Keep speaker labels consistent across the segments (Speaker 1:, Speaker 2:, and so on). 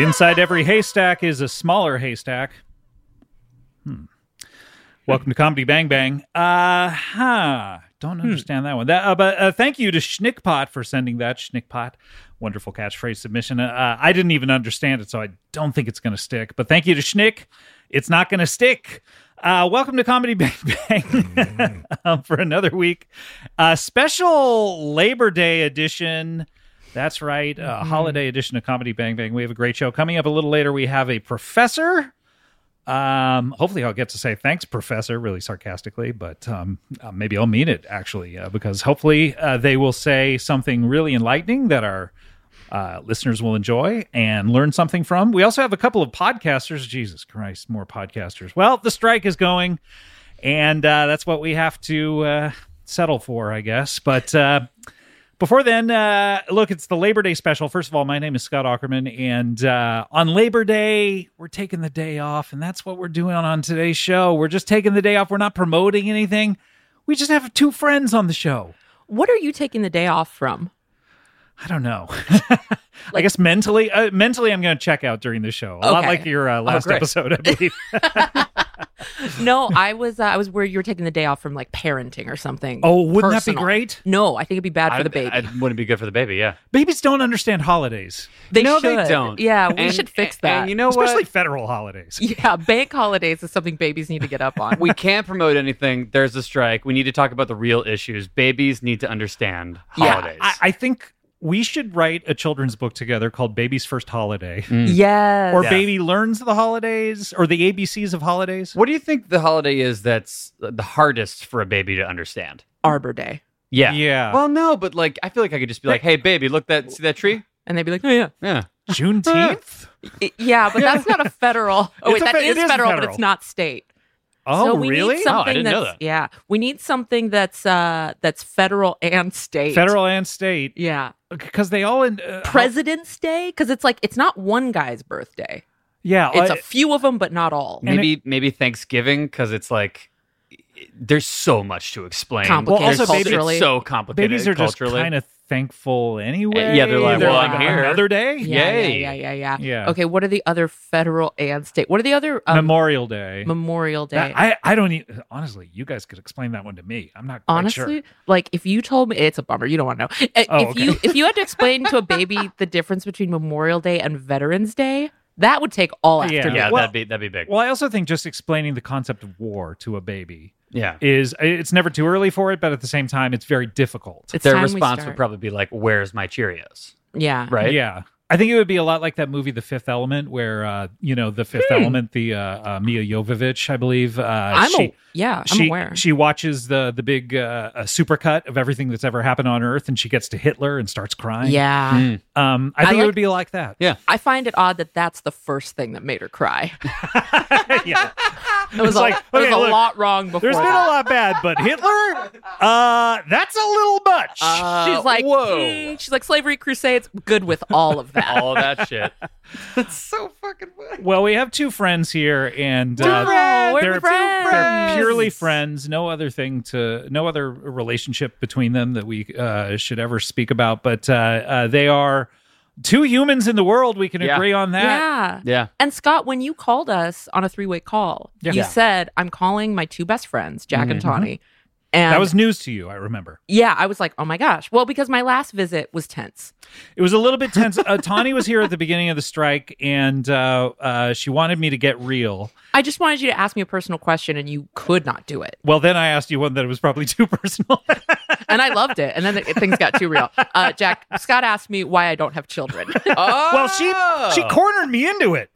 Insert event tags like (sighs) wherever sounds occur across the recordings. Speaker 1: Inside every haystack is a smaller haystack. Hmm. Welcome to Comedy Bang Bang. Uh huh. Don't understand that one. That, uh, but uh, thank you to Schnickpot for sending that Schnickpot. Wonderful catchphrase submission. Uh, I didn't even understand it, so I don't think it's going to stick. But thank you to Schnick. It's not going to stick. Uh, welcome to Comedy (laughs) Bang Bang um, for another week. Uh, special Labor Day edition. That's right. Uh, Holiday edition of Comedy Bang Bang. We have a great show coming up a little later. We have a professor. Um, hopefully, I'll get to say thanks, professor, really sarcastically, but um, uh, maybe I'll mean it actually, uh, because hopefully uh, they will say something really enlightening that our uh, listeners will enjoy and learn something from. We also have a couple of podcasters. Jesus Christ, more podcasters. Well, the strike is going and uh, that's what we have to uh, settle for, I guess. But uh, before then, uh, look, it's the Labor Day special. First of all, my name is Scott Ackerman, and uh, on Labor Day, we're taking the day off, and that's what we're doing on today's show. We're just taking the day off. We're not promoting anything. We just have two friends on the show.
Speaker 2: What are you taking the day off from?
Speaker 1: I don't know. (laughs) I guess mentally, uh, mentally, I'm going to check out during the show. A lot
Speaker 2: Okay.
Speaker 1: like your uh, last
Speaker 2: great.
Speaker 1: episode, I believe.
Speaker 2: No, I was uh, I was worried you were taking the day off from like parenting or something.
Speaker 1: (laughs) oh, wouldn't that be
Speaker 2: personal.
Speaker 1: great?
Speaker 2: No, I think it'd be bad for the baby.
Speaker 3: I, I wouldn't be good for the baby. Yeah.
Speaker 1: Babies don't understand holidays,
Speaker 2: they
Speaker 3: no,
Speaker 2: should.
Speaker 3: they don't.
Speaker 2: Yeah, we
Speaker 3: And-
Speaker 2: should fix
Speaker 3: and-
Speaker 2: that.
Speaker 3: And you know
Speaker 1: especially
Speaker 3: what?
Speaker 1: federal holidays.
Speaker 2: (laughs) yeah, bank holidays is something babies need to get up (laughs) on.
Speaker 3: we can't promote anything. There's a strike. We need to talk about the real issues. Babies need to understand
Speaker 2: Yeah,
Speaker 3: holidays.
Speaker 1: I, I think we should write a children's book together called Baby's First Holiday.
Speaker 2: Mm. yes.
Speaker 1: Or
Speaker 3: Yeah.
Speaker 1: Baby Learns the Holidays or the ABCs of Holidays.
Speaker 3: what do you think the holiday is that's the hardest for a baby to understand?
Speaker 2: Arbor Day.
Speaker 3: Yeah.
Speaker 1: Yeah.
Speaker 3: Well, no, but like I feel like I could just be like, "Hey, baby, look that see that tree?
Speaker 2: And they'd be like, oh, yeah.
Speaker 3: Yeah,
Speaker 1: Juneteenth?
Speaker 2: I- yeah, but that's
Speaker 1: (laughs)
Speaker 2: not a federal. Oh, wait,
Speaker 1: It's a
Speaker 2: that
Speaker 1: fe-
Speaker 2: is
Speaker 1: it is
Speaker 2: federal, but
Speaker 1: federal.
Speaker 2: it's not state.
Speaker 1: Oh,
Speaker 2: so we
Speaker 1: really?
Speaker 2: Need
Speaker 3: Oh, I
Speaker 2: something
Speaker 3: didn't know
Speaker 2: that's,
Speaker 3: that.
Speaker 2: Yeah, we need something that's uh that's federal and state.
Speaker 1: Federal and state.
Speaker 2: Yeah.
Speaker 1: Because they all. In, uh,
Speaker 2: President's Day because it's like it's not one guy's birthday.
Speaker 1: Yeah.
Speaker 2: It's
Speaker 1: uh,
Speaker 2: a few of them, but not all.
Speaker 1: And
Speaker 3: maybe maybe Thanksgiving because it's like." There's so much to explain.
Speaker 2: Complicated
Speaker 3: There's-
Speaker 1: Well, also
Speaker 3: it's
Speaker 1: babies-
Speaker 3: so complicated.
Speaker 1: babies are just
Speaker 3: culturally.
Speaker 1: kind of thankful anyway.
Speaker 3: yeah, they're like,
Speaker 2: "Well, I'm
Speaker 1: another
Speaker 3: here."
Speaker 1: day.
Speaker 2: Yeah,
Speaker 3: Yay.
Speaker 2: yeah, yeah, yeah, yeah.
Speaker 1: Yeah.
Speaker 2: Okay, what are the other federal and state? What are the other
Speaker 1: (laughs)
Speaker 2: um,
Speaker 1: Memorial Day.
Speaker 2: Memorial Day?
Speaker 1: That- I, I don't even, honestly, you guys could explain that one to me. I'm not quite sure.
Speaker 2: Honestly, like if you told me, it's a bummer. You don't want to know. Uh,
Speaker 1: Oh,
Speaker 2: if
Speaker 1: okay.
Speaker 2: you if you had to explain
Speaker 1: (laughs)
Speaker 2: to a baby the difference between Memorial Day and Veterans Day, that would take all
Speaker 1: Yeah.
Speaker 2: afternoon.
Speaker 3: Yeah,
Speaker 1: Well-
Speaker 3: that'd be that'd be big.
Speaker 1: Well, I also think just explaining the concept of war to a baby
Speaker 3: yeah.
Speaker 1: is it's never too early for it, but at the same time, it's very difficult.
Speaker 2: It's
Speaker 3: Their
Speaker 2: time we
Speaker 3: response would
Speaker 2: start.
Speaker 3: probably be like, "Where's my Cheerios?"
Speaker 2: yeah.
Speaker 3: Right?
Speaker 1: Yeah. I think it would be a lot like that movie, The Fifth Element, where uh, you know the Fifth Element, the uh, uh, Mia Jovovich, I believe. Uh,
Speaker 2: Hmm. I'm
Speaker 1: she,
Speaker 2: a, yeah, I'm
Speaker 1: she,
Speaker 2: aware.
Speaker 1: She watches the the big uh, uh, supercut of everything that's ever happened on Earth, and she gets to Hitler and starts crying.
Speaker 2: yeah.
Speaker 1: Um, I think
Speaker 2: like-
Speaker 1: it would be like that.
Speaker 3: Yeah.
Speaker 2: I find it odd that that's the first thing that made her cry. (laughs)
Speaker 1: yeah.
Speaker 2: It was
Speaker 1: It's
Speaker 2: a,
Speaker 1: like,
Speaker 2: there was
Speaker 1: okay,
Speaker 2: a
Speaker 1: look,
Speaker 2: lot wrong
Speaker 1: (laughs)
Speaker 2: before.
Speaker 1: There's been a
Speaker 2: that.
Speaker 1: lot bad, but Hitler, uh, that's a little much.
Speaker 2: Uh, she's like,
Speaker 3: whoa.
Speaker 2: mm, she's like slavery crusades. Good with all
Speaker 1: (laughs)
Speaker 2: of that.
Speaker 3: All that shit.
Speaker 1: well, we have two friends here, and
Speaker 2: Wow,
Speaker 1: uh,
Speaker 2: we're
Speaker 1: they're,
Speaker 2: friends.
Speaker 1: they're purely friends. No other thing to, no other relationship between them that we uh, should ever speak about. But uh, uh, they are two humans in the world. We can
Speaker 3: Yeah.
Speaker 1: agree on that.
Speaker 2: Yeah.
Speaker 3: Yeah.
Speaker 2: And Scott, when you called us on a three-way call,
Speaker 1: Yeah.
Speaker 2: you
Speaker 1: Yeah.
Speaker 2: said, "I'm calling my two best friends, Jack and Tawny." And
Speaker 1: That was news to you, I remember.
Speaker 2: yeah, I was like, "Oh my gosh!" Well, because my last visit was tense.
Speaker 1: It was a little bit tense.
Speaker 2: (laughs)
Speaker 1: Uh, Tawny was here at the beginning of the strike, and uh, uh, she wanted me to get real.
Speaker 2: I just wanted you to ask me a personal question, and you could not do it.
Speaker 1: Well, then I asked you one that was probably too (laughs) personal.
Speaker 2: And I loved it. And then it, things got
Speaker 1: (laughs)
Speaker 2: too real. Uh, Jack Scott asked me why I don't have children. Uh,
Speaker 3: Oh.
Speaker 1: well, she she cornered me into it.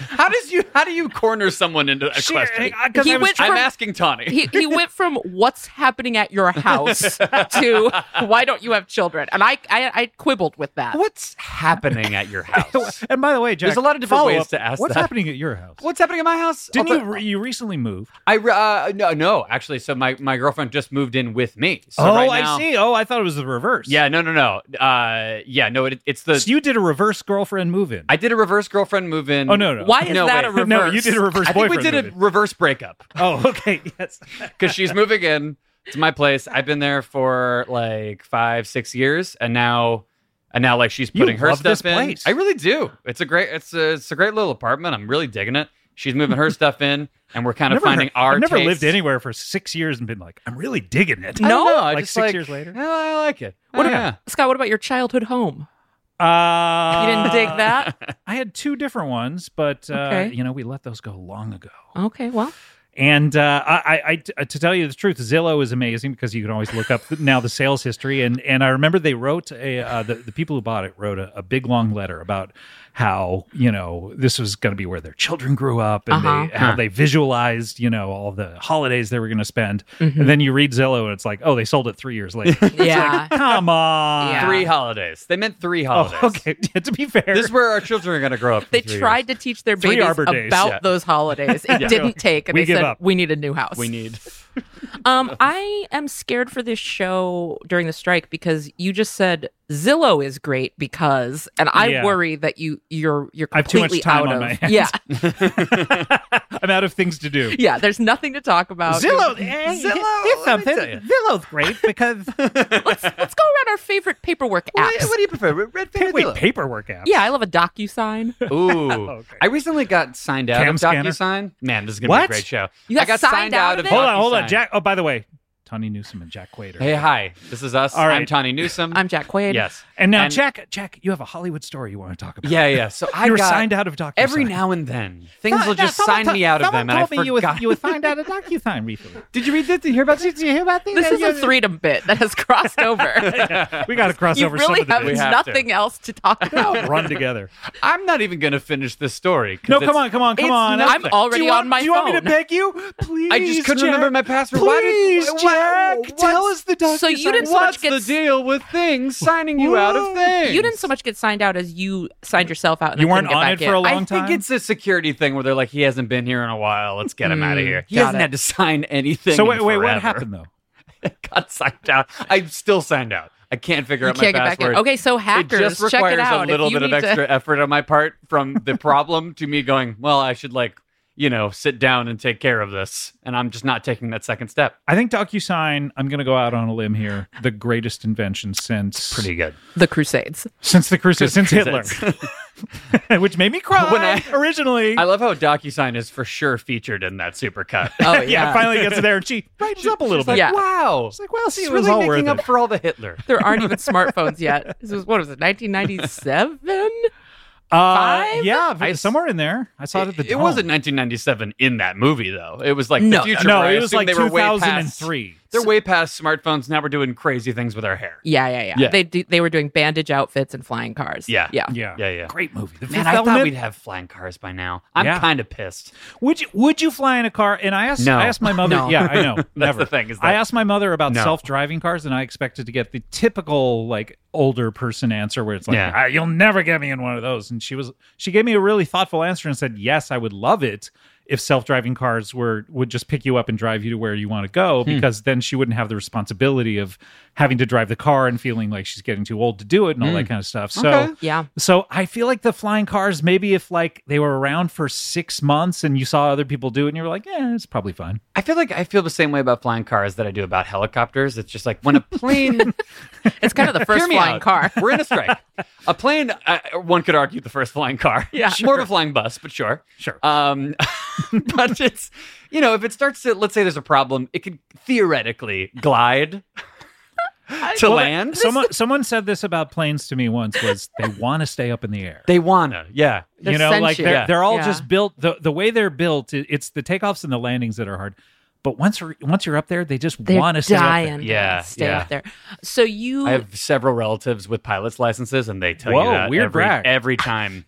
Speaker 3: How does you how do you corner someone into a
Speaker 1: She,
Speaker 3: question?
Speaker 1: I- 'cause
Speaker 2: He
Speaker 1: I was
Speaker 2: went
Speaker 1: trying-
Speaker 3: I'm
Speaker 2: from-
Speaker 3: asking Tawny.
Speaker 2: he, he went from what's happening at
Speaker 1: (laughs)
Speaker 2: your house to why don't you have children? And I I, I quibbled with that.
Speaker 3: What's happening
Speaker 1: (laughs)
Speaker 3: at your house?
Speaker 1: and by the way, Jack,
Speaker 3: There's a lot of different
Speaker 1: follow
Speaker 3: ways
Speaker 1: up.
Speaker 3: to ask
Speaker 1: What's
Speaker 3: that.
Speaker 1: happening at your house?
Speaker 3: What's happening at my house?
Speaker 1: Didn't
Speaker 3: Oh,
Speaker 1: you re- you recently moved?
Speaker 3: I re- uh, no no actually. So my my girlfriend just moved in with me. So
Speaker 1: oh,
Speaker 3: right now-
Speaker 1: I see. Oh, I thought it was the reverse.
Speaker 3: Yeah, no, no, no. Uh, yeah, no. It, it's the
Speaker 1: So you did a reverse girlfriend move in.
Speaker 3: I did a reverse girlfriend move in.
Speaker 1: Oh, no, no.
Speaker 2: Why is that a
Speaker 3: wait.
Speaker 2: reverse?
Speaker 1: no, (laughs) you did a reverse
Speaker 3: I think
Speaker 1: boyfriend.
Speaker 3: we did a
Speaker 1: move-in.
Speaker 3: reverse breakup
Speaker 1: Oh, (laughs) okay. Yes.
Speaker 3: because she's moving in to my place. I've been there for like five, six years, and now, and now like she's
Speaker 1: You
Speaker 3: putting her
Speaker 1: love
Speaker 3: stuff
Speaker 1: this
Speaker 3: in.
Speaker 1: place.
Speaker 3: I really do. It's a great. It's a, it's a great little apartment. I'm really digging it. She's moving her stuff in, and we're kind of
Speaker 1: Never
Speaker 3: finding
Speaker 1: heard-
Speaker 3: our.
Speaker 1: I've never
Speaker 3: tastes.
Speaker 1: lived anywhere for six years and been like, I'm really digging it.
Speaker 3: I don't
Speaker 2: No?
Speaker 3: know, I
Speaker 1: Like
Speaker 3: just
Speaker 1: six years later?
Speaker 3: "Eh, I like it. Oh,
Speaker 1: What
Speaker 3: What?
Speaker 1: about-
Speaker 3: Yeah.
Speaker 2: Scott, what about your childhood home?
Speaker 1: Uh,
Speaker 2: You didn't dig that?
Speaker 1: (laughs) I had two different ones, but uh,
Speaker 2: Okay.
Speaker 1: you know we let those go long ago.
Speaker 2: Okay, well,
Speaker 1: And uh, I, I, I- to tell you the truth, Zillow is amazing because you can always look up now the sales history. And and I remember they wrote a uh, the the people who bought it wrote a, a big long letter about how you know this was going to be where their children grew up and
Speaker 2: Uh-huh.
Speaker 1: they, how
Speaker 3: Huh.
Speaker 1: they visualized you know all the holidays they were going to spend. And then you read Zillow and it's like, oh, they sold it three years later. It's like,
Speaker 2: Mm-hmm. (laughs) Yeah.
Speaker 1: come on.
Speaker 2: Yeah.
Speaker 3: Three holidays. They meant three
Speaker 1: Oh,
Speaker 3: holidays.
Speaker 1: okay. (laughs) to be fair,
Speaker 3: This is where our children are going to grow
Speaker 2: (laughs)
Speaker 3: up. in
Speaker 2: they
Speaker 3: three
Speaker 2: tried to teach their
Speaker 1: Three
Speaker 2: babies
Speaker 1: Arbor
Speaker 2: about
Speaker 1: Days,
Speaker 3: yeah.
Speaker 2: those holidays. It
Speaker 3: Yeah.
Speaker 2: didn't take, and
Speaker 1: We
Speaker 2: they
Speaker 1: give
Speaker 2: said
Speaker 1: up.
Speaker 2: we need a new house.
Speaker 3: years. We need.
Speaker 2: (laughs) Um, I am scared for this show during the strike because you just said Zillow is great because, and I
Speaker 1: Yeah.
Speaker 2: worry that you you're you're
Speaker 1: I have too much
Speaker 2: completely
Speaker 1: time on
Speaker 2: out of
Speaker 1: my hands.
Speaker 2: (laughs) yeah
Speaker 1: I'm out of things to do.
Speaker 2: yeah. There's nothing to talk about.
Speaker 1: Zillow,
Speaker 2: (laughs)
Speaker 3: Zillow,
Speaker 1: here's
Speaker 3: let me
Speaker 1: something.
Speaker 3: tell you.
Speaker 1: Zillow's great because
Speaker 2: Let's (laughs) let's go around our favorite paperwork apps.
Speaker 3: do you prefer, Red
Speaker 1: Wait, paperwork app.
Speaker 2: yeah, I love a DocuSign.
Speaker 3: Ooh,
Speaker 1: okay.
Speaker 3: I recently got signed out
Speaker 1: Cam
Speaker 3: of
Speaker 1: scanner?
Speaker 3: DocuSign. Man, this is gonna
Speaker 1: What?
Speaker 3: be a great show.
Speaker 2: You got
Speaker 3: I got
Speaker 2: signed
Speaker 3: signed,
Speaker 2: out
Speaker 3: out
Speaker 2: of
Speaker 3: of.
Speaker 2: it?
Speaker 1: Hold on, hold on,
Speaker 3: DocuSign.
Speaker 1: Jack. Oh, by the way, Tony Newsom and Jack Quater.
Speaker 3: Hey, hi. This is us.
Speaker 1: All right.
Speaker 3: I'm Tawny Newsom.
Speaker 2: I'm Jack Quaid.
Speaker 3: yes.
Speaker 1: And now,
Speaker 3: And-
Speaker 1: Jack, Jack, you have a Hollywood story you want to talk about.
Speaker 3: Yeah, yeah. So
Speaker 1: (laughs)
Speaker 3: I
Speaker 1: you were
Speaker 3: got
Speaker 1: signed out of DocuSign.
Speaker 3: every now and then. Things
Speaker 1: No,
Speaker 3: will
Speaker 1: no,
Speaker 3: just
Speaker 1: someone
Speaker 3: sign
Speaker 1: to-
Speaker 3: me out of
Speaker 1: someone
Speaker 3: them, and I
Speaker 1: told me you were-
Speaker 3: forgot.
Speaker 1: You were signed
Speaker 3: (laughs)
Speaker 1: out of DocuSign recently.
Speaker 3: Did you read this? Did you hear about this?
Speaker 1: Did you hear about
Speaker 2: This
Speaker 1: (laughs)
Speaker 2: is a freedom bit that has crossed over.
Speaker 1: We
Speaker 3: (laughs)
Speaker 1: got to cross
Speaker 2: you
Speaker 1: over
Speaker 2: really
Speaker 1: some
Speaker 2: have
Speaker 1: of the
Speaker 3: have to.
Speaker 2: nothing else to talk
Speaker 1: (laughs)
Speaker 2: about.
Speaker 1: run together.
Speaker 3: (laughs) I'm not even gonna finish this story. 'cause
Speaker 1: No,
Speaker 3: it's-
Speaker 1: come on, come on, come
Speaker 3: it's
Speaker 1: on.
Speaker 3: nothing.
Speaker 2: I'm already
Speaker 1: do you want,
Speaker 2: on my
Speaker 1: Do you want me to
Speaker 2: phone.
Speaker 1: beg you? Please.
Speaker 3: I just couldn't
Speaker 1: Jack.
Speaker 3: remember my password. Why did-
Speaker 1: Please,
Speaker 3: why-
Speaker 1: Jack,
Speaker 3: what's-
Speaker 1: tell us the DocuSign.
Speaker 2: So you didn't so much
Speaker 3: What's
Speaker 2: get
Speaker 3: the
Speaker 2: s-
Speaker 3: deal with things signing you out of things?
Speaker 2: You didn't so much get signed out as you signed yourself out. And
Speaker 1: You
Speaker 2: then
Speaker 1: weren't
Speaker 2: couldn't get
Speaker 1: on
Speaker 2: back
Speaker 1: it
Speaker 2: in.
Speaker 1: for a long
Speaker 3: I think
Speaker 1: time.
Speaker 3: it's a security thing where they're like, he hasn't been here in a while. Let's get him out of here. He
Speaker 2: got
Speaker 3: hasn't
Speaker 2: it.
Speaker 3: had to sign anything.
Speaker 1: Hmm. so
Speaker 3: in
Speaker 1: wait, wait,
Speaker 3: forever.
Speaker 1: what happened though?
Speaker 3: Got signed out. I'm still signed out. I can't figure
Speaker 2: You
Speaker 3: out my
Speaker 2: can't get back
Speaker 3: password.
Speaker 2: in. Okay, so
Speaker 3: It
Speaker 2: hackers,
Speaker 3: just
Speaker 2: check
Speaker 3: requires
Speaker 2: it out.
Speaker 3: a little
Speaker 2: if you
Speaker 3: bit of
Speaker 2: need to- (laughs)
Speaker 3: extra effort on my part from the problem to me going, well, I should like you know, sit down and take care of this. And I'm just not taking that second step.
Speaker 1: I think DocuSign, I'm going to go out on a limb here, the greatest invention since
Speaker 3: good.
Speaker 2: The Crusades.
Speaker 1: since the Crusades, since Hitler, (laughs) which made me cry
Speaker 3: When I-
Speaker 1: originally. (laughs)
Speaker 3: I love how DocuSign is for sure featured in that supercut.
Speaker 2: (laughs)
Speaker 3: (laughs)
Speaker 2: Oh
Speaker 1: yeah. finally gets there and she (laughs) brightens up a little
Speaker 3: It's like,
Speaker 1: bit.
Speaker 2: Yeah.
Speaker 3: wow.
Speaker 1: It's like, well, see,
Speaker 3: She's
Speaker 1: it was
Speaker 3: really
Speaker 1: all worth
Speaker 3: making up
Speaker 1: it.
Speaker 3: for all the Hitler.
Speaker 2: There aren't even smartphones yet. (laughs) This was what was it, 1997?
Speaker 1: Uh,
Speaker 2: Five?
Speaker 1: yeah,
Speaker 3: I-
Speaker 1: somewhere in there. I saw it at the.
Speaker 3: It,
Speaker 1: dome.
Speaker 3: wasn't 1997 in that movie, though. It was like
Speaker 2: No,
Speaker 3: the future.
Speaker 1: No,
Speaker 3: where I
Speaker 1: it was
Speaker 3: assume
Speaker 1: like
Speaker 3: they were way past-
Speaker 1: 2003.
Speaker 3: They're way past smartphones. Now we're doing crazy things with our hair.
Speaker 2: Yeah, yeah, yeah.
Speaker 3: Yeah.
Speaker 2: They do, they were doing bandage outfits and flying cars.
Speaker 3: Yeah.
Speaker 2: yeah.
Speaker 1: Yeah,
Speaker 3: Yeah, yeah.
Speaker 1: Great movie. The
Speaker 3: Man,
Speaker 1: Fifth
Speaker 3: I thought
Speaker 1: Element.
Speaker 3: we'd have flying cars by now. I'm
Speaker 1: Yeah.
Speaker 3: kind of pissed.
Speaker 1: Would you would you fly in a car? And I asked
Speaker 3: No.
Speaker 1: I asked my mother.
Speaker 2: No.
Speaker 1: Yeah, I
Speaker 3: (laughs)
Speaker 1: know. never.
Speaker 3: the thing, is
Speaker 1: I
Speaker 3: that-
Speaker 1: asked my mother about
Speaker 3: No.
Speaker 1: self driving cars, and I expected to get the typical like older person answer where it's like,
Speaker 3: Yeah.
Speaker 1: "Ah, "You'll never get me in one of those." And she was she gave me a really thoughtful answer and said, "Yes, I would love it." If self-driving cars were would just pick you up and drive you to where you want to go,
Speaker 3: Hmm.
Speaker 1: because then she wouldn't have the responsibility of having to drive the car and feeling like she's getting too old to do it and all that kind of stuff. So
Speaker 3: Hmm. Okay.
Speaker 2: Yeah.
Speaker 1: so I feel like the flying cars, maybe if like they were around for six months and you saw other people do it and you were like, yeah, it's probably fine.
Speaker 3: I feel like I feel the same way about flying cars that I do about helicopters. It's just like when a plane.
Speaker 2: It's kind of the first
Speaker 3: (laughs) Hear me
Speaker 2: flying
Speaker 3: out.
Speaker 2: car.
Speaker 3: We're in a strike. a plane, uh, one could argue the first flying car.
Speaker 2: Yeah.
Speaker 3: (laughs) More of a flying bus, but sure.
Speaker 1: Sure.
Speaker 3: Um, (laughs) but it's, you know, if it starts to, let's say there's a problem, it could theoretically glide to
Speaker 1: Well,
Speaker 3: land.
Speaker 1: Someone someone said this about planes to me once was
Speaker 2: (laughs)
Speaker 1: they want to stay up in the air.
Speaker 3: they wanna, yeah.
Speaker 1: you
Speaker 2: They're
Speaker 1: know, like
Speaker 2: sentient.
Speaker 1: they're,
Speaker 3: Yeah.
Speaker 1: they're all
Speaker 2: Yeah.
Speaker 1: just built the the way they're built. It, it's the takeoffs and the landings that are hard. But once you're- once you're up there, they just
Speaker 2: They're
Speaker 1: want to stay up there.
Speaker 2: dying. to
Speaker 3: Yeah,
Speaker 2: stay
Speaker 3: yeah.
Speaker 2: up there. So you,
Speaker 3: I have several relatives with pilot's licenses, and they tell
Speaker 1: Whoa,
Speaker 3: you that
Speaker 1: weird
Speaker 3: every,
Speaker 1: brag.
Speaker 3: every time.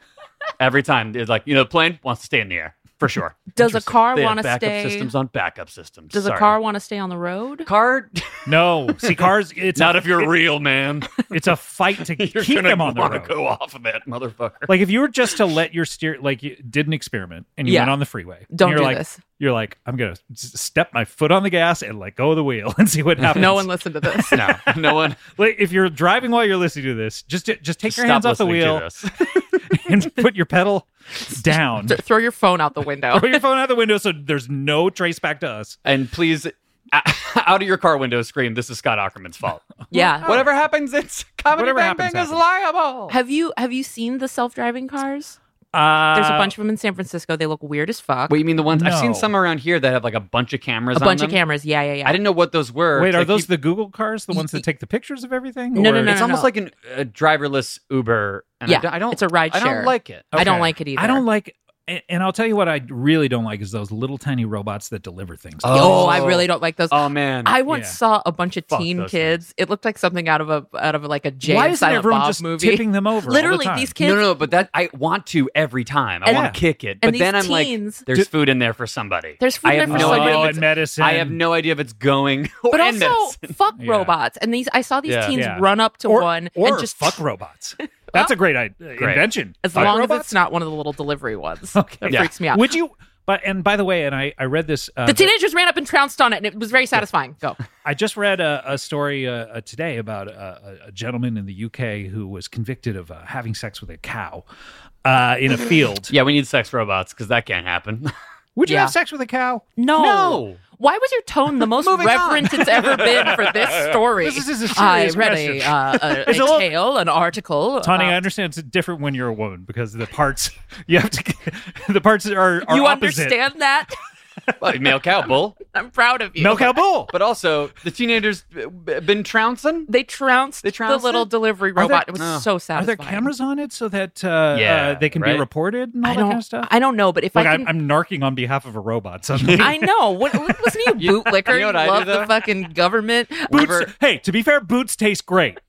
Speaker 3: Every time, they're like, you know, the plane wants to stay in the air for sure.
Speaker 2: (laughs) does a car
Speaker 3: They have
Speaker 2: want to
Speaker 3: backup
Speaker 2: stay?
Speaker 3: systems on backup systems.
Speaker 2: Does
Speaker 3: Sorry.
Speaker 2: a car want to stay on the road?
Speaker 3: car?
Speaker 1: No, see cars.
Speaker 2: (laughs)
Speaker 1: It's
Speaker 3: (laughs) Not
Speaker 1: a,
Speaker 3: if you're real, man. (laughs)
Speaker 1: It's a fight to
Speaker 3: You're
Speaker 1: keep
Speaker 3: gonna
Speaker 1: them on the
Speaker 3: wanna
Speaker 1: road.
Speaker 3: go off of it,
Speaker 2: (laughs)
Speaker 3: motherfucker. (laughs)
Speaker 1: Like if you were just to let your steer, like you did an experiment and you
Speaker 2: Yeah.
Speaker 1: went on the freeway. and
Speaker 2: Don't
Speaker 1: you're
Speaker 2: do
Speaker 1: like,
Speaker 2: this.
Speaker 1: You're like, I'm gonna s- step my foot on the gas and let go of the wheel (laughs) and see what happens.
Speaker 2: No one listened to this.
Speaker 3: no, no one.
Speaker 1: like if you're driving while you're listening to this, just just take your
Speaker 3: stop
Speaker 1: hands off the
Speaker 3: listening to
Speaker 1: wheel (laughs)
Speaker 3: this.
Speaker 1: and put your pedal
Speaker 3: (laughs)
Speaker 2: (laughs)
Speaker 1: down.
Speaker 2: Th- Throw your phone out the window.
Speaker 1: Put your phone out the window so there's no trace back to us.
Speaker 3: And please, (laughs) uh, out of your car window, scream, "This is Scott
Speaker 2: (laughs)
Speaker 3: Ackerman's fault."
Speaker 2: yeah.
Speaker 3: Whatever happens, it's (laughs) comedy.
Speaker 1: Whatever
Speaker 3: bang
Speaker 1: happens,
Speaker 3: bang is liable.
Speaker 2: Oh. Have you have you seen the self driving cars?
Speaker 1: Uh,
Speaker 2: There's a bunch of them in San Francisco. They look weird as fuck.
Speaker 3: Wait, you mean the ones I've
Speaker 1: No.
Speaker 3: seen some around here that have like a bunch of cameras?
Speaker 2: a
Speaker 3: on
Speaker 2: bunch of
Speaker 3: them?
Speaker 2: cameras. Yeah, yeah, yeah.
Speaker 3: I didn't know what those were.
Speaker 1: Wait,
Speaker 3: It's
Speaker 1: are
Speaker 3: like
Speaker 1: those
Speaker 3: you-
Speaker 1: the Google cars, the
Speaker 2: y-
Speaker 1: ones that take the pictures of everything?
Speaker 2: No, no,
Speaker 1: Or-
Speaker 2: no,
Speaker 3: It's
Speaker 2: no,
Speaker 3: almost
Speaker 2: no.
Speaker 3: like an, a driverless Uber. And
Speaker 2: Yeah,
Speaker 3: I don't, I don't-
Speaker 2: it's a ride
Speaker 3: I
Speaker 2: share.
Speaker 3: don't like it.
Speaker 2: I don't
Speaker 1: Okay.
Speaker 2: like it either.
Speaker 1: I don't like, and and I'll tell you what I really don't like is those little tiny robots that deliver things.
Speaker 2: Oh, I really don't like those.
Speaker 3: Oh man,
Speaker 2: I once
Speaker 1: Yeah.
Speaker 2: saw a bunch of
Speaker 3: Fuck
Speaker 2: teen
Speaker 3: those
Speaker 2: kids. It looked like something out of a out of like a Jay
Speaker 1: Why
Speaker 2: and
Speaker 1: isn't
Speaker 2: Silent
Speaker 1: everyone
Speaker 2: Bob
Speaker 1: just
Speaker 2: movie. (laughs)
Speaker 1: tipping them over? all the
Speaker 2: Literally,
Speaker 1: time?
Speaker 2: these kids.
Speaker 3: no, no, no, but that I want to every time. I
Speaker 2: And-
Speaker 3: want to kick it,
Speaker 2: and
Speaker 3: but
Speaker 2: these
Speaker 3: then I'm
Speaker 2: teens-
Speaker 3: like,
Speaker 1: Do-
Speaker 3: "There's food in there for somebody."
Speaker 2: There's food
Speaker 3: I
Speaker 2: in
Speaker 3: have
Speaker 2: there for
Speaker 3: no
Speaker 1: oh,
Speaker 2: somebody.
Speaker 3: idea if
Speaker 1: and
Speaker 3: it's-
Speaker 1: medicine.
Speaker 3: I have no idea if it's going. (laughs)
Speaker 2: But
Speaker 3: and
Speaker 2: also, (laughs)
Speaker 3: medicine.
Speaker 2: fuck
Speaker 1: Yeah.
Speaker 2: robots. And these, I saw these
Speaker 3: Yeah.
Speaker 2: teens
Speaker 1: Yeah.
Speaker 2: run up to
Speaker 1: or,
Speaker 2: one
Speaker 1: or
Speaker 2: and just (laughs)
Speaker 1: fuck robots. That's a great, idea, invention.
Speaker 2: as
Speaker 1: Fuck
Speaker 2: long as
Speaker 1: robots?
Speaker 2: it's not one of the little delivery ones.
Speaker 1: (laughs) Okay.
Speaker 2: It
Speaker 3: Yeah.
Speaker 2: freaks me out.
Speaker 1: Would you? But and by the way, and I I read this. Uh,
Speaker 2: the teenagers ran up and trounced on it, and it was very satisfying. Go.
Speaker 1: I just read a, a story uh, uh, today about a, a- a gentleman in the UK who was convicted of uh, having sex with a cow uh,
Speaker 2: (laughs)
Speaker 1: in a field.
Speaker 3: yeah, we need sex robots because that can't happen. (laughs)
Speaker 1: Would you
Speaker 2: Yeah.
Speaker 1: have sex with a cow?
Speaker 2: No.
Speaker 3: No.
Speaker 2: Why was your
Speaker 1: (laughs)
Speaker 2: tone the most
Speaker 3: Moving
Speaker 2: reverent it's ever been for this story?
Speaker 1: This is a serious
Speaker 2: I read a,
Speaker 1: question.
Speaker 2: uh, a, a
Speaker 1: (laughs) It's a little-
Speaker 2: tale, an article. Uh,
Speaker 1: Tony, I
Speaker 2: about-
Speaker 1: understand it's different when you're a woman because the parts (laughs) you have to the parts are, are
Speaker 2: you
Speaker 1: opposite.
Speaker 2: understand that? (laughs)
Speaker 3: well, male cow bull,
Speaker 2: I'm proud of you.
Speaker 1: No cow bull.
Speaker 3: but also the teenagers b- b- been trouncing.
Speaker 2: They trounced,
Speaker 3: They trounced
Speaker 2: the little
Speaker 3: it?
Speaker 2: delivery
Speaker 1: there-
Speaker 2: robot. it was
Speaker 3: No.
Speaker 2: so
Speaker 1: Are there
Speaker 2: satisfying.
Speaker 1: cameras on it so that uh,
Speaker 3: Yeah,
Speaker 1: uh, they can be
Speaker 3: right?
Speaker 1: reported and all
Speaker 2: I
Speaker 1: that
Speaker 2: don't.
Speaker 1: kind of stuff?
Speaker 2: I don't know, but if
Speaker 1: Like
Speaker 2: I
Speaker 1: I
Speaker 2: can,
Speaker 1: I'm narking on behalf of a robot suddenly.
Speaker 2: (laughs) I know. What, what- wasn't he a
Speaker 3: You-
Speaker 2: bootlicker?
Speaker 3: you know what
Speaker 2: He
Speaker 3: I do,
Speaker 2: loved the
Speaker 3: though?
Speaker 2: fucking government.
Speaker 1: (laughs) (laughs) boots.
Speaker 3: Never-
Speaker 1: Hey, to be fair, boots taste
Speaker 2: (laughs)
Speaker 1: great.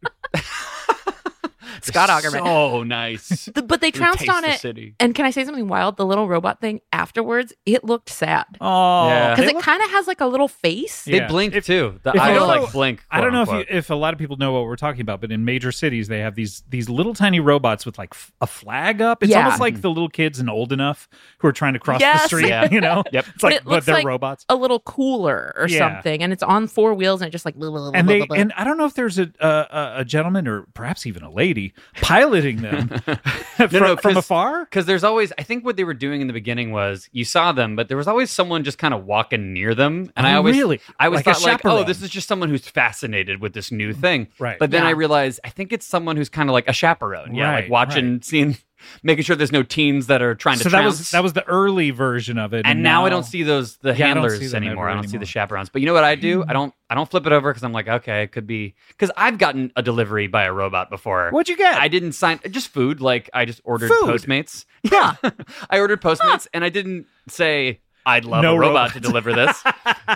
Speaker 2: Scott Augerman. (laughs)
Speaker 3: So nice.
Speaker 2: The- but they trounced
Speaker 3: Taste
Speaker 2: on
Speaker 3: the
Speaker 2: it.
Speaker 3: city.
Speaker 2: And can I say something wild? The little robot thing afterwards, it looked sad
Speaker 1: Oh,
Speaker 3: Yeah.
Speaker 2: because
Speaker 1: They
Speaker 2: it
Speaker 1: look-
Speaker 2: kind of has like a little face.
Speaker 1: Yeah.
Speaker 3: They blink
Speaker 1: If-
Speaker 3: too. The
Speaker 1: if
Speaker 3: eyes
Speaker 2: you know-
Speaker 3: like blink.
Speaker 1: I don't know if
Speaker 3: quote,
Speaker 1: you,
Speaker 3: unquote.
Speaker 1: if a lot of people know what we're talking about, but in major cities, they have these these little tiny robots with like f- a flag up. It's
Speaker 2: Yeah.
Speaker 1: almost like the little kids and old enough who are trying to cross
Speaker 2: Yes.
Speaker 1: the street.
Speaker 3: Hmm. Yeah.
Speaker 1: (laughs) You know,
Speaker 3: Yep.
Speaker 1: it's like
Speaker 2: it
Speaker 1: but,
Speaker 2: looks
Speaker 1: they're
Speaker 2: like-
Speaker 1: robots.
Speaker 2: A little cooler or
Speaker 1: Yeah.
Speaker 2: something, and it's on four wheels, and it just like
Speaker 1: And they and I don't know if there's a, a a- a gentleman or perhaps even a lady piloting
Speaker 3: (laughs)
Speaker 1: them (laughs) from, from
Speaker 3: no, 'cause-
Speaker 1: afar?
Speaker 3: Because there's always, I think what they were doing in the beginning was you saw them, but there was always someone just kind of walking near them, and I
Speaker 1: Oh,
Speaker 3: always,
Speaker 1: really?
Speaker 3: I always
Speaker 1: Like a
Speaker 3: thought like, oh,
Speaker 1: chaperone.
Speaker 3: this is just someone who's fascinated with this new thing,
Speaker 1: Right.
Speaker 3: But then
Speaker 2: Yeah.
Speaker 3: I realized I think it's someone who's kind of like a chaperone, yeah,
Speaker 1: Right,
Speaker 3: like watching, seeing, (laughs) making sure there's no teens that are trying
Speaker 1: So
Speaker 3: to.
Speaker 1: that
Speaker 3: trounce.
Speaker 1: was that was the early version of it,
Speaker 3: and now, I don't see those the
Speaker 1: Yeah, I don't
Speaker 3: handlers
Speaker 1: see them
Speaker 3: anymore. I
Speaker 1: ever
Speaker 3: don't see
Speaker 1: anymore.
Speaker 3: the chaperones. But you know what
Speaker 1: (clears throat)
Speaker 3: I do? I don't I don't flip it over because I'm like, okay, it could be because I've gotten a delivery by a robot before.
Speaker 1: What'd you get?
Speaker 3: I didn't sign just food. Like I just ordered
Speaker 1: Food?
Speaker 3: Postmates. Yeah, (laughs) I ordered Postmates, and I didn't say I'd love
Speaker 1: No
Speaker 3: a robot
Speaker 1: robot.
Speaker 3: to
Speaker 2: (laughs)
Speaker 3: deliver this.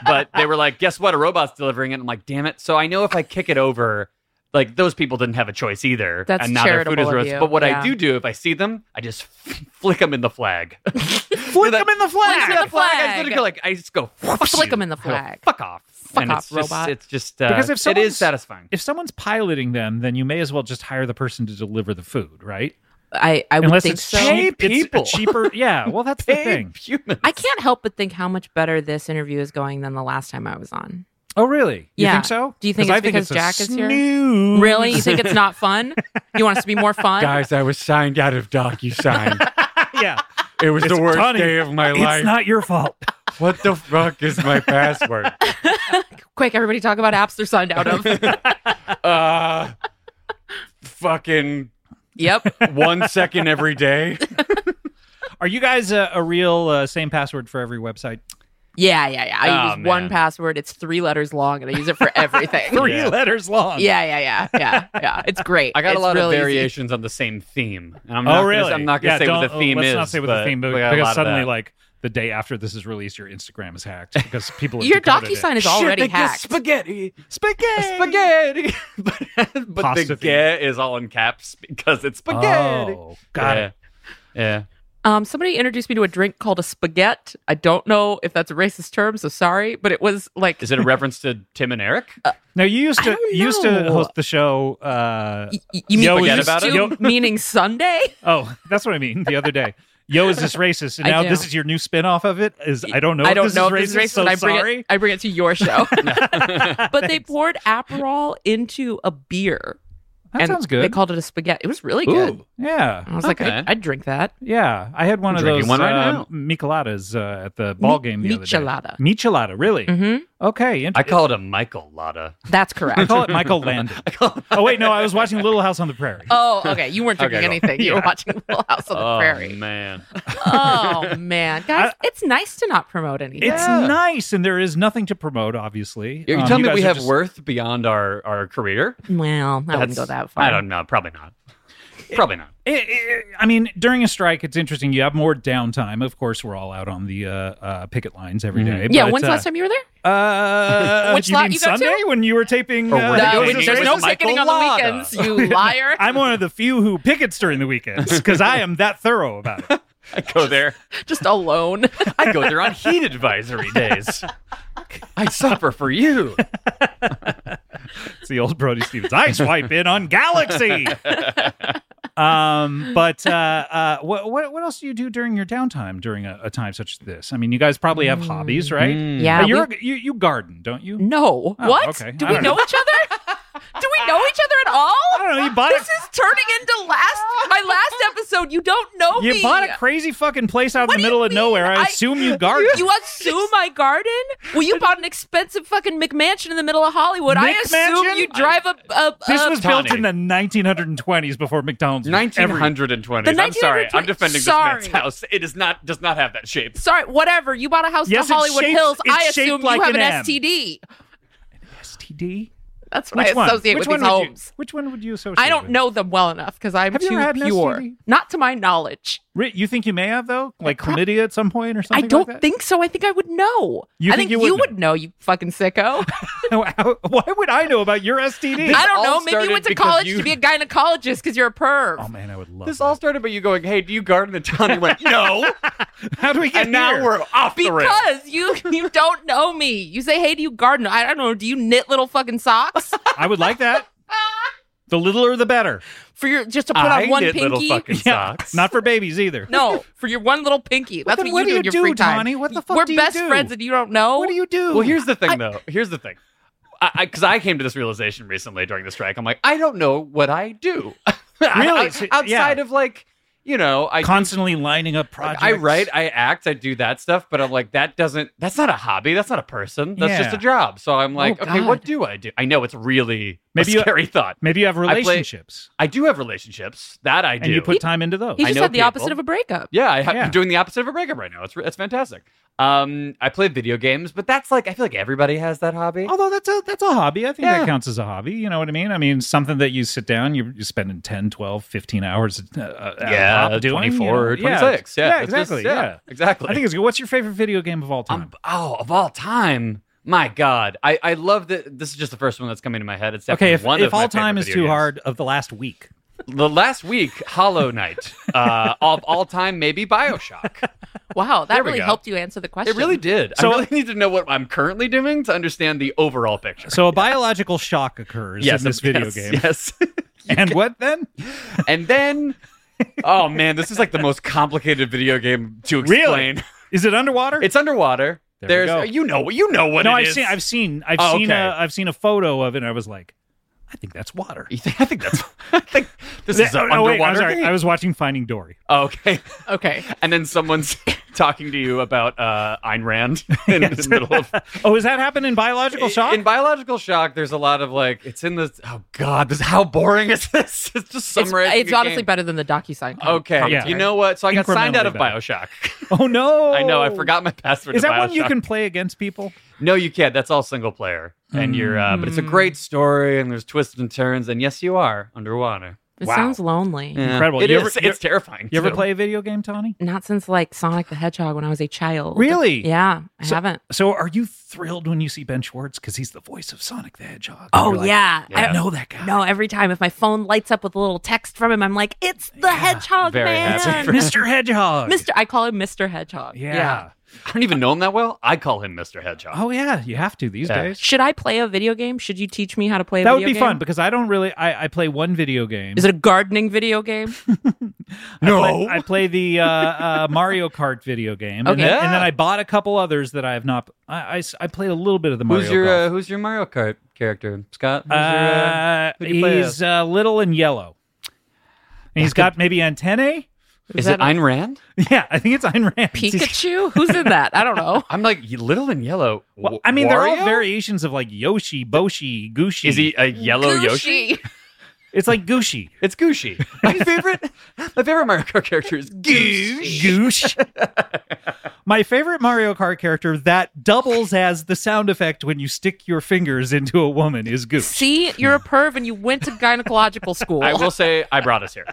Speaker 3: but they were like, guess what? A robot's delivering it. I'm like, damn it. So I know if I kick it over. Like those people didn't have a choice either,
Speaker 2: That's
Speaker 3: and now their food
Speaker 2: charitable
Speaker 3: is
Speaker 2: of
Speaker 3: roast.
Speaker 2: you.
Speaker 3: But what
Speaker 2: Yeah.
Speaker 3: I do do if I see them, I just (laughs) flick them in the flag.
Speaker 1: flick
Speaker 3: that-
Speaker 1: them in the
Speaker 2: (laughs) Flick
Speaker 1: flag.
Speaker 2: them in the
Speaker 3: I
Speaker 2: flag.
Speaker 3: just literally go like I just go whoosh
Speaker 2: Flick 'em
Speaker 3: you.
Speaker 2: in the
Speaker 3: I go,
Speaker 2: flag.
Speaker 3: Fuck off.
Speaker 2: Fuck
Speaker 3: And it's
Speaker 2: off,
Speaker 3: just-
Speaker 2: robot.
Speaker 3: It's just uh,
Speaker 1: Because if
Speaker 3: it
Speaker 1: someone's-
Speaker 3: is satisfying.
Speaker 1: If someone's piloting them, then you may as well just hire the person to deliver the food, right?
Speaker 2: I, I would
Speaker 1: Unless
Speaker 2: think
Speaker 1: it's
Speaker 2: so.
Speaker 1: cheap,
Speaker 3: Pay
Speaker 1: it's a
Speaker 2: (laughs)
Speaker 3: people.
Speaker 1: cheaper. Yeah, well, that's the thing.
Speaker 3: (laughs) Human.
Speaker 2: I can't help but think how much better this interview is going than the last time I was on.
Speaker 1: Oh, really? You
Speaker 2: Yeah.
Speaker 1: think so?
Speaker 2: Do you think
Speaker 1: 'Cause
Speaker 2: it's
Speaker 1: I think
Speaker 2: because
Speaker 1: a
Speaker 2: Jack is here?
Speaker 1: snooze.
Speaker 2: Really? You think it's not fun? You want us to be more fun?
Speaker 4: I was signed out of DocuSign.
Speaker 1: (laughs) yeah.
Speaker 4: it was
Speaker 1: It's
Speaker 4: the worst
Speaker 1: funny.
Speaker 4: day of my
Speaker 1: It's
Speaker 4: life.
Speaker 1: not your fault.
Speaker 4: what the fuck is my password?
Speaker 2: Quick, everybody talk about apps they're signed out of.
Speaker 4: Uh, fucking
Speaker 2: yep.
Speaker 4: one second every day.
Speaker 1: Are you guys a, a real uh, same password for every website?
Speaker 2: Yeah, yeah, yeah. I
Speaker 3: Oh,
Speaker 2: use one
Speaker 3: man.
Speaker 2: password. It's three letters long, and I use it for everything.
Speaker 1: Three
Speaker 3: Yeah.
Speaker 1: letters long.
Speaker 2: Yeah, yeah, yeah, yeah, yeah. It's great.
Speaker 3: (laughs) I got
Speaker 2: It's
Speaker 3: a lot
Speaker 2: really
Speaker 3: of
Speaker 2: easy.
Speaker 3: variations on the same theme, and I'm
Speaker 1: Oh,
Speaker 3: not
Speaker 1: really?
Speaker 3: Gonna, I'm not gonna
Speaker 1: Yeah,
Speaker 3: say what
Speaker 1: don't-
Speaker 3: the theme
Speaker 1: let's
Speaker 3: is.
Speaker 1: not say what the
Speaker 3: but
Speaker 1: theme is
Speaker 3: we got a lot
Speaker 1: because
Speaker 3: of
Speaker 1: suddenly,
Speaker 3: that.
Speaker 1: like the day after this is released, your Instagram is hacked because people have
Speaker 2: Your
Speaker 1: decoded it.
Speaker 2: DocuSign is already
Speaker 3: Shit, they guess
Speaker 2: hacked.
Speaker 3: Spaghetti,
Speaker 1: spaghetti.
Speaker 3: spaghetti. (laughs) but but
Speaker 1: Pasta
Speaker 3: the "ge" is all in caps because it's spaghetti.
Speaker 1: Oh, got
Speaker 3: yeah.
Speaker 1: it.
Speaker 3: Yeah.
Speaker 2: Um, somebody introduced me to a drink called a spaghetti. I don't know if that's a racist term, so sorry, but it was like
Speaker 3: Is it a reference to Tim and Eric?
Speaker 2: Uh,
Speaker 1: Now you used
Speaker 2: I
Speaker 1: to
Speaker 2: don't
Speaker 1: you used to
Speaker 2: know.
Speaker 1: host the show. Uh,
Speaker 2: y- y- you mean
Speaker 1: Yo,
Speaker 3: forget
Speaker 2: used
Speaker 3: about it?
Speaker 2: to,
Speaker 1: Yo- (laughs)
Speaker 2: meaning Sunday?
Speaker 1: oh, that's what I mean. The other day, yo, is this racist? And
Speaker 2: I
Speaker 1: now
Speaker 2: do.
Speaker 1: this is your new spin off of it. Is I don't know.
Speaker 2: I
Speaker 1: if
Speaker 2: don't
Speaker 1: this
Speaker 2: know
Speaker 1: is racist.
Speaker 2: if this is racist.
Speaker 1: so
Speaker 2: and I bring
Speaker 1: sorry.
Speaker 2: it. I bring it to
Speaker 1: (laughs)
Speaker 2: your
Speaker 3: (laughs)
Speaker 2: show. (laughs) but they poured Aperol into a beer.
Speaker 1: that
Speaker 2: and
Speaker 1: sounds
Speaker 2: They
Speaker 1: good.
Speaker 2: called it a spaghetti. It was really good.
Speaker 1: yeah.
Speaker 2: I was like,
Speaker 3: Okay.
Speaker 2: I, I'd drink that.
Speaker 1: Yeah, I had one of
Speaker 3: drinking
Speaker 1: those
Speaker 3: one right
Speaker 1: uh,
Speaker 3: now.
Speaker 1: micheladas uh, at the ball game the other
Speaker 2: michelada.
Speaker 1: day. Michelada, really?
Speaker 2: Mm-hmm.
Speaker 1: Okay,
Speaker 3: I
Speaker 1: interesting.
Speaker 3: call it a Michael Lotta.
Speaker 2: That's
Speaker 3: (laughs)
Speaker 1: I
Speaker 2: correct.
Speaker 1: call it Michael Landon. oh wait, no, I was watching Little House on the Prairie.
Speaker 2: oh, okay. You weren't drinking
Speaker 3: (laughs) Okay, cool. Oh,
Speaker 2: anything. You were watching (laughs) Little House on the Prairie. (laughs)
Speaker 3: man.
Speaker 2: oh
Speaker 3: (laughs)
Speaker 2: man, guys, it's nice to not promote anything.
Speaker 1: It's
Speaker 3: Yeah.
Speaker 1: nice, and there is nothing to promote. Obviously,
Speaker 3: You're
Speaker 1: Um,
Speaker 3: telling me
Speaker 1: guys
Speaker 3: we
Speaker 1: are
Speaker 3: have
Speaker 1: just-
Speaker 3: worth beyond our, our career?
Speaker 2: well, I wouldn't
Speaker 3: That's-
Speaker 2: go that far.
Speaker 3: I don't know. Probably not. Probably not.
Speaker 1: I- I Eh, I mean, during a strike, it's interesting. You have more downtime. Of course, we're all out on the uh, uh, picket lines every
Speaker 3: Mm-hmm.
Speaker 1: day.
Speaker 2: yeah,
Speaker 1: but,
Speaker 2: when's
Speaker 1: uh,
Speaker 2: the last time you were there? (laughs)
Speaker 1: Uh,
Speaker 2: Which
Speaker 1: you
Speaker 2: lot
Speaker 1: mean
Speaker 2: you go to?
Speaker 1: Sunday when you were taping?
Speaker 3: Or were they
Speaker 1: uh,
Speaker 3: No,
Speaker 1: Goes
Speaker 3: going to
Speaker 1: to
Speaker 2: there's
Speaker 1: Church?
Speaker 2: no
Speaker 3: with
Speaker 2: picketing on
Speaker 3: Michael
Speaker 2: the
Speaker 3: Lada.
Speaker 2: weekends,
Speaker 3: (laughs)
Speaker 2: you liar.
Speaker 1: I'm one of the few who pickets during the weekends because I am that thorough about it.
Speaker 3: I
Speaker 2: (laughs)
Speaker 3: go there.
Speaker 2: Just alone.
Speaker 3: (laughs)
Speaker 2: (laughs)
Speaker 3: I go there on heat (laughs) advisory days. I suffer
Speaker 2: (laughs)
Speaker 3: for you.
Speaker 1: It's the old Brody Stevens. I swipe in on
Speaker 2: (laughs)
Speaker 1: Galaxy. um, but uh, uh, what, what what else do you do during your downtime during a, a time such as this? I mean, you guys probably have hobbies, right?
Speaker 2: Mm-hmm. Yeah,
Speaker 1: Uh, you're a- you you garden, don't you?
Speaker 2: No.
Speaker 1: Oh,
Speaker 2: what?
Speaker 1: okay.
Speaker 2: Do
Speaker 1: I
Speaker 2: we
Speaker 1: don't
Speaker 2: know
Speaker 1: (laughs)
Speaker 2: each other? Do we know each other at all?
Speaker 1: I don't know. You bought
Speaker 2: This
Speaker 1: a,
Speaker 2: is turning into last my
Speaker 1: (laughs)
Speaker 2: last episode. You don't know
Speaker 1: you
Speaker 2: me.
Speaker 1: bought a crazy fucking place out in
Speaker 2: What
Speaker 1: the
Speaker 2: do
Speaker 1: middle
Speaker 2: you
Speaker 1: of nowhere.
Speaker 2: mean?
Speaker 1: I
Speaker 2: I-
Speaker 1: assume
Speaker 2: (laughs)
Speaker 1: you garden. (laughs)
Speaker 2: you assume my garden? Well, you bought an expensive fucking McMansion in the middle of Hollywood. I
Speaker 1: McMansion?
Speaker 2: assume you drive a, a,
Speaker 1: this
Speaker 2: a
Speaker 1: was built
Speaker 3: Tawny.
Speaker 1: in the 1920s before McDonald's. was everywhere.
Speaker 3: 1920s.
Speaker 2: The
Speaker 3: I'm sorry. I'm
Speaker 2: 1920s
Speaker 3: defending
Speaker 2: sorry.
Speaker 3: this man's house. It is not does not have that shape.
Speaker 2: Sorry, whatever. You bought a house
Speaker 1: Yes,
Speaker 2: in Hollywood
Speaker 1: it's shaped-
Speaker 2: Hills.
Speaker 1: it's
Speaker 2: I
Speaker 1: shaped
Speaker 2: assume
Speaker 1: like
Speaker 2: you have
Speaker 1: an
Speaker 2: an,
Speaker 1: M.
Speaker 2: STD.
Speaker 1: STD.
Speaker 2: That's what
Speaker 1: Which
Speaker 2: I
Speaker 1: one?
Speaker 2: associate
Speaker 1: Which
Speaker 2: with
Speaker 1: one would
Speaker 2: these
Speaker 1: you-
Speaker 2: homes.
Speaker 1: which one would you associate?
Speaker 2: I don't
Speaker 1: with?
Speaker 2: know them well enough because I'm
Speaker 1: Have you
Speaker 2: too
Speaker 1: ever had an
Speaker 2: pure.
Speaker 1: STD?
Speaker 2: Not to my knowledge.
Speaker 1: Re- You think you may have though, like chlamydia at some point or something.
Speaker 2: I don't
Speaker 1: like that?
Speaker 2: think so. I think I would know.
Speaker 1: You
Speaker 2: I
Speaker 1: think
Speaker 2: think,
Speaker 1: you would
Speaker 2: you
Speaker 1: know?
Speaker 2: would know, you
Speaker 1: (laughs)
Speaker 2: fucking (laughs) sicko.
Speaker 1: Why would I know about your STD?
Speaker 2: I don't
Speaker 3: all
Speaker 2: know. Maybe
Speaker 3: started
Speaker 2: you went to
Speaker 3: because
Speaker 2: college
Speaker 3: you-
Speaker 2: to be a gynecologist because you're a perv.
Speaker 1: oh man, I would love
Speaker 3: This
Speaker 1: that.
Speaker 3: all started by you going, "Hey, do you garden?" And Tony (laughs) went, "No."
Speaker 1: How do we get
Speaker 3: and now
Speaker 1: here?
Speaker 3: we're off the rails.
Speaker 2: because you
Speaker 1: (laughs)
Speaker 2: you don't know me. You say, "Hey, do you garden?" I don't know. Do you knit little
Speaker 1: (laughs)
Speaker 2: fucking socks
Speaker 1: I would like
Speaker 3: (laughs)
Speaker 1: that. The littler, the better.
Speaker 2: for your just to put
Speaker 3: I
Speaker 2: on one
Speaker 3: knit little
Speaker 2: pinky?
Speaker 3: fucking socks.
Speaker 1: Not for babies either.
Speaker 2: (laughs) No, for your one little pinky. That's
Speaker 1: then
Speaker 2: what,
Speaker 1: what do
Speaker 2: you do,
Speaker 1: you
Speaker 2: in your
Speaker 1: do,
Speaker 2: free time.
Speaker 1: Donnie? What the fuck
Speaker 2: We're
Speaker 1: do you
Speaker 2: best
Speaker 1: do?
Speaker 2: friends, and you don't know.
Speaker 1: What do you do?
Speaker 3: Well, here's the thing, though. Here's the thing. I because I, came to this realization recently during the strike. I'm like, I don't know what I do. (laughs)
Speaker 1: Really? So-
Speaker 3: outside
Speaker 1: yeah.
Speaker 3: of like, you know, I do-
Speaker 1: Constantly lining up
Speaker 3: like,
Speaker 1: projects.
Speaker 3: I write, I act, I do that stuff, but I'm like, that doesn't. That's not a hobby. That's not a person. That's just
Speaker 1: Yeah.
Speaker 3: a job. So I'm like,
Speaker 2: Oh,
Speaker 3: okay, what
Speaker 2: God.
Speaker 3: do I do? I know it's really
Speaker 1: Maybe
Speaker 3: a
Speaker 1: you-
Speaker 3: scary thought.
Speaker 1: Maybe you have
Speaker 3: play-
Speaker 1: relationships
Speaker 3: I do have relationships. That I do.
Speaker 1: and you put time into those.
Speaker 2: He
Speaker 3: I
Speaker 2: just
Speaker 3: know
Speaker 2: had the opposite
Speaker 3: people.
Speaker 2: of a breakup.
Speaker 3: Yeah, I ha-
Speaker 1: Yeah.
Speaker 3: I'm doing the opposite of a breakup right now. It's re- it's fantastic. Um, I play video games, but that's like I feel like everybody has that hobby.
Speaker 1: Although that's a that's a hobby. I think
Speaker 3: Yeah.
Speaker 1: that counts as a hobby. You know what I mean? I mean, something that you sit down, you're, you're spending 10, 12, 15 hours uh, uh, at a pop doing. you
Speaker 3: 24
Speaker 1: know?
Speaker 3: or
Speaker 1: Yeah.
Speaker 3: 26. Yeah,
Speaker 1: Yeah,
Speaker 3: it's just-
Speaker 1: exactly, yeah.
Speaker 3: exactly.
Speaker 1: I think it's good. What's your favorite video game of all time?
Speaker 3: Um, oh, of all time, my God, I I love that. This is just the first one that's coming to my head. It's
Speaker 1: okay,
Speaker 3: definitely
Speaker 1: if,
Speaker 3: one
Speaker 1: if
Speaker 3: of my
Speaker 1: all time
Speaker 3: favorite
Speaker 1: is
Speaker 3: video
Speaker 1: too
Speaker 3: games.
Speaker 1: hard, of the last week.
Speaker 3: The last week, Hollow Knight. Uh, of all time, maybe Bioshock.
Speaker 2: Wow, that
Speaker 3: There we
Speaker 2: really
Speaker 3: go.
Speaker 2: helped you answer the question.
Speaker 3: It really did.
Speaker 1: So-
Speaker 3: I really need to know what I'm currently doing to understand the overall picture. (laughs)
Speaker 1: So a biological shock occurs
Speaker 3: yes,
Speaker 1: in this video
Speaker 3: yes, (laughs)
Speaker 1: game.
Speaker 3: Yes.
Speaker 1: And what then?
Speaker 3: and then oh man this is like the most complicated video game to explain
Speaker 1: Is it underwater?
Speaker 3: it's underwater
Speaker 1: There we
Speaker 3: there's
Speaker 1: go.
Speaker 3: you know you know what
Speaker 1: no,
Speaker 3: it
Speaker 1: I've
Speaker 3: is.
Speaker 1: seen I've seen I've
Speaker 3: Oh,
Speaker 1: seen
Speaker 3: okay.
Speaker 1: a, I've seen a photo of it and I was like, I think that's water.
Speaker 3: You think- I think that's. I think this is
Speaker 1: Oh,
Speaker 3: an
Speaker 1: no, wait, I'm
Speaker 3: underwater
Speaker 1: sorry.
Speaker 3: game.
Speaker 1: I was watching Finding Dory.
Speaker 3: Oh, okay,
Speaker 2: Okay.
Speaker 3: and then someone's (laughs) talking to you about uh, Ayn Rand (laughs)
Speaker 1: (laughs)
Speaker 3: in the middle of
Speaker 1: Oh, has that happened in biological shock?
Speaker 3: In biological shock, there's a lot of like, it's in this. Oh God, this how boring is this? (laughs) It's just
Speaker 2: It's,
Speaker 3: summarizing.
Speaker 2: it's
Speaker 3: a
Speaker 2: honestly
Speaker 3: game.
Speaker 2: better than the docusign.
Speaker 3: Okay,
Speaker 1: Yeah.
Speaker 3: you know what? So I got signed out
Speaker 1: Incrementally
Speaker 3: of
Speaker 1: better.
Speaker 3: Bioshock. (laughs)
Speaker 1: oh no.
Speaker 3: I know I forgot my password.
Speaker 1: Is
Speaker 3: to
Speaker 1: that one you
Speaker 3: BioShock.
Speaker 1: can play against people?
Speaker 3: No, you can't. That's all single player, and you're. Uh, but it's a great
Speaker 2: Hmm.
Speaker 3: story, and there's twists and turns, and yes, you are underwater.
Speaker 2: It
Speaker 1: Wow.
Speaker 2: sounds lonely.
Speaker 3: Yeah.
Speaker 1: Incredible.
Speaker 3: It
Speaker 1: You
Speaker 3: is-
Speaker 1: ever-
Speaker 3: it's
Speaker 1: you-
Speaker 3: terrifying.
Speaker 1: You ever
Speaker 3: too.
Speaker 1: play a video game, Tawny?
Speaker 2: Not since like Sonic the Hedgehog when I was a child.
Speaker 1: Really?
Speaker 2: Yeah, I
Speaker 1: So-
Speaker 2: haven't.
Speaker 1: So are you thrilled when you see Ben Schwartz because he's the voice of Sonic the Hedgehog?
Speaker 2: Oh
Speaker 1: You're like,
Speaker 2: yeah.
Speaker 1: I know that guy.
Speaker 2: No, every time if my phone lights up with a little text from him, I'm like, it's the Hedgehog
Speaker 3: very
Speaker 2: man,
Speaker 3: happy. (laughs)
Speaker 1: Mr. Hedgehog.
Speaker 2: Mister. I call him Mister Hedgehog.
Speaker 1: Yeah.
Speaker 3: I don't even know him that well. I call him Mr. Hedgehog.
Speaker 1: Oh yeah, you have to these
Speaker 3: Yeah.
Speaker 1: days.
Speaker 2: Should I play a video game? Should you teach me how to play? a
Speaker 1: That would
Speaker 2: video
Speaker 1: be
Speaker 2: game?
Speaker 1: fun because I don't really. I, I play one video game.
Speaker 2: Is it a gardening video (laughs) game?
Speaker 1: I play, I play the uh, uh, Mario Kart video game, and,
Speaker 2: Okay.
Speaker 1: then, and then
Speaker 3: Yeah.
Speaker 1: I bought a couple others that I have not. I, I s- I played a little bit of the Mario.
Speaker 3: who's your uh,
Speaker 1: Golf.
Speaker 3: Who's your Mario Kart character, Scott? Who's
Speaker 1: Uh,
Speaker 3: who do you play
Speaker 1: he's uh, little and yellow, and he's got maybe antennae. (laughs)
Speaker 3: your, uh, is it Ayn Rand?
Speaker 1: Yeah, I think it's Ayn Rand.
Speaker 2: Pikachu? Who's in that? I don't (laughs) know.
Speaker 3: I'm like y- little and yellow.
Speaker 1: (laughs) Well,
Speaker 3: W-
Speaker 1: I mean, they're all
Speaker 3: Wario?
Speaker 1: variations of like Yoshi, Boshi, Gushi.
Speaker 3: Is he a yellow Yoshi?
Speaker 2: Yoshi.
Speaker 1: It's like Gushi.
Speaker 3: It's (laughs) Gooshy. My favorite. my favorite Mario Kart character is Goosh.
Speaker 1: Goosh. (laughs) My favorite Mario Kart character that doubles as the sound effect when you stick your fingers into a woman is Goosh.
Speaker 2: See, you're a perv and you went to gynecological school.
Speaker 3: (laughs) I will say I brought (laughs) us here,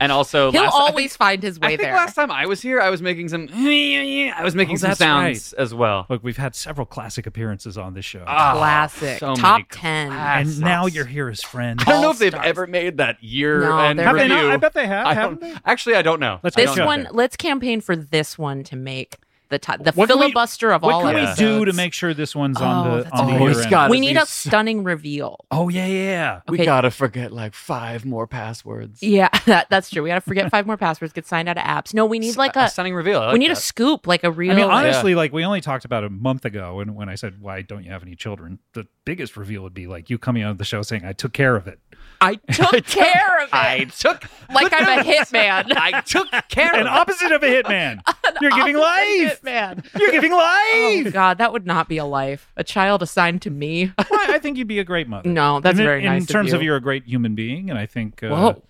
Speaker 3: and also
Speaker 2: He'll
Speaker 3: last, I
Speaker 2: always find his way
Speaker 3: I think
Speaker 2: there.
Speaker 3: last time I was here, I was making some. (laughs) I was making
Speaker 1: Oh,
Speaker 3: some
Speaker 1: that's
Speaker 3: sounds as well.
Speaker 1: Look, we've had several classic appearances on this show.
Speaker 3: Ah,
Speaker 2: Classic.
Speaker 3: so many
Speaker 2: Top 10.
Speaker 3: classics.
Speaker 1: and now you're here as friends.
Speaker 3: I don't know if they've
Speaker 2: All-stars.
Speaker 3: ever made that year
Speaker 2: No,
Speaker 3: end
Speaker 2: they're-
Speaker 1: Have they
Speaker 3: review.
Speaker 1: not? I bet they have,
Speaker 3: I
Speaker 1: haven't
Speaker 3: don't-
Speaker 1: they?
Speaker 3: Actually, I don't know.
Speaker 1: Let's
Speaker 3: I
Speaker 1: go
Speaker 2: This
Speaker 3: don't know.
Speaker 1: check.
Speaker 2: one, let's campaign for this one to make the top, the
Speaker 1: What can we-
Speaker 2: filibuster of all
Speaker 1: What can we
Speaker 2: episodes.
Speaker 1: do to make sure this one's on
Speaker 2: Oh,
Speaker 1: the
Speaker 2: that's
Speaker 1: on the
Speaker 2: right. Oh,
Speaker 1: year
Speaker 3: it's
Speaker 1: end?
Speaker 3: got-
Speaker 2: We need a
Speaker 3: These-
Speaker 2: stunning reveal.
Speaker 1: (laughs) Oh yeah, yeah.
Speaker 2: Okay.
Speaker 3: gotta forget like five more passwords.
Speaker 2: Yeah, (laughs) that, that's true. We got to forget five more passwords. Get signed out of apps. No, we need like a,
Speaker 3: stunning reveal. I
Speaker 2: we
Speaker 3: like
Speaker 2: need a
Speaker 3: that.
Speaker 2: scoop, like a real.
Speaker 1: I mean,
Speaker 2: like-
Speaker 1: honestly, like we only talked about it a month ago, and when I said why don't you have any children, the biggest reveal would be like you coming on the show saying I took care of it,
Speaker 2: I (laughs) took care of it.
Speaker 3: I took.
Speaker 2: (laughs) like I'm a hitman.
Speaker 1: (laughs)
Speaker 2: (laughs)
Speaker 3: I took care
Speaker 1: an
Speaker 3: of. it.
Speaker 1: opposite of a (laughs) hitman. You're giving life.
Speaker 2: hitman.
Speaker 1: You're giving life.
Speaker 2: Oh God, that would not be a life. A child assigned to me. (laughs)
Speaker 1: Well, I think you'd be a great mother.
Speaker 2: No, that's
Speaker 1: in,
Speaker 2: very
Speaker 1: in
Speaker 2: nice
Speaker 1: In
Speaker 2: of
Speaker 1: terms of
Speaker 2: you.
Speaker 1: you're a great human being, and I think. Uh,
Speaker 2: Whoa.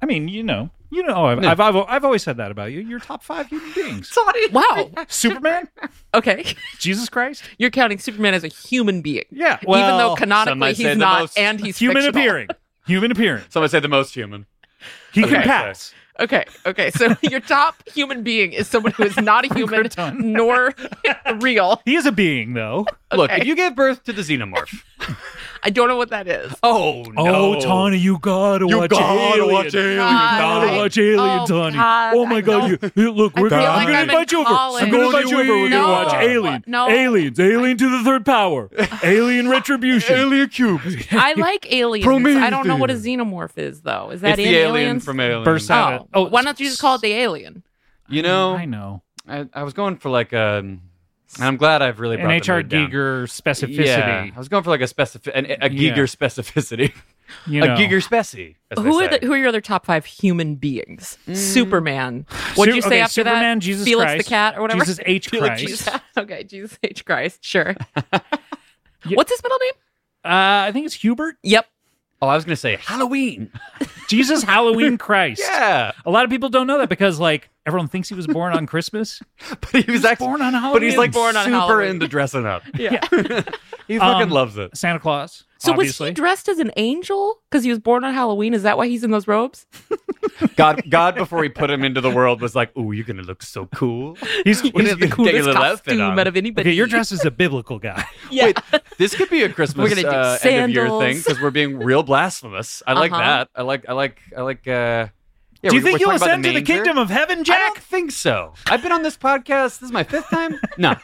Speaker 1: I mean, you know, you know, I've, I've, I've, I've always said that about you. You're top five human
Speaker 2: (laughs)
Speaker 1: beings.
Speaker 2: Wow.
Speaker 1: Superman,
Speaker 2: Okay. (laughs)
Speaker 1: Jesus Christ,
Speaker 2: You're counting Superman as a human being.
Speaker 1: yeah.
Speaker 2: Even though
Speaker 1: well,
Speaker 3: some
Speaker 2: canonically
Speaker 3: might say
Speaker 2: he's
Speaker 3: the
Speaker 2: not
Speaker 3: most
Speaker 2: and he's
Speaker 1: human
Speaker 2: fictional.
Speaker 1: appearing, human appearing,
Speaker 3: Someone said the most human.
Speaker 1: he
Speaker 3: Okay.
Speaker 1: can pass.
Speaker 2: Okay. Okay. So (laughs) your top human being is someone who is not
Speaker 1: (laughs)
Speaker 2: a human
Speaker 1: Krypton. (laughs)
Speaker 2: nor real.
Speaker 1: He is a being, though.
Speaker 3: Look, if you gave birth to the xenomorph.
Speaker 2: I don't know what that is.
Speaker 3: oh
Speaker 1: (laughs) Oh, Tawny, you gotta watch Alien.
Speaker 3: Uh,
Speaker 2: God,
Speaker 1: gotta
Speaker 2: I-
Speaker 1: watch Alien,
Speaker 2: oh,
Speaker 1: Tawny.
Speaker 2: God,
Speaker 1: oh my
Speaker 2: I
Speaker 1: God! You, hey, look, we're
Speaker 2: feel
Speaker 1: gonna, I'm
Speaker 2: like
Speaker 1: gonna
Speaker 2: I'm in
Speaker 1: invite you over.
Speaker 2: college.
Speaker 1: I'm gonna invite you over. We're gonna
Speaker 2: No.
Speaker 1: watch Alien.
Speaker 2: No.
Speaker 1: Aliens, Alien to the Third Power, Alien Retribution,
Speaker 4: Alien Cube.
Speaker 2: I like aliens. I don't know what a xenomorph is though. Is that
Speaker 3: It's the
Speaker 2: in
Speaker 3: alien
Speaker 2: aliens?
Speaker 3: from Alien.
Speaker 1: Burst out.
Speaker 2: oh.
Speaker 1: Oh,
Speaker 2: why don't you just call it the alien?
Speaker 3: You know,
Speaker 1: I know.
Speaker 3: I, I was going for like um, and I'm glad I've really
Speaker 1: an
Speaker 3: brought the
Speaker 1: HR
Speaker 3: mood down.
Speaker 1: Giger specificity.
Speaker 3: Yeah, I was going for like a specific, an, a Giger
Speaker 1: Yeah.
Speaker 3: specificity.
Speaker 1: You
Speaker 3: a
Speaker 1: know.
Speaker 3: Giger Spessy. as they
Speaker 2: Who are
Speaker 3: say.
Speaker 2: the, who are your other top five human beings? Superman. What'd
Speaker 1: Su-
Speaker 2: you say
Speaker 1: okay,
Speaker 2: after
Speaker 1: Superman,
Speaker 2: that?
Speaker 1: Jesus
Speaker 2: Felix
Speaker 1: Christ,
Speaker 2: the cat or whatever. (laughs)
Speaker 1: Jesus H.
Speaker 3: Felix
Speaker 1: Christ. Uh,
Speaker 2: okay, Jesus H. Christ.
Speaker 1: (laughs)
Speaker 2: Sure. What's his middle name?
Speaker 1: Uh, I think it's Hubert.
Speaker 2: Yep.
Speaker 3: oh, I was gonna say Halloween.
Speaker 2: (laughs)
Speaker 1: Jesus Halloween Christ.
Speaker 3: Yeah,
Speaker 1: A lot of people don't know that because like everyone thinks he was born on Christmas.
Speaker 3: but he was actually
Speaker 1: born on Halloween.
Speaker 3: But he's like
Speaker 2: Born on
Speaker 3: super
Speaker 2: Halloween.
Speaker 3: into dressing up.
Speaker 2: (laughs) Yeah.
Speaker 3: (laughs) he fucking
Speaker 1: Um,
Speaker 3: loves
Speaker 1: (laughs)
Speaker 3: it.
Speaker 1: Santa Claus.
Speaker 2: So
Speaker 1: obviously.
Speaker 2: was (laughs) he dressed as an angel because he was born on Halloween? Is that why he's in those robes?
Speaker 3: God, God, before he put him into the world, was like, "Ooh, you're gonna look so cool."
Speaker 1: He's,
Speaker 3: We're gonna
Speaker 1: he's
Speaker 3: have to
Speaker 1: the-
Speaker 3: cool- Take a
Speaker 2: Coolest
Speaker 3: little outfit
Speaker 2: costume
Speaker 3: on.
Speaker 2: out of anybody.
Speaker 1: okay, you're dressed as a biblical guy.
Speaker 2: Yeah.
Speaker 3: Wait, this could be a Christmas
Speaker 2: We're gonna do
Speaker 3: uh, end of year thing
Speaker 2: sandals.
Speaker 3: because we're being real blasphemous. I like
Speaker 2: Uh-huh.
Speaker 3: that. I like. I like. I like. uh yeah,
Speaker 1: Do you
Speaker 3: we're-
Speaker 1: think
Speaker 3: we're
Speaker 1: you'll
Speaker 3: talking about
Speaker 1: ascend to the
Speaker 3: manger.
Speaker 1: kingdom of heaven,
Speaker 3: I don't
Speaker 1: Jack?
Speaker 3: think so. I've been on this podcast. This is my fifth time.
Speaker 1: (laughs)
Speaker 3: No,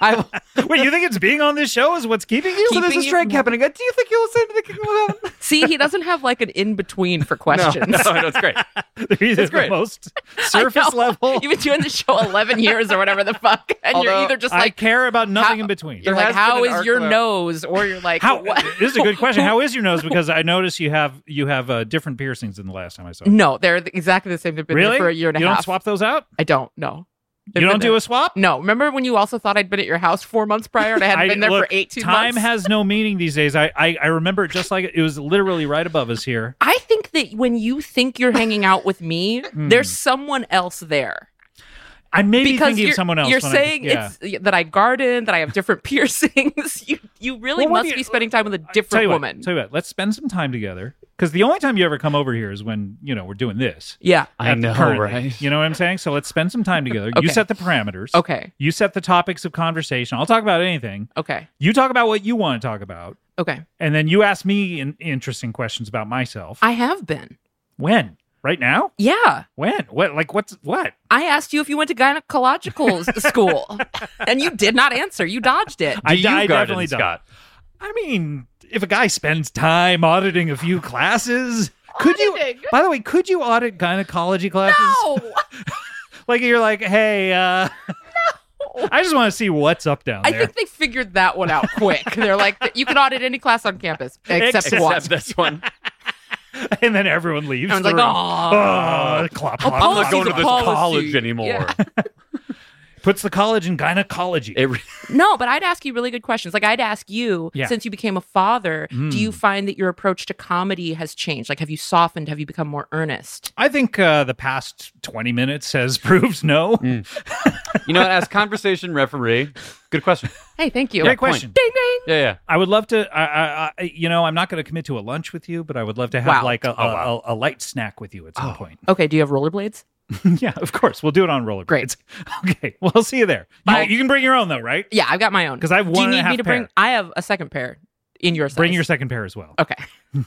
Speaker 3: I.
Speaker 1: Wait, you think it's being on this show is what's keeping you?
Speaker 3: (laughs) So there's
Speaker 2: Keeping
Speaker 3: a
Speaker 2: it
Speaker 3: strike
Speaker 2: warm.
Speaker 3: happening. Do you think you'll ascend to the kingdom of heaven?
Speaker 2: See, he doesn't have like an in
Speaker 1: (laughs)
Speaker 2: between for (laughs) questions. (laughs)
Speaker 3: No, no, no, it's great.
Speaker 1: It's (laughs) the
Speaker 3: great.
Speaker 1: most surface
Speaker 2: know.
Speaker 1: level.
Speaker 2: You've been doing the show 11 years or whatever the fuck, and you're
Speaker 3: Although,
Speaker 2: either just
Speaker 1: I
Speaker 2: like,
Speaker 1: care about nothing
Speaker 2: how-
Speaker 1: in between.
Speaker 3: there
Speaker 2: you're like,
Speaker 3: has been
Speaker 2: how
Speaker 3: an
Speaker 2: is your
Speaker 3: arc left."
Speaker 2: nose? Or you're like,
Speaker 1: How
Speaker 2: (laughs) what?
Speaker 1: this is a good question.
Speaker 2: (laughs)
Speaker 1: How is your nose? Because I notice you have you have uh, different piercings than the last time I saw. you.
Speaker 2: No, they're th- exactly the same. They've been
Speaker 1: Really?
Speaker 2: there for a year and a
Speaker 1: you
Speaker 2: half.
Speaker 1: don't swap those out.
Speaker 2: I don't. No. They've
Speaker 1: you
Speaker 2: been
Speaker 1: don't do
Speaker 2: there-
Speaker 1: a swap.
Speaker 2: No. Remember when you also thought I'd been at your house four months prior and I hadn't
Speaker 1: I-
Speaker 2: been there
Speaker 1: look,
Speaker 2: for 18
Speaker 1: Time
Speaker 2: months?
Speaker 1: has no meaning these days. I, I I remember it just like it was literally right above us here.
Speaker 2: I think that when you think you're hanging out with me,
Speaker 1: Hmm.
Speaker 2: there's someone else there.
Speaker 1: I may be
Speaker 2: Because
Speaker 1: thinking
Speaker 2: you're,
Speaker 1: of someone else.
Speaker 2: you're
Speaker 1: when I-
Speaker 2: saying
Speaker 1: yeah.
Speaker 2: it's that I garden, that I have different (laughs) piercings. You you really
Speaker 1: Well, what do
Speaker 2: must
Speaker 1: you-
Speaker 2: be spending time with a
Speaker 1: tell
Speaker 2: different
Speaker 1: you what,
Speaker 2: woman.
Speaker 1: Tell you what, let's spend some time together because the only time you ever come over here is when you know we're doing this.
Speaker 2: yeah.
Speaker 3: I
Speaker 1: At-
Speaker 3: know,
Speaker 1: currently.
Speaker 2: (laughs)
Speaker 3: right?
Speaker 1: You know what I'm saying? So let's spend some time together.
Speaker 2: Okay.
Speaker 1: You set the parameters.
Speaker 2: Okay.
Speaker 1: You set the topics of conversation. I'll talk about anything.
Speaker 2: Okay.
Speaker 1: You talk about what you want to talk about,
Speaker 2: Okay.
Speaker 1: and then you ask me in- interesting questions about myself.
Speaker 2: I have been.
Speaker 1: when? Right now?
Speaker 2: Yeah.
Speaker 1: When? What? Like what's what?
Speaker 2: I asked you if you went to gynecological
Speaker 1: (laughs)
Speaker 2: s- school, and you did not answer. You dodged it.
Speaker 1: I,
Speaker 3: Do you
Speaker 1: I
Speaker 3: garden,
Speaker 1: definitely don't.
Speaker 3: Scott?
Speaker 1: I mean, if a guy spends time auditing a few classes, could you? By the way, could you audit gynecology classes?
Speaker 2: No.
Speaker 1: Like you're like, hey,
Speaker 2: (laughs)
Speaker 1: uh, (laughs) I just want to see what's up down
Speaker 2: I
Speaker 1: there.
Speaker 2: think they figured that one out quick. They're like, you can audit any class on campus except,
Speaker 1: Except
Speaker 2: one.
Speaker 3: Except this one.
Speaker 1: (laughs) and then everyone leaves.
Speaker 2: Everyone's
Speaker 1: the
Speaker 2: like,
Speaker 1: room.
Speaker 2: "Aw."
Speaker 1: Oh, clop,
Speaker 2: A
Speaker 1: clop,
Speaker 3: I'm not
Speaker 2: Policy's
Speaker 3: going to
Speaker 2: a
Speaker 3: this
Speaker 2: policy.
Speaker 3: college anymore. (laughs)
Speaker 2: Yeah.
Speaker 1: (laughs) Puts the college in gynecology.
Speaker 3: It re-
Speaker 2: No, but I'd ask you really good questions. Like I'd ask you,
Speaker 1: Yeah.
Speaker 2: since you became a father, do you
Speaker 1: Mm.
Speaker 2: find that your approach to comedy has changed? Like, have you softened? Have you become more earnest?
Speaker 1: I think uh, the past 20 minutes has (laughs) proved no.
Speaker 3: Mm. you know, what? as conversation referee, good question.
Speaker 2: Hey, thank you.
Speaker 1: Great question.
Speaker 2: Ding ding.
Speaker 3: Yeah, yeah.
Speaker 1: I would love to, I, I, I, you know, I'm not going to commit to a lunch with you, but I would love to have
Speaker 2: Wow.
Speaker 1: like a, a,
Speaker 3: Oh, wow. Oh.
Speaker 1: a, a light snack with you at some point. (laughs)
Speaker 2: Okay, do you have rollerblades?
Speaker 1: yeah, of course. We'll do it on roller.
Speaker 2: Great.
Speaker 1: blades. (laughs) Okay. Well, I'll see you there. You-
Speaker 2: Bye.
Speaker 1: You, can bring your own, though, right?
Speaker 2: Yeah, I've got my own.
Speaker 1: 'Cause I have
Speaker 2: Do
Speaker 1: one
Speaker 2: you
Speaker 1: and
Speaker 2: need
Speaker 1: a half
Speaker 2: me to bring?
Speaker 1: pair.
Speaker 2: I have a second pair in your size.
Speaker 1: Bring your Uh, second pair as well,
Speaker 2: Okay.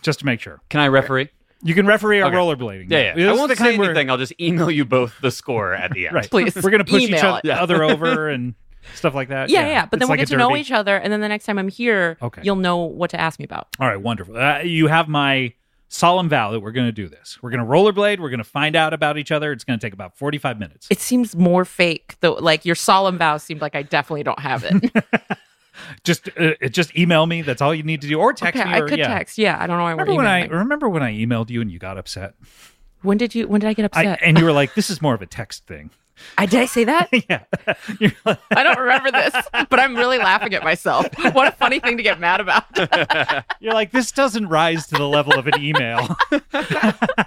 Speaker 1: just to make sure.
Speaker 3: Can I referee?
Speaker 1: You can referee our
Speaker 3: Um, Okay.
Speaker 1: rollerblading.
Speaker 3: Yeah,
Speaker 1: This
Speaker 3: yeah. I
Speaker 1: is
Speaker 3: won't
Speaker 1: the
Speaker 3: say
Speaker 1: kind where-
Speaker 3: anything. I'll just email you both the score at the end.
Speaker 1: Right.
Speaker 2: Please.
Speaker 1: We're going to push each
Speaker 2: Email
Speaker 1: oth-
Speaker 2: it.
Speaker 1: other,
Speaker 3: Yeah.
Speaker 1: over and stuff like that.
Speaker 2: Yeah, yeah, yeah. But then
Speaker 1: It's
Speaker 2: we'll
Speaker 1: like
Speaker 2: get
Speaker 1: a
Speaker 2: to know
Speaker 1: derby.
Speaker 2: each other, and then the next time I'm here,
Speaker 1: Okay.
Speaker 2: you'll know what to ask me about.
Speaker 1: All right, wonderful. Uh, you have my solemn vow that we're going to do this. We're going to rollerblade. We're going to find out about each other. It's going to take about 45 minutes.
Speaker 2: It seems more fake though. Like your solemn vow seemed like I definitely don't have it.
Speaker 1: Just uh, it- just email me. That's all you need to do. Or text
Speaker 2: okay,
Speaker 1: me.
Speaker 2: (laughs) I
Speaker 1: Or,
Speaker 2: could
Speaker 1: yeah.
Speaker 2: text. Yeah, I don't know why
Speaker 1: Remember
Speaker 2: we're
Speaker 1: when I
Speaker 2: emailing.
Speaker 1: remember when I emailed you and you got upset?
Speaker 2: When did you? When did I get
Speaker 1: I,
Speaker 2: upset? I,
Speaker 1: and you were like, "This is more of a text thing."
Speaker 2: did I say that?
Speaker 1: (laughs) yeah, You're like-
Speaker 2: I don't
Speaker 1: (laughs)
Speaker 2: remember this, but I'm really laughing at myself. What a funny thing to get mad about.
Speaker 1: (laughs) you're like, "This doesn't rise to the level of an email." (laughs)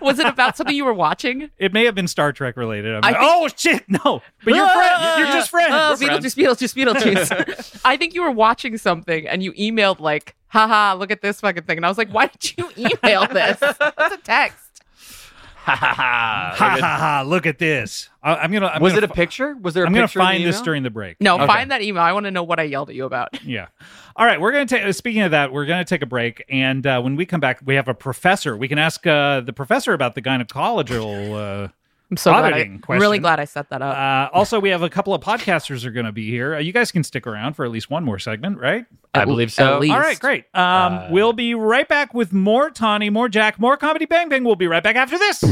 Speaker 2: Was it about something you were watching?
Speaker 1: it may have been Star Trek related. I'm
Speaker 2: I
Speaker 1: like, "Oh shit, no!" But you're friends. You're just friends.
Speaker 2: Oh,
Speaker 1: We're
Speaker 2: Beetlejuice,
Speaker 1: (laughs)
Speaker 2: Beetlejuice, Beetlejuice. I think you were watching something and you emailed like, haha, look at this fucking thing. And I was like, why did you email this? It's a text.
Speaker 3: Ha ha ha.
Speaker 1: ha ha ha! Look at this. I, am gonna. I'm
Speaker 3: Was
Speaker 1: gonna
Speaker 3: it a
Speaker 1: fi-
Speaker 3: picture? Was there a
Speaker 1: I'm gonna
Speaker 3: picture? in the
Speaker 1: find this
Speaker 3: email?
Speaker 1: during the break.
Speaker 2: No,
Speaker 3: Okay.
Speaker 2: find that email. I want to know what I yelled at you about.
Speaker 1: Yeah. All right. We're going to take, uh, speaking of that, we're going to take a break. And uh, when we come back, we have a professor. We can ask uh, the professor about the gynecological.
Speaker 2: I'm so glad. I,
Speaker 1: Auditing
Speaker 2: am
Speaker 1: question.
Speaker 2: really glad I set that
Speaker 1: Uh,
Speaker 2: up.
Speaker 1: uh, also, we have a couple of podcasters are going to be here. Uh, you guys can stick around for at least one more segment, right?
Speaker 3: I believe so.
Speaker 2: At least.
Speaker 1: All right. Great. Um,
Speaker 3: Uh,
Speaker 1: we'll be right back with more Tawny, more Jack, more Comedy Bang Bang. We'll be right back after this.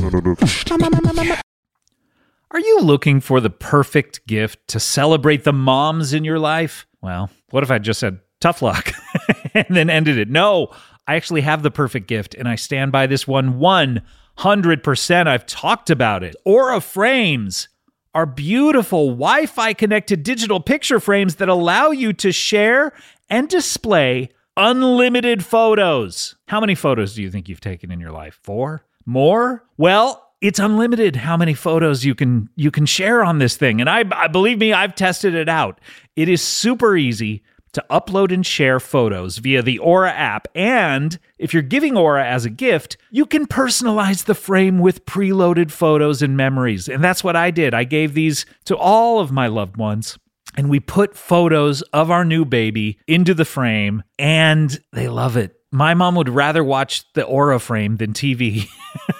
Speaker 1: Are you looking for the perfect gift to celebrate the (laughs) moms in your life? Well, what if I just said tough luck and then ended it? No, I actually have the perfect gift, and I stand by this one 100%. I've talked about it. Aura Frames are beautiful Wi Fi connected digital picture frames that allow you to share and display unlimited photos. How many photos do you think you've taken in your life? Four? More? Well, it's unlimited how many photos you can you can share on this thing and I, I believe me I've tested it out. It is super easy to upload and share photos via the Aura app. And if you're giving Aura as a gift, you can personalize the frame with preloaded photos and memories. And that's what I did. I gave these to all of my loved ones. And we put photos of our new baby into the frame, and they love it. My mom would rather watch the Aura frame than TV.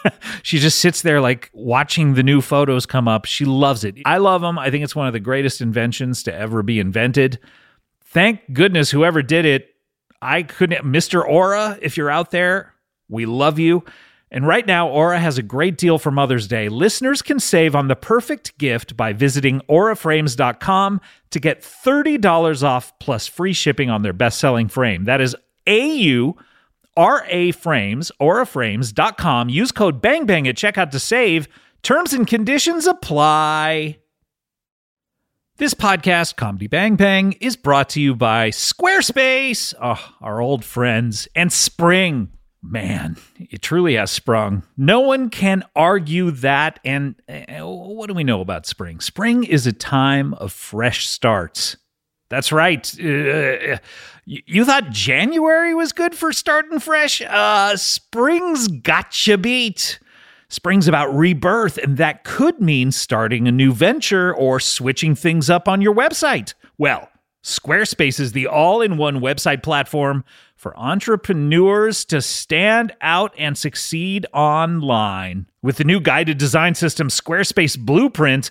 Speaker 1: (laughs) she just sits there, like watching the new photos come up. She loves it. I love them. I think it's one of the greatest inventions to ever be invented thank goodness whoever did it. I couldn't, Mr. Aura, if you're out there, we love you. And right now, Aura has a great deal for Mother's Day. Listeners can save on the perfect gift by visiting auraframes.com to get $30 off plus free shipping on their best selling frame. That is AU. RA Frames, auraframes.com. Use code BANGBANG at checkout to save. Terms and conditions apply. This podcast, Comedy Bang Bang, is brought to you by Squarespace, oh, our old friends, and Spring. Man, it truly has sprung. No one can argue that. And eh, what do we know about spring? Spring is a time of fresh starts. That's right. Uh, you you thought January was good for starting fresh? Uh, spring's gotcha beat. Spring's about rebirth, and that could mean starting a new venture or switching things up on your website. Well, Squarespace is the all in one website platform for entrepreneurs to stand out and succeed online. With the new guided design system, Squarespace Blueprint,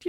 Speaker 1: Do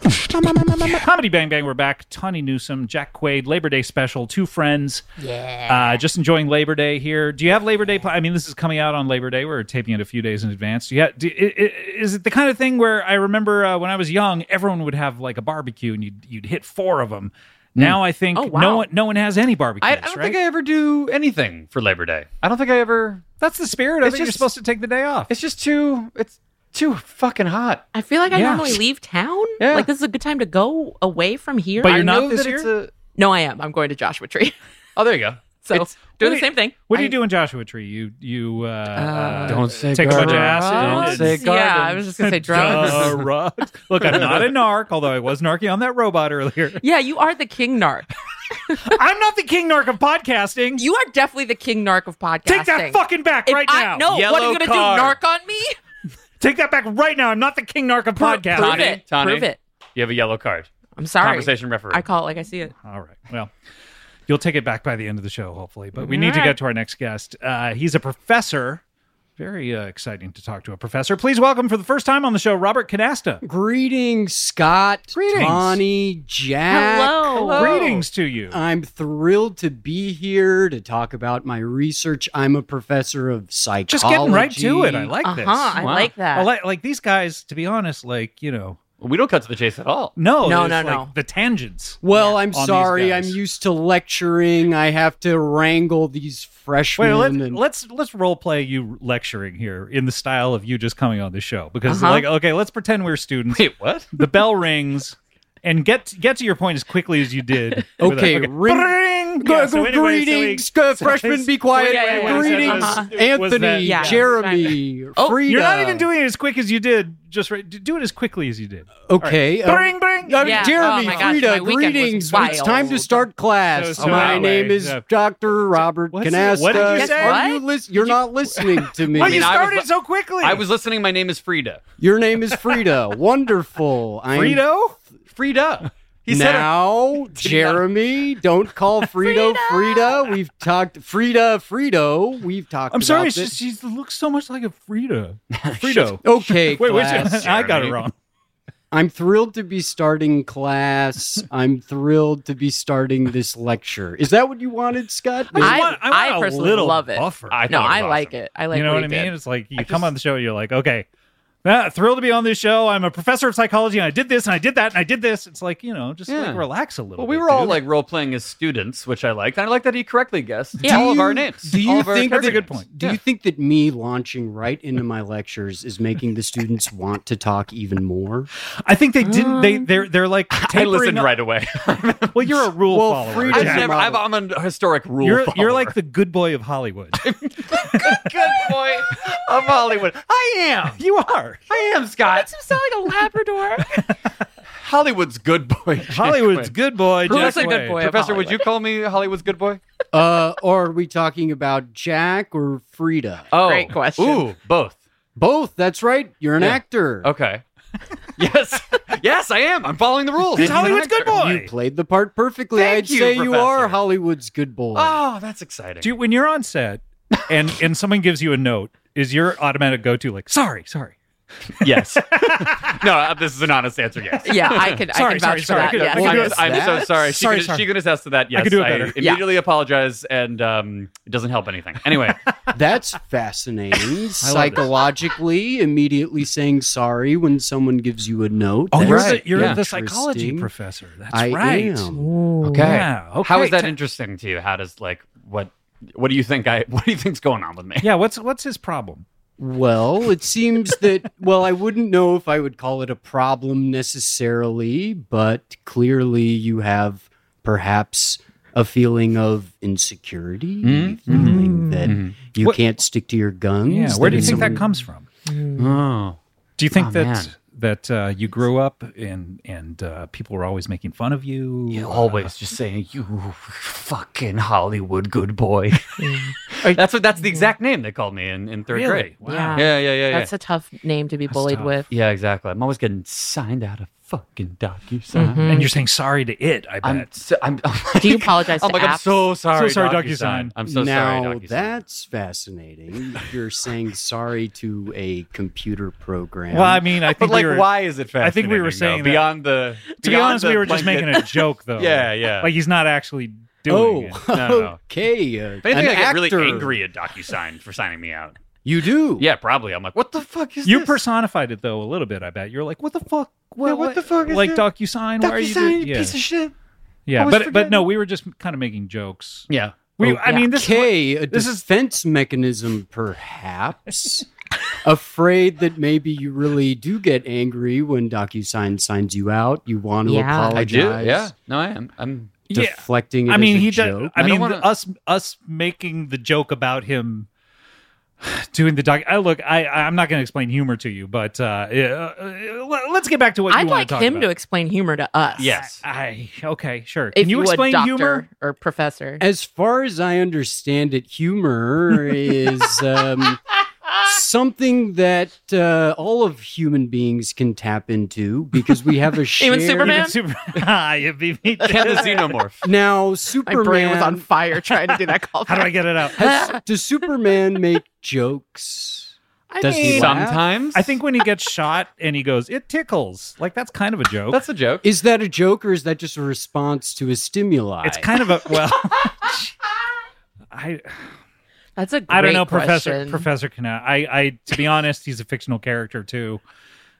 Speaker 1: Comedy Bang Bang, we're back. Tawny Newsom, Jack Quaid, Labor Day special, two friends. Yeah. Uh, just enjoying Labor Day here. Do you have Labor Day? Pl- I mean, this is coming out on Labor Day. We're taping it a few days in advance. Do you ha- do, i- i- is it the kind of thing where I remember uh, when I was young, everyone would have like a barbecue and you'd, you'd hit four of them. Now I think
Speaker 2: Oh, wow.
Speaker 1: no one no one has any barbecues,
Speaker 3: Hmm. I, I don't
Speaker 1: right?
Speaker 3: think I ever do anything for Labor Day. I don't think I ever.
Speaker 1: That's the spirit of
Speaker 3: It's
Speaker 1: it. You're
Speaker 3: just-
Speaker 1: supposed to take the day off.
Speaker 3: It's just too. It's too fucking hot.
Speaker 2: I feel like I
Speaker 1: Yeah.
Speaker 2: normally leave town.
Speaker 3: Yeah.
Speaker 2: Like this is a good time to go away from here.
Speaker 1: But
Speaker 2: I
Speaker 1: you're not
Speaker 3: know
Speaker 1: this
Speaker 3: that it's
Speaker 1: year?
Speaker 3: a-
Speaker 2: No, I am. I'm going to Joshua Tree.
Speaker 3: oh, there you go.
Speaker 2: So
Speaker 3: It's-
Speaker 1: what
Speaker 2: doing the
Speaker 1: do you-
Speaker 2: same thing.
Speaker 1: What do you
Speaker 2: I-
Speaker 1: do in Joshua Tree? You you uh, uh,
Speaker 4: Don't say
Speaker 1: take a bunch of
Speaker 4: garbage.
Speaker 1: acid.
Speaker 4: Don't
Speaker 1: and-
Speaker 4: say
Speaker 2: Drugs. Yeah, I was just gonna
Speaker 1: (laughs)
Speaker 2: say drugs.
Speaker 1: Drugs. Look, I'm not a narc, although I was narky on that robot earlier.
Speaker 2: Yeah, you are the king narc.
Speaker 1: (laughs) I'm not the king narc of podcasting.
Speaker 2: You are definitely the king narc of podcasting.
Speaker 1: Take that fucking back
Speaker 2: If
Speaker 1: right
Speaker 2: I,
Speaker 1: now.
Speaker 2: No, what are
Speaker 3: Yellow
Speaker 2: you gonna
Speaker 3: card.
Speaker 2: do? Narc on me?
Speaker 1: Take that back right now. I'm not the king narc of
Speaker 2: Pro-
Speaker 1: podcasting.
Speaker 2: Prove
Speaker 3: Tani,
Speaker 2: it.
Speaker 3: Tani.
Speaker 2: Prove it.
Speaker 3: You have a yellow card.
Speaker 2: I'm sorry.
Speaker 3: Conversation referee.
Speaker 2: I call it like I see it.
Speaker 1: All right. Well, you'll take it back by the end of the show, hopefully. But we need to
Speaker 2: All right.
Speaker 1: get to our next guest. Uh, he's a professor. Very uh, exciting to talk to a professor. Please welcome for the first time on the show, Robert Canasta.
Speaker 5: Greetings, Scott,
Speaker 1: Greetings.
Speaker 5: Tawny, Jack.
Speaker 2: Hello. Hello.
Speaker 1: Greetings to you.
Speaker 5: I'm thrilled to be here to talk about my research. I'm a professor of psychology.
Speaker 1: Just getting right to it. I like
Speaker 2: Uh huh.
Speaker 1: this.
Speaker 2: I
Speaker 3: Wow.
Speaker 2: like that.
Speaker 1: I like, like these guys, to be honest, like, you know,
Speaker 3: we don't cut to the chase
Speaker 1: (laughs)
Speaker 3: at all.
Speaker 1: no,
Speaker 2: No,
Speaker 1: there's,
Speaker 2: no,
Speaker 1: like,
Speaker 2: no.
Speaker 1: The tangents.
Speaker 5: Well, I'm
Speaker 1: these
Speaker 5: sorry. I'm
Speaker 1: guys.
Speaker 5: used to lecturing. I have to wrangle these
Speaker 1: Wait,
Speaker 5: freshmen.
Speaker 1: let's,
Speaker 5: and
Speaker 1: let's let's role play you lecturing here in the style of you just coming on the show because
Speaker 2: Uh-huh.
Speaker 1: like okay, let's pretend we're
Speaker 5: (laughs)
Speaker 1: students.
Speaker 3: Wait, what?
Speaker 1: the bell rings and get get to your point as quickly as you did. with
Speaker 5: Okay,
Speaker 1: that.
Speaker 5: ring-
Speaker 1: Bring!
Speaker 5: Go-
Speaker 1: Yeah,
Speaker 5: go-
Speaker 1: so anyway, so we-
Speaker 5: (laughs) greetings, uh,
Speaker 1: (laughs) so
Speaker 5: freshmen,
Speaker 1: it's-
Speaker 5: be quiet.
Speaker 2: wait, wait, wait, so
Speaker 5: greetings, uh,
Speaker 2: that
Speaker 1: was
Speaker 2: was-
Speaker 5: Anthony, uh,
Speaker 1: that-
Speaker 2: Yeah.
Speaker 5: Jeremy,
Speaker 2: Oh,
Speaker 5: Frida.
Speaker 1: You're not even doing it as quick as you did. Just right. Do it as quickly as you did.
Speaker 5: Okay. uh,
Speaker 1: Bring, bring.
Speaker 5: Uh,
Speaker 2: Yeah.
Speaker 5: Jeremy,
Speaker 2: Oh my gosh,
Speaker 5: Frida,
Speaker 2: my weekend was
Speaker 5: greetings. It's time to
Speaker 2: wild.
Speaker 5: start class. Oh,
Speaker 1: So- so
Speaker 5: my
Speaker 1: that
Speaker 5: name
Speaker 1: way,
Speaker 5: is
Speaker 1: yeah.
Speaker 5: Dr. Robert
Speaker 1: What's-
Speaker 5: Canasta.
Speaker 1: what did
Speaker 2: you say?
Speaker 5: Are you
Speaker 2: What?
Speaker 5: lis- you're not listening
Speaker 2: (laughs)
Speaker 5: to me.
Speaker 1: Why
Speaker 3: mean,
Speaker 1: Oh, you
Speaker 3: I was
Speaker 1: started
Speaker 3: like-
Speaker 1: so quickly?
Speaker 3: I was listening. My name is Frida.
Speaker 5: Your name is
Speaker 2: (laughs)
Speaker 5: Frida. Wonderful. I'm
Speaker 1: Frito. (laughs)
Speaker 3: Frida. He said her-
Speaker 5: now, Jeremy, don't
Speaker 2: (laughs)
Speaker 5: call Frida Frida. We've talked Frida Frito. We've talked
Speaker 1: I'm sorry.
Speaker 5: about
Speaker 1: She,
Speaker 5: this.
Speaker 1: she looks so much like a
Speaker 5: (laughs)
Speaker 1: Frito. (laughs) Frito.
Speaker 5: Okay,
Speaker 1: Wait, which (laughs)
Speaker 5: class.
Speaker 1: I got it
Speaker 3: Jeremy.
Speaker 1: wrong.
Speaker 5: I'm thrilled to be starting class. I'm thrilled to be starting this lecture. Is that what you wanted, Scott?
Speaker 2: I-
Speaker 1: want-
Speaker 2: I
Speaker 1: want a
Speaker 2: personally
Speaker 1: little
Speaker 2: love it.
Speaker 1: Buffer.
Speaker 3: I
Speaker 2: no,
Speaker 3: thought it
Speaker 2: I
Speaker 3: was
Speaker 2: like
Speaker 3: awesome.
Speaker 2: it. I like
Speaker 1: you know
Speaker 2: what
Speaker 1: what I
Speaker 2: he
Speaker 1: mean?
Speaker 2: did. (laughs)
Speaker 1: It's like you come on the show, you're like, okay, ah, thrilled to be on this show. I'm a professor of psychology, and I did this, and I did that, and I did this. It's like you know, just
Speaker 3: Yeah.
Speaker 1: like relax a little.
Speaker 3: Well, we
Speaker 1: bit,
Speaker 3: were all
Speaker 1: dude.
Speaker 3: like role playing as students, which I liked. And I like that he correctly guessed
Speaker 2: Yeah.
Speaker 3: all of
Speaker 5: Do
Speaker 3: our
Speaker 5: you-
Speaker 3: names.
Speaker 5: do you
Speaker 3: all of our
Speaker 5: think-
Speaker 1: that's a
Speaker 3: character
Speaker 1: good
Speaker 3: names.
Speaker 1: point.
Speaker 5: Do you think that me launching right into my lectures is making the
Speaker 3: (laughs)
Speaker 5: students want to talk even more?
Speaker 1: I think they didn't. They they're they're like
Speaker 3: I
Speaker 1: tapering
Speaker 3: listened
Speaker 1: up-
Speaker 3: right away.
Speaker 1: Well, you're a rule
Speaker 5: Well,
Speaker 1: follower. (laughs)
Speaker 5: freedom-
Speaker 3: (laughs) I've
Speaker 1: Jack.
Speaker 3: never, I've,
Speaker 5: model.
Speaker 3: I'm a historic rule.
Speaker 1: You're you're
Speaker 3: follower.
Speaker 1: like the good boy of Hollywood.
Speaker 3: good boy of Hollywood. I am.
Speaker 1: (laughs) you are.
Speaker 3: I am Scott.
Speaker 2: Makes him sound like a
Speaker 1: (laughs)
Speaker 2: Labrador.
Speaker 3: Hollywood's good boy. Jack
Speaker 1: Hollywood's
Speaker 3: Quaid.
Speaker 1: good boy.
Speaker 2: Who's
Speaker 1: Jack
Speaker 2: a good
Speaker 1: Quaid.
Speaker 2: boy? of
Speaker 3: Professor, would
Speaker 2: Hollywood.
Speaker 3: you call me Hollywood's good boy?
Speaker 5: Uh, or are we talking about Jack or Frida?
Speaker 3: Oh,
Speaker 2: Great question.
Speaker 3: Ooh, both.
Speaker 5: Both. That's right. You're an actor.
Speaker 3: Okay. yes. Yes, I am. I'm following the rules.
Speaker 1: He's Hollywood's good
Speaker 5: You
Speaker 1: boy.
Speaker 5: played the part perfectly.
Speaker 3: Thank
Speaker 5: I'd
Speaker 3: you,
Speaker 5: say you
Speaker 3: Professor.
Speaker 5: are Hollywood's good boy.
Speaker 3: Oh, that's exciting.
Speaker 1: Do you, when you're on set, and and someone gives you a note, is your automatic go to like sorry, sorry.
Speaker 3: (laughs) yes. no, uh, this is an honest answer. Yes.
Speaker 2: Yeah, I can. I
Speaker 1: Sorry,
Speaker 2: can
Speaker 1: sorry,
Speaker 2: vouch
Speaker 1: sorry. I
Speaker 2: for
Speaker 1: could-
Speaker 2: that.
Speaker 1: I
Speaker 2: Yes,
Speaker 1: could
Speaker 5: Well,
Speaker 3: I'm,
Speaker 1: do
Speaker 5: yes.
Speaker 3: just- I'm so
Speaker 5: That?
Speaker 1: Sorry,
Speaker 3: sorry. she, can,
Speaker 1: sorry.
Speaker 3: she can attest to that. Yes,
Speaker 1: could do it better.
Speaker 2: Yeah.
Speaker 3: immediately apologize, and um, it doesn't help anything. Anyway,
Speaker 5: That's
Speaker 3: (laughs)
Speaker 5: fascinating. Psychologically, immediately saying sorry when someone gives you a note.
Speaker 1: Oh,
Speaker 5: That's
Speaker 1: you're
Speaker 3: right.
Speaker 1: the, you're
Speaker 5: Yeah.
Speaker 1: the psychology
Speaker 5: Interesting.
Speaker 1: professor. That's
Speaker 5: I
Speaker 1: right.
Speaker 5: am.
Speaker 3: okay.
Speaker 1: Yeah. Okay.
Speaker 3: How is that
Speaker 1: T-
Speaker 3: interesting to you? How does like what what do you think I (laughs) what do you think's going on with me?
Speaker 1: yeah. What's what's his problem?
Speaker 5: Well, it seems that, well, I wouldn't know if I would call it a problem necessarily, but clearly you have perhaps a feeling of insecurity, a feeling that you
Speaker 1: Hmm? What-
Speaker 5: can't stick to your guns.
Speaker 1: Yeah. Where do you
Speaker 5: if
Speaker 1: think that
Speaker 5: someone-
Speaker 1: comes from? Hmm.
Speaker 3: Oh.
Speaker 1: Do you think
Speaker 3: Oh,
Speaker 1: that
Speaker 3: man.
Speaker 1: that uh, you grew up and and uh, people were always making fun of you?
Speaker 3: You always just saying you fucking Hollywood
Speaker 1: (laughs)
Speaker 3: good boy. (laughs) that's what that's the exact name they called me in, in third
Speaker 1: Really?
Speaker 3: grade.
Speaker 1: Wow.
Speaker 2: Yeah.
Speaker 3: Yeah, yeah, yeah, yeah.
Speaker 2: That's a tough name to be bullied
Speaker 1: tough.
Speaker 2: with.
Speaker 3: yeah, exactly. I'm always getting signed out of fucking DocuSign.
Speaker 1: And you're saying sorry to it. I bet.
Speaker 3: I'm, so, I'm, I'm
Speaker 2: Do you
Speaker 3: like-
Speaker 2: apologize
Speaker 3: I'm
Speaker 2: to
Speaker 3: like, I'm
Speaker 2: apps?
Speaker 3: so sorry.
Speaker 1: So sorry, DocuSign.
Speaker 3: I'm so
Speaker 5: now,
Speaker 3: sorry. DocuSign.
Speaker 5: that's fascinating. You're saying sorry to a computer program.
Speaker 1: well, I
Speaker 3: (laughs)
Speaker 1: mean, I think
Speaker 3: But like,
Speaker 1: we were,
Speaker 3: why is it fascinating?
Speaker 1: I think we were
Speaker 3: though?
Speaker 1: saying that-
Speaker 3: beyond the.
Speaker 1: To be honest, we were just making a joke, though.
Speaker 3: (laughs) Yeah, yeah.
Speaker 1: Like he's not actually
Speaker 5: Oh,
Speaker 1: doing it.
Speaker 3: No, (laughs) no.
Speaker 5: (laughs) okay. Uh,
Speaker 3: If anything,
Speaker 5: an
Speaker 3: I get
Speaker 5: actor.
Speaker 3: really angry at DocuSign for signing me out.
Speaker 5: You do.
Speaker 3: Yeah, probably. I'm like, what the fuck is
Speaker 1: You
Speaker 3: this?
Speaker 1: personified it though a little bit. I bet you're like, what the fuck?
Speaker 3: Yeah, what the fuck is
Speaker 1: like
Speaker 3: that?
Speaker 1: DocuSign? Why are you
Speaker 3: DocuSign,
Speaker 1: doing?
Speaker 3: you
Speaker 1: Yeah,
Speaker 3: piece of shit.
Speaker 1: yeah.
Speaker 3: always
Speaker 1: But but
Speaker 3: forget.
Speaker 1: no, we were just kind of making jokes. Oh,
Speaker 3: Yeah.
Speaker 1: We, I mean, this is what-
Speaker 5: okay, a
Speaker 1: this is-
Speaker 5: defense mechanism, perhaps. Afraid that maybe you really do get angry when DocuSign signs you out. You want to
Speaker 2: Yeah. I
Speaker 3: I do.
Speaker 5: apologize.
Speaker 3: Yeah. No, I am. I'm.
Speaker 1: yeah.
Speaker 5: Deflecting it
Speaker 1: I mean,
Speaker 5: as a
Speaker 1: he
Speaker 5: joke.
Speaker 1: does. I
Speaker 3: I
Speaker 1: mean,
Speaker 3: don't wanna-
Speaker 1: the- us us making the joke about him (sighs) doing the doc. I look, I I'm not going to explain humor to you, but uh, uh, let- let's get back to what
Speaker 2: I'd
Speaker 1: you want
Speaker 2: like
Speaker 1: to talk
Speaker 2: him to
Speaker 1: about.
Speaker 2: explain humor to us.
Speaker 3: Yes.
Speaker 1: I okay, sure.
Speaker 2: If
Speaker 1: Can you
Speaker 2: a
Speaker 1: explain
Speaker 2: doctor
Speaker 1: humor?
Speaker 2: or professor?
Speaker 5: As far as I understand it, humor is um, something that uh, all of human beings can tap into because we have a shared.
Speaker 2: Even Superman?
Speaker 1: Even super- (laughs) Ah, you beat me.
Speaker 3: Can the (laughs) xenomorph?
Speaker 5: Now,
Speaker 2: My
Speaker 5: Superman.
Speaker 2: brain was on fire trying to do (laughs) that call.
Speaker 1: How do I get it out?
Speaker 5: has, does Superman make jokes?
Speaker 2: I
Speaker 5: Does he
Speaker 2: mean,
Speaker 5: laugh?
Speaker 3: Sometimes
Speaker 1: I think when he gets shot and he goes, it tickles. Like that's kind of a joke.
Speaker 3: that's a joke.
Speaker 5: Is that a joke or is that just a response to a stimuli?
Speaker 1: it's kind of a well. (laughs) I
Speaker 2: that's a
Speaker 1: I don't know,
Speaker 2: great
Speaker 1: Professor
Speaker 2: question.
Speaker 1: Professor Canal. I I to be honest, he's a fictional character too.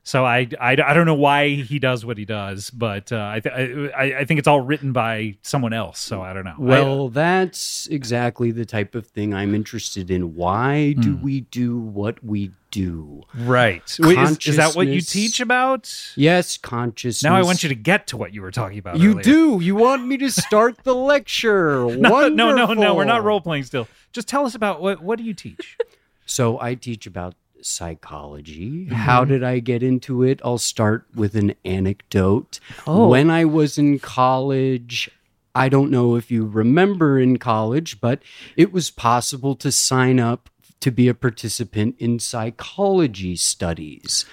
Speaker 1: So I, I, I don't know why he does what he does, but uh, I, th- I I think it's all written by someone else. So I uh, don't know.
Speaker 5: Well, that's exactly the type of thing I'm interested in. Why do
Speaker 1: Hmm.
Speaker 5: we do what we do?
Speaker 1: I- right? uh, Wait, is, is that what you
Speaker 5: Consciousness.
Speaker 1: teach about?
Speaker 5: Yes, consciousness.
Speaker 1: Now I want you to get to what you were talking about.
Speaker 5: You
Speaker 1: earlier.
Speaker 5: do. You want me to start the lecture?
Speaker 1: (laughs) No, no, no, no. We're not
Speaker 5: Wonderful.
Speaker 1: role playing still. Just tell us about what what do you
Speaker 5: (laughs)
Speaker 1: teach?
Speaker 5: So I teach about psychology. How
Speaker 1: Mm-hmm.
Speaker 5: did I get into it? I'll start with an anecdote.
Speaker 1: Oh.
Speaker 5: When I was in college, I don't know if you remember in college, but it was possible to sign up to be a participant in psychology studies.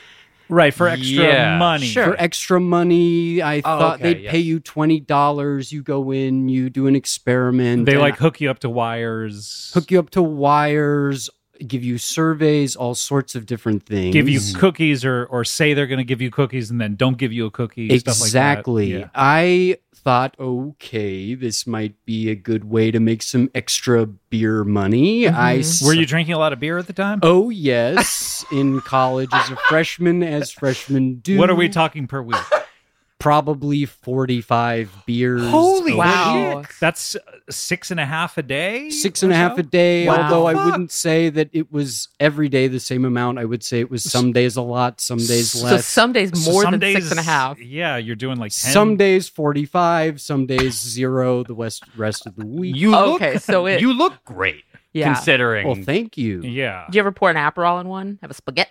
Speaker 1: right for extra
Speaker 3: Yeah,
Speaker 1: money.
Speaker 3: sure.
Speaker 5: For extra money,
Speaker 1: Oh,
Speaker 5: I thought
Speaker 3: okay,
Speaker 5: they'd
Speaker 3: yes.
Speaker 5: pay you $20. You go in, you do an experiment.
Speaker 1: They
Speaker 5: and
Speaker 1: like hook you up to wires,
Speaker 5: hook you up to wires, give you surveys, all sorts of different things.
Speaker 1: give you cookies, or or say they're going to give you cookies and then don't give you a cookie.
Speaker 5: Exactly.
Speaker 1: Stuff like that.
Speaker 5: I thought, okay, this might be a good way to make some extra beer money. I s-
Speaker 1: Yeah. Were you drinking a lot of beer at the time?
Speaker 5: Oh yes, in college as a freshman, as freshmen do.
Speaker 1: What are we talking per week?
Speaker 5: Probably forty-five beers. a
Speaker 2: wow.
Speaker 1: That's uh, six and a half a day.
Speaker 5: Six and a half a day.
Speaker 2: Wow.
Speaker 5: Although I
Speaker 1: Fuck.
Speaker 5: wouldn't say that it was every day the same amount. I would say it was some days a lot, some days
Speaker 2: So
Speaker 5: less.
Speaker 2: some days
Speaker 1: So
Speaker 2: more
Speaker 1: some
Speaker 2: than
Speaker 1: days,
Speaker 2: six and a half.
Speaker 1: Yeah, you're doing like 10.
Speaker 5: some days 45, some days zero, the west, rest of the week.
Speaker 3: You look
Speaker 2: Okay, so it-
Speaker 3: you look great
Speaker 2: Yeah.
Speaker 3: considering.
Speaker 5: well, thank you.
Speaker 1: Yeah.
Speaker 2: Do you ever pour an Aperol in one? Have a spaghetti?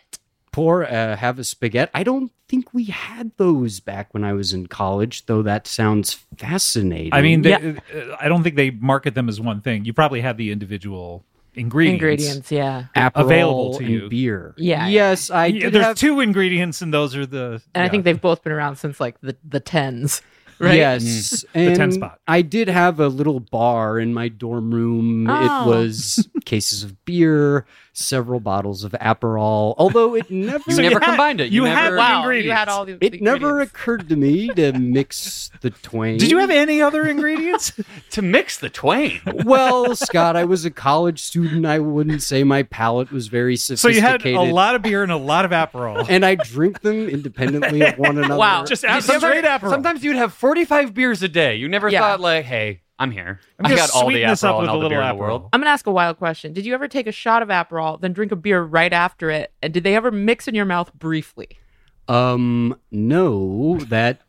Speaker 5: pour uh, have a spaghetti. I don't think we had those back when I was in college, though. That sounds fascinating.
Speaker 1: I mean, they,
Speaker 2: Yeah.
Speaker 1: uh, I don't think they market them as one thing. You probably have the individual ingredients.
Speaker 2: Ingredients, yeah.
Speaker 5: Aperol
Speaker 1: available to
Speaker 5: and
Speaker 1: you.
Speaker 5: beer.
Speaker 2: Yeah, yeah.
Speaker 5: Yes, I
Speaker 1: Yeah,
Speaker 5: did
Speaker 1: there's
Speaker 5: have.
Speaker 1: two ingredients, and those are the.
Speaker 2: And I
Speaker 1: yeah.
Speaker 2: think they've both been around since like the, the tens, right?
Speaker 5: Yes,
Speaker 1: Mm. The 10
Speaker 5: and
Speaker 1: spot.
Speaker 5: I did have a little bar in my dorm room.
Speaker 2: Oh.
Speaker 5: It was cases of beer, several bottles of Aperol. Although it never,
Speaker 1: (laughs)
Speaker 3: you
Speaker 1: So
Speaker 3: never
Speaker 1: you had-
Speaker 3: combined it.
Speaker 1: you
Speaker 3: never,
Speaker 1: had-
Speaker 2: Wow, you
Speaker 1: Ingredients.
Speaker 2: had all the
Speaker 5: it never
Speaker 2: ingredients.
Speaker 5: occurred to me to mix the twain.
Speaker 1: Did you have any other ingredients?
Speaker 3: to mix the (laughs) twain.
Speaker 5: well, Scott, I was a college student. I wouldn't say my palate was very
Speaker 1: so you
Speaker 5: sophisticated.
Speaker 1: had a lot of beer and a lot of Aperol.
Speaker 5: and I drink them independently of
Speaker 1: (laughs)
Speaker 5: one another.
Speaker 2: Wow.
Speaker 1: Just
Speaker 3: You
Speaker 1: Aperol.
Speaker 3: never-
Speaker 1: straight Aperol.
Speaker 3: Sometimes you'd have 45 beers a day. You never
Speaker 2: Yeah.
Speaker 3: thought like, "Hey, I'm here.
Speaker 1: I'm
Speaker 3: I
Speaker 1: just
Speaker 3: got all the
Speaker 1: sweeten this up
Speaker 3: Aperol
Speaker 1: with
Speaker 3: and all
Speaker 1: a
Speaker 3: the beer
Speaker 1: little
Speaker 3: in the world."
Speaker 1: Aperol.
Speaker 2: I'm gonna ask a wild question. Did you ever take a shot of Aperol, then drink a beer right after it, and did they ever mix in your mouth briefly?
Speaker 5: Um, no, that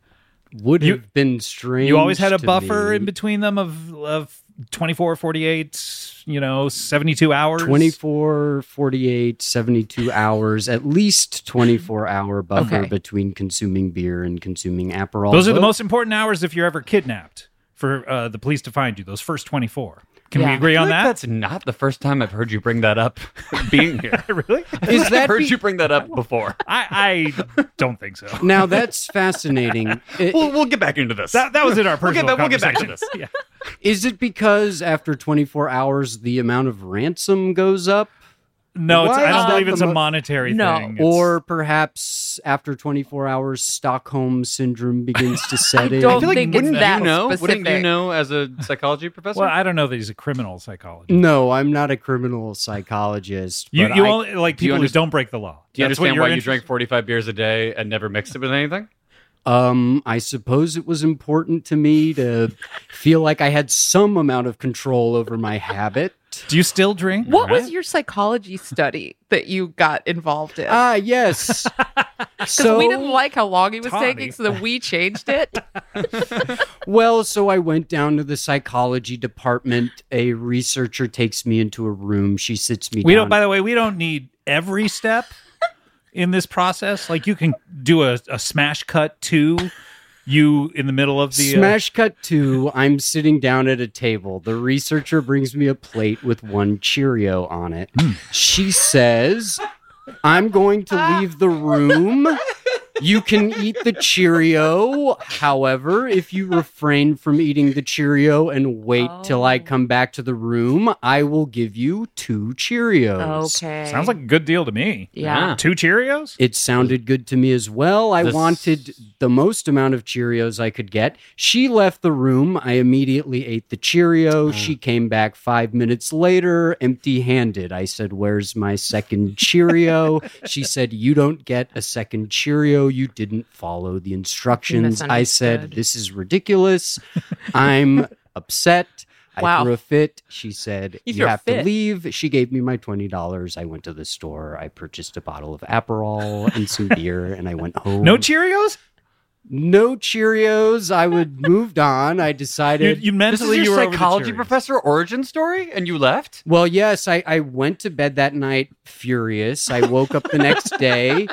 Speaker 5: would
Speaker 1: You-
Speaker 5: have been strange.
Speaker 1: You always had a
Speaker 5: to
Speaker 1: buffer
Speaker 5: me.
Speaker 1: in between them of of 24, 48, you know, 72 hours.
Speaker 5: 24, 48, 72 hours, at least 24 hour buffer
Speaker 2: Okay.
Speaker 5: between consuming beer and consuming Aperol.
Speaker 1: Those are the
Speaker 5: But
Speaker 1: most important hours if you're ever kidnapped for uh, the police to find you, those first 24. Can we
Speaker 2: Yeah.
Speaker 1: agree
Speaker 3: I feel
Speaker 1: on
Speaker 3: like
Speaker 1: that?
Speaker 3: That's not the first time I've heard you bring that up. (laughs) Being here, (laughs)
Speaker 1: really?
Speaker 5: Is
Speaker 3: I've
Speaker 5: that
Speaker 3: heard
Speaker 5: be-
Speaker 3: you bring that up before.
Speaker 1: I, I don't think so.
Speaker 5: Now that's
Speaker 1: (laughs)
Speaker 5: fascinating. I-
Speaker 3: We'll, we'll get back into this.
Speaker 1: That, that was in our
Speaker 3: We'll get
Speaker 1: personal
Speaker 3: back- we'll get back to
Speaker 1: conversation. (laughs) Yeah.
Speaker 5: Is it because after 24 hours the amount of ransom goes up?
Speaker 1: No, it's,
Speaker 5: Why
Speaker 1: I
Speaker 5: is
Speaker 1: don't
Speaker 5: that
Speaker 1: believe
Speaker 5: the
Speaker 1: it's a
Speaker 5: mo-
Speaker 1: monetary
Speaker 2: No.
Speaker 1: thing. It's-
Speaker 5: Or perhaps after 24 hours, Stockholm syndrome begins
Speaker 1: (laughs)
Speaker 5: to set in.
Speaker 2: don't
Speaker 3: I feel like
Speaker 2: think it's
Speaker 3: wouldn't
Speaker 2: that
Speaker 3: you know? Wouldn't you
Speaker 2: specific.
Speaker 3: know as a psychology professor?
Speaker 1: well, I don't know that he's a criminal psychologist.
Speaker 3: Mm.
Speaker 5: No, I'm not a criminal psychologist.
Speaker 1: You,
Speaker 5: but
Speaker 1: you
Speaker 5: I-
Speaker 1: only like
Speaker 3: Do you
Speaker 1: people who
Speaker 3: understand-
Speaker 1: don't break the law.
Speaker 3: Do you
Speaker 1: That's what
Speaker 3: understand
Speaker 1: you're
Speaker 3: why you
Speaker 1: interested-
Speaker 3: drank 45 beers a day and never mixed it with anything?
Speaker 5: Um, I suppose it was important to me to feel like I had some amount of control over
Speaker 1: (laughs)
Speaker 5: my habit.
Speaker 1: Do you still drink?
Speaker 2: What was your psychology study that you got involved in?
Speaker 5: Ah,
Speaker 1: (laughs)
Speaker 5: yes.
Speaker 2: Because
Speaker 5: so
Speaker 2: we didn't like how long he was
Speaker 1: Tommy.
Speaker 2: taking, so then we
Speaker 1: (laughs)
Speaker 2: changed it.
Speaker 5: well, so I went down to the psychology department. A researcher takes me into a room. She sits me
Speaker 1: We
Speaker 5: down.
Speaker 1: don't. By the way, we don't need every step in this process. Like you can do a, a smash cut to you in the middle of the uh,
Speaker 5: Smash cut two. I'm sitting down at a table. The researcher brings me a plate with one Cheerio on it. She says, I'm going to leave the room. You can eat the Cheerio. However, if you refrain from eating the Cheerio and wait till I
Speaker 2: Oh.
Speaker 5: come back to the room, I will give you two Cheerios.
Speaker 2: Okay.
Speaker 1: sounds like a good deal to me.
Speaker 2: yeah.
Speaker 1: Two Cheerios?
Speaker 5: It sounded good to me as well. I
Speaker 3: This-
Speaker 5: wanted the most amount of Cheerios I could get. She left the room. I immediately ate the
Speaker 2: Uh.
Speaker 5: Cheerio. She came back five minutes later, empty handed. I said, Where's my second
Speaker 2: (laughs)
Speaker 5: Cheerio? she said, You don't get a second Cheerio. You didn't follow the instructions. I said,
Speaker 2: Misunderstood.
Speaker 5: This is ridiculous.
Speaker 2: (laughs)
Speaker 5: I'm upset. I
Speaker 2: Wow.
Speaker 5: threw a fit. She said,
Speaker 2: You
Speaker 5: You,
Speaker 2: threw a
Speaker 5: have to
Speaker 2: fit.
Speaker 5: leave. She gave me my $20. I went to the store. I purchased a bottle of Aperol and some beer, and I went home.
Speaker 1: No Cheerios?
Speaker 5: no Cheerios. I would moved on. I
Speaker 1: You,
Speaker 5: decided.
Speaker 1: you
Speaker 3: This is
Speaker 1: mentally you
Speaker 3: your
Speaker 1: were over the
Speaker 3: psychology
Speaker 1: Cheerios.
Speaker 3: professor origin story, and you left.
Speaker 5: well, yes, I, I went to bed that night furious. I woke up the next day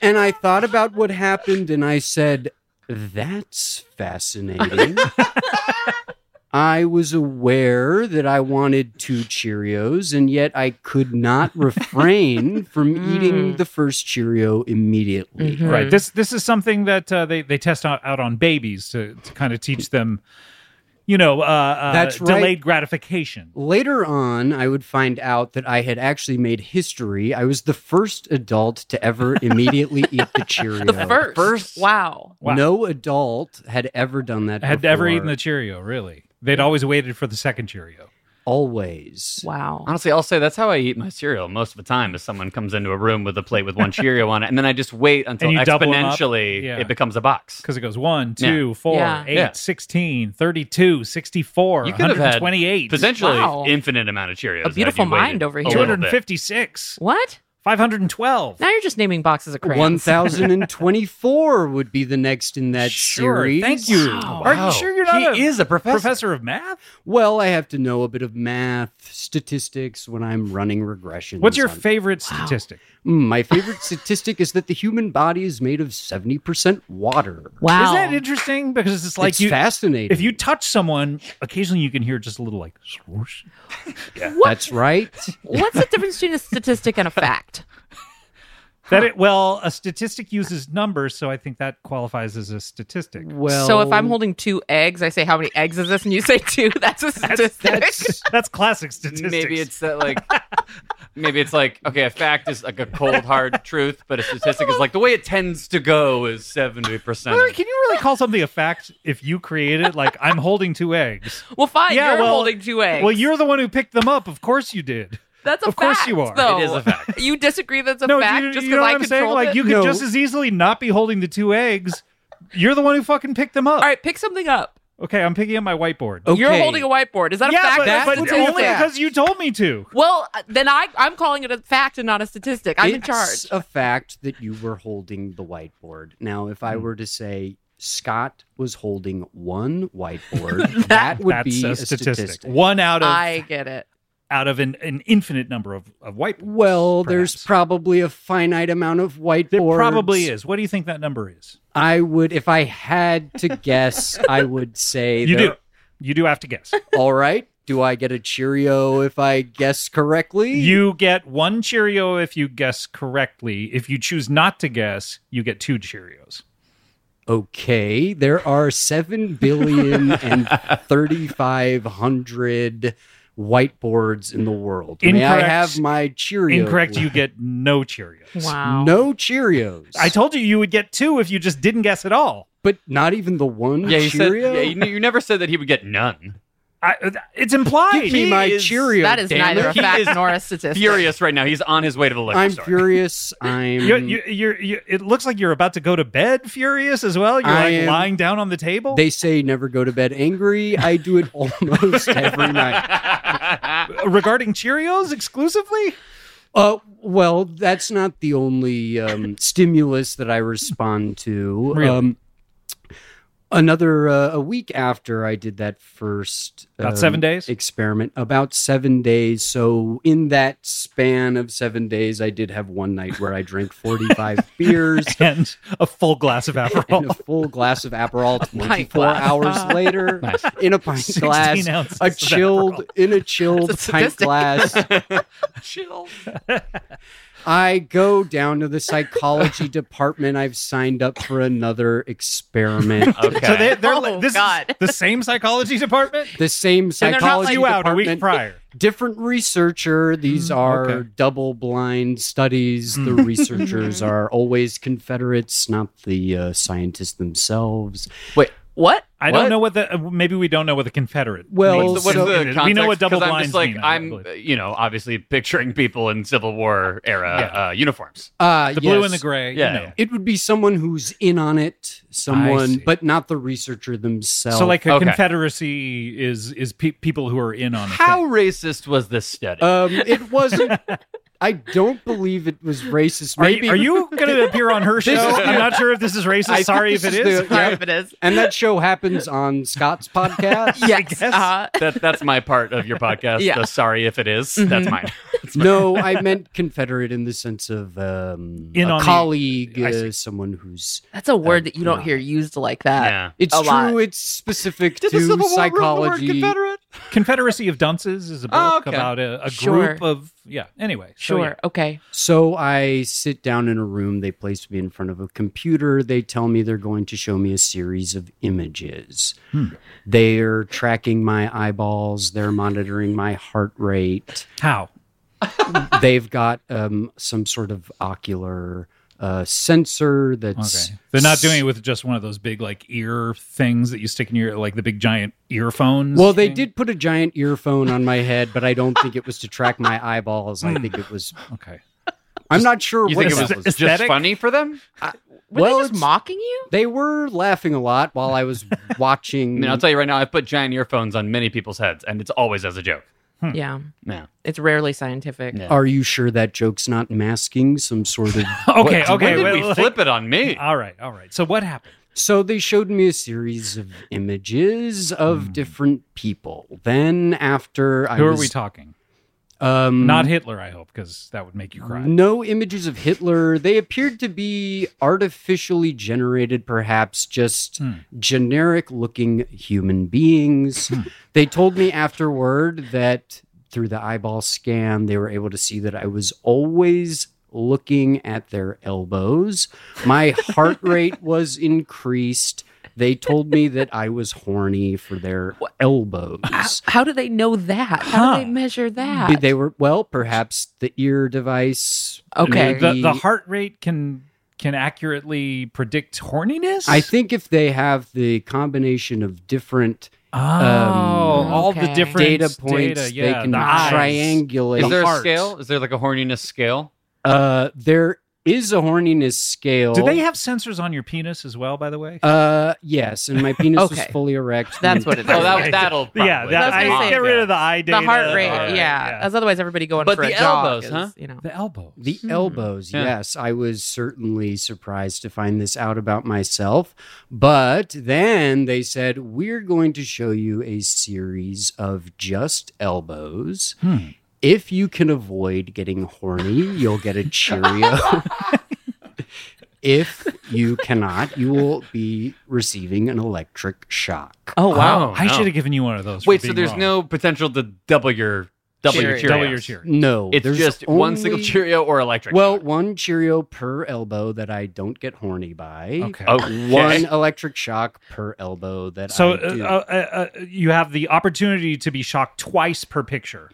Speaker 5: and I thought about what happened and I said, That's fascinating. I was aware that I wanted two Cheerios, and yet I could not refrain from eating the first Cheerio immediately.
Speaker 2: Mhm.
Speaker 1: Right. This this is something that uh, they they test out, out on babies to, to kind of teach them, you know, uh, uh,
Speaker 5: That's right.
Speaker 1: delayed gratification.
Speaker 5: Later on, I would find out that I had actually made history. I was the first adult to ever immediately eat the Cheerio.
Speaker 2: The first.
Speaker 3: First.
Speaker 2: Wow.
Speaker 1: Wow.
Speaker 5: No adult had ever done that.
Speaker 1: Had ever
Speaker 5: before.
Speaker 1: eaten the Cheerio? Really? They'd always waited for the second Cheerio.
Speaker 5: Always.
Speaker 2: Wow.
Speaker 3: Honestly, I'll say that's how I eat my cereal most of the time. Is someone comes into a room with a plate with one Cheerio on it, and then I just wait
Speaker 1: (laughs)
Speaker 3: until
Speaker 1: And you double 'em up?
Speaker 3: exponentially
Speaker 1: Yeah.
Speaker 3: it becomes a box.
Speaker 1: Because it goes 1, 2, 4,
Speaker 2: Yeah.
Speaker 1: 8,
Speaker 3: Yeah.
Speaker 1: 16, 32, 64,
Speaker 3: You could have had
Speaker 1: 128,
Speaker 3: Potentially
Speaker 2: Wow.
Speaker 3: infinite amount of Cheerios.
Speaker 2: A
Speaker 3: had
Speaker 2: beautiful
Speaker 3: you waited
Speaker 2: mind over
Speaker 3: a
Speaker 2: here.
Speaker 3: little bit.
Speaker 1: 256,
Speaker 2: What?
Speaker 1: 512.
Speaker 2: Now you're just naming boxes of crayons.
Speaker 5: 1024 would be the next in that
Speaker 1: sure.
Speaker 5: series.
Speaker 1: Thank you.
Speaker 2: Wow.
Speaker 1: Are you sure you're not
Speaker 3: He
Speaker 1: a
Speaker 3: is a professor.
Speaker 1: professor of math?
Speaker 5: Well, I have to know a bit of math, statistics when I'm running regressions.
Speaker 1: What's your
Speaker 5: on-
Speaker 1: favorite statistic?
Speaker 5: Mm, my favorite statistic is that the human body is made of 70% water.
Speaker 2: Wow.
Speaker 1: Is that interesting? Because it's like
Speaker 5: it's
Speaker 1: you,
Speaker 5: fascinating.
Speaker 1: if you touch someone, occasionally you can hear just a little like swoosh.
Speaker 5: That's
Speaker 1: (laughs)
Speaker 5: right.
Speaker 2: What's the difference between a statistic and a fact?
Speaker 1: That it well, a statistic uses numbers, so I think that qualifies as a statistic.
Speaker 5: Well,
Speaker 2: so if I'm holding two eggs, I say, how many eggs is this? And you say two. (laughs) That's a statistic.
Speaker 1: (laughs) That's classic statistics.
Speaker 3: Maybe it's that like maybe it's like okay, a fact is like a
Speaker 5: (laughs)
Speaker 3: cold hard truth, but a statistic is like the way it tends to go is seventy
Speaker 1: Really,
Speaker 3: percent.
Speaker 1: Can you really call something a fact if you create it? Like I'm holding two eggs.
Speaker 2: well, fine.
Speaker 1: Yeah,
Speaker 2: you're
Speaker 1: well-
Speaker 2: holding two eggs.
Speaker 1: Well, you're the one who picked them up. Of course you did.
Speaker 2: That's a
Speaker 1: of course
Speaker 2: fact,
Speaker 1: you are.
Speaker 2: Though.
Speaker 3: It is a
Speaker 2: (laughs)
Speaker 3: fact.
Speaker 2: You disagree that's a
Speaker 1: no,
Speaker 2: fact
Speaker 1: you,
Speaker 2: just
Speaker 1: you
Speaker 2: because
Speaker 1: know
Speaker 2: I
Speaker 1: what I'm saying?
Speaker 2: controlled
Speaker 1: Like
Speaker 2: it?
Speaker 1: you could
Speaker 5: No.
Speaker 1: just as easily not be holding the two eggs. You're the one who fucking picked them up.
Speaker 2: All right, pick something up.
Speaker 1: Okay, I'm picking up my whiteboard.
Speaker 2: You're
Speaker 5: Okay.
Speaker 2: holding a whiteboard. Is that a
Speaker 1: yeah,
Speaker 2: fact? or
Speaker 1: but,
Speaker 2: a
Speaker 1: but
Speaker 5: would
Speaker 2: statistic?
Speaker 5: be a
Speaker 1: only
Speaker 5: fact.
Speaker 1: because you told me to.
Speaker 2: Well, uh, then I, I'm calling it a fact and not a statistic. I'm in
Speaker 5: it's
Speaker 2: charge.
Speaker 5: a fact that you were holding the whiteboard. Now, if I
Speaker 2: Hmm.
Speaker 5: were to say Scott was holding one
Speaker 2: (laughs)
Speaker 5: whiteboard, that would
Speaker 1: That's
Speaker 5: be
Speaker 1: a, statistic. One out of
Speaker 2: I get it.
Speaker 1: out of an, an infinite number of, of whiteboards.
Speaker 5: Well, there's
Speaker 1: perhaps.
Speaker 5: probably a finite amount of whiteboards.
Speaker 1: There probably is. What do you think that number is?
Speaker 5: I would, if I had to guess, I would
Speaker 1: (laughs)
Speaker 5: say
Speaker 1: You do.
Speaker 5: there-
Speaker 1: You do have to guess.
Speaker 5: All right. Do I get a Cheerio if I guess correctly?
Speaker 1: You get one Cheerio if you guess correctly. If you choose not to guess, you get two Cheerios.
Speaker 5: Okay, there are 7 billion and 3,500 whiteboards in the world. May I
Speaker 1: Incorrect.
Speaker 5: have my Cheerio?
Speaker 1: Incorrect,
Speaker 5: please?
Speaker 1: you get no Cheerios.
Speaker 2: Wow.
Speaker 5: No Cheerios.
Speaker 1: I told you you would get two if you just didn't guess at all.
Speaker 5: but not even the one
Speaker 3: Yeah, you said,
Speaker 5: Cheerio?
Speaker 3: yeah, you, ne- you never said that he would get none.
Speaker 1: I, it's implied.
Speaker 5: Give me
Speaker 3: He
Speaker 5: my
Speaker 3: is-
Speaker 5: Cheerio.
Speaker 2: that is
Speaker 5: damn it.
Speaker 2: neither a
Speaker 3: He is
Speaker 2: fact nor a statistic. (laughs)
Speaker 3: Furious right now. He's on his way to the liquor
Speaker 5: I'm
Speaker 3: store.
Speaker 5: furious.
Speaker 1: (laughs)
Speaker 5: I'm
Speaker 1: You, you, you're, you, it looks like you're about to go to bed furious as well. You're
Speaker 5: I
Speaker 1: like
Speaker 5: am-
Speaker 1: lying down on the table.
Speaker 5: They say never go to bed angry. I do it (laughs) almost every night.
Speaker 1: regarding Cheerios exclusively.
Speaker 5: Uh, well, that's not the only um, stimulus that I respond to.
Speaker 1: Really?
Speaker 5: Um, another uh, a week after I did that first um,
Speaker 1: About seven days?
Speaker 5: experiment, about seven days. So in that span of seven days, I did have one night where I drank forty five
Speaker 1: (laughs)
Speaker 5: beers
Speaker 1: and a full glass of Aperol.
Speaker 5: and a full glass
Speaker 1: (laughs)
Speaker 5: of Aperol. Twenty
Speaker 2: pint
Speaker 5: four
Speaker 2: glass.
Speaker 5: hours later, in a pint
Speaker 1: 16
Speaker 5: glass,
Speaker 1: ounces
Speaker 5: a
Speaker 1: of
Speaker 5: chilled in a chilled
Speaker 2: That's
Speaker 5: pint
Speaker 2: sadistic.
Speaker 5: glass.
Speaker 1: (laughs)
Speaker 3: Chill.
Speaker 5: I go down to the psychology department. I've signed up for another
Speaker 1: (laughs)
Speaker 5: experiment.
Speaker 3: Okay.
Speaker 1: So they, they're
Speaker 2: Oh,
Speaker 1: like, this
Speaker 2: God.
Speaker 1: is the same psychology department.
Speaker 5: The same
Speaker 1: And they're not
Speaker 5: psychology
Speaker 1: you out a week
Speaker 5: department,
Speaker 1: prior. Mm,
Speaker 5: different researcher. These are
Speaker 1: okay. Mm.
Speaker 5: double-blind studies.
Speaker 1: (laughs)
Speaker 5: The researchers are always Confederates, not the uh, scientists themselves.
Speaker 3: Wait.
Speaker 2: What?
Speaker 1: I
Speaker 3: What?
Speaker 1: don't know what the uh, maybe we don't know what the Confederate.
Speaker 5: Well,
Speaker 1: means.
Speaker 3: What's the, what's
Speaker 5: so-
Speaker 3: the context?
Speaker 1: we know what
Speaker 3: 'Cause
Speaker 1: double
Speaker 3: I'm
Speaker 1: blinds
Speaker 3: just like
Speaker 1: mean. I
Speaker 3: I'm,
Speaker 1: believe.
Speaker 3: uh, you know, obviously picturing people in Civil War era uh, uniforms.
Speaker 5: Uh,
Speaker 1: the blue
Speaker 5: yes.
Speaker 1: and the gray.
Speaker 3: Yeah,
Speaker 1: you know.
Speaker 3: yeah.
Speaker 5: It would be someone who's in on it, someone,
Speaker 1: see.
Speaker 5: but not the researcher themselves.
Speaker 1: So like a
Speaker 3: Okay.
Speaker 1: Confederacy is is pe- people who are in on it.
Speaker 3: How racist was this study?
Speaker 5: um,
Speaker 1: (laughs)
Speaker 5: it wasn't. I don't believe it was racist.
Speaker 1: Are
Speaker 5: Maybe
Speaker 1: you, are you going to appear on her show?
Speaker 5: is the-
Speaker 1: I'm not sure if this is racist.
Speaker 5: (laughs) I think
Speaker 1: Sorry if
Speaker 5: this
Speaker 1: it
Speaker 5: is
Speaker 1: is.
Speaker 5: the- Yeah.
Speaker 2: Sorry if it is.
Speaker 5: (laughs) And that show happens on Scott's podcast.
Speaker 1: (laughs)
Speaker 2: Yes.
Speaker 1: guess.
Speaker 2: Uh,
Speaker 3: that that's my
Speaker 5: (laughs)
Speaker 3: part of your podcast.
Speaker 2: Yeah.
Speaker 3: the sorry if it is.
Speaker 5: Mm-hmm.
Speaker 3: That's mine.
Speaker 5: no, I meant Confederate in the sense of um,
Speaker 1: In on
Speaker 5: a
Speaker 1: the-
Speaker 5: colleague,
Speaker 1: I
Speaker 5: uh, someone who's.
Speaker 2: that's a word
Speaker 5: Um,
Speaker 2: that you don't
Speaker 5: no.
Speaker 2: hear used like
Speaker 5: Uh,
Speaker 2: that.
Speaker 3: Yeah.
Speaker 5: It's
Speaker 2: A
Speaker 5: true.
Speaker 2: lot.
Speaker 5: It's specific
Speaker 3: Did the
Speaker 5: to
Speaker 3: Civil War ruin the word
Speaker 5: psychology.
Speaker 3: Confederate?
Speaker 1: Confederacy of Dunces is a book
Speaker 3: Oh, okay.
Speaker 1: about a, a
Speaker 2: Sure.
Speaker 1: group of yeah. Anyway, so
Speaker 2: Sure.
Speaker 1: yeah.
Speaker 2: Okay.
Speaker 5: So I sit down in a room. They place me in front of a computer. They tell me they're going to show me a series of images.
Speaker 3: Hmm.
Speaker 5: They're tracking my eyeballs. They're monitoring my heart rate.
Speaker 1: How?
Speaker 5: They've got um, some sort of ocular uh, sensor that's.
Speaker 1: Okay. They're not doing it with just one of those big like ear things that you stick in your like the big giant earphones.
Speaker 5: Well, they
Speaker 1: thing?
Speaker 5: did put a giant earphone on my head, but I don't think it was to track my eyeballs. I think it was.
Speaker 1: Okay.
Speaker 5: I'm not sure
Speaker 3: Hmm. You
Speaker 5: what
Speaker 3: think it
Speaker 5: that
Speaker 3: was
Speaker 1: Aesthetic?
Speaker 3: just funny for them?
Speaker 2: Were
Speaker 5: Well,
Speaker 2: they just
Speaker 5: it's-
Speaker 2: mocking you?
Speaker 5: They were laughing a lot while I was watching.
Speaker 3: I
Speaker 1: Mm.
Speaker 3: mean, I'll tell you right (laughs) now, I've put giant earphones on many people's heads, and it's always as a joke.
Speaker 2: Yeah.
Speaker 3: Yeah.
Speaker 2: It's rarely scientific.
Speaker 3: Yeah.
Speaker 5: Are you sure that joke's not masking some sort
Speaker 1: (laughs)
Speaker 5: of?
Speaker 1: Okay. okay.
Speaker 3: What- When did
Speaker 1: well,
Speaker 3: we
Speaker 1: like- uh,
Speaker 3: flip it on me?
Speaker 1: All right. All right. So what happened?
Speaker 5: so they showed me a series of images of different people. Then after I
Speaker 1: Hmm. Who are
Speaker 5: was,
Speaker 1: we talking?
Speaker 5: Um,
Speaker 1: Not Hitler, I hope, because that would make you cry.
Speaker 5: No images of Hitler. They appeared to be artificially generated, perhaps just generic looking human beings. They told me afterward that through the eyeball scan, they were able to see that I was always looking at their elbows. My heart rate was increased. They told me that I was horny for their elbows.
Speaker 2: How do they know that? How do they measure that?
Speaker 5: They were, well, perhaps the ear device.
Speaker 2: Okay.
Speaker 1: The,
Speaker 5: maybe-
Speaker 1: the heart rate can can accurately predict horniness.
Speaker 5: I think if they have the combination of different
Speaker 1: Oh, all the
Speaker 2: Okay.
Speaker 1: different
Speaker 5: um, data points,
Speaker 1: data, yeah,
Speaker 5: they can
Speaker 1: the eyes.
Speaker 5: triangulate.
Speaker 3: Is there a
Speaker 1: heart.
Speaker 3: scale? Is there like a
Speaker 1: (laughs)
Speaker 3: horniness scale?
Speaker 5: Uh, there is a horniness scale.
Speaker 1: Do they have sensors on your penis as well? By the way,
Speaker 5: Uh, yes, and my penis was
Speaker 2: Okay.
Speaker 5: fully erect.
Speaker 2: That's what it is.
Speaker 3: Oh, that,
Speaker 1: Right.
Speaker 3: that'll probably.
Speaker 1: yeah,
Speaker 2: that- I was gonna I- say-
Speaker 1: get rid of the eye
Speaker 2: the
Speaker 1: data,
Speaker 2: heart rate.
Speaker 1: all
Speaker 2: Yeah.
Speaker 1: right,
Speaker 2: As otherwise, everybody going
Speaker 3: But
Speaker 2: for
Speaker 3: the
Speaker 2: a jog
Speaker 3: elbows,
Speaker 2: is,
Speaker 3: huh?
Speaker 2: You know.
Speaker 1: the elbow.
Speaker 5: The e- elbows,
Speaker 3: Hmm. Yeah.
Speaker 5: yes. I was certainly surprised to find this out about myself. But then they said, We're going to show you a series of just elbows.
Speaker 3: Hmm.
Speaker 5: If you can avoid getting horny, you'll get a Cheerio. if you cannot, you will be receiving an electric shock.
Speaker 2: Oh
Speaker 3: (laughs)
Speaker 2: wow.
Speaker 3: Oh,
Speaker 1: I
Speaker 3: no.
Speaker 1: should have given you one of those. for
Speaker 3: Wait, so
Speaker 1: being
Speaker 3: there's
Speaker 1: wrong.
Speaker 3: no potential to double your double your
Speaker 2: Cheerios.
Speaker 3: Cheerios.
Speaker 1: double your cheer.
Speaker 5: No,
Speaker 3: It's
Speaker 5: there's
Speaker 3: just one single
Speaker 5: only-
Speaker 3: Cheerio or electric.
Speaker 5: Well, one Cheerio per elbow that I don't get horny by.
Speaker 1: Okay.
Speaker 3: okay.
Speaker 5: one electric shock per elbow that
Speaker 1: So
Speaker 5: oh, I
Speaker 1: uh,
Speaker 5: do.
Speaker 1: uh, uh, you have the opportunity to be shocked twice per picture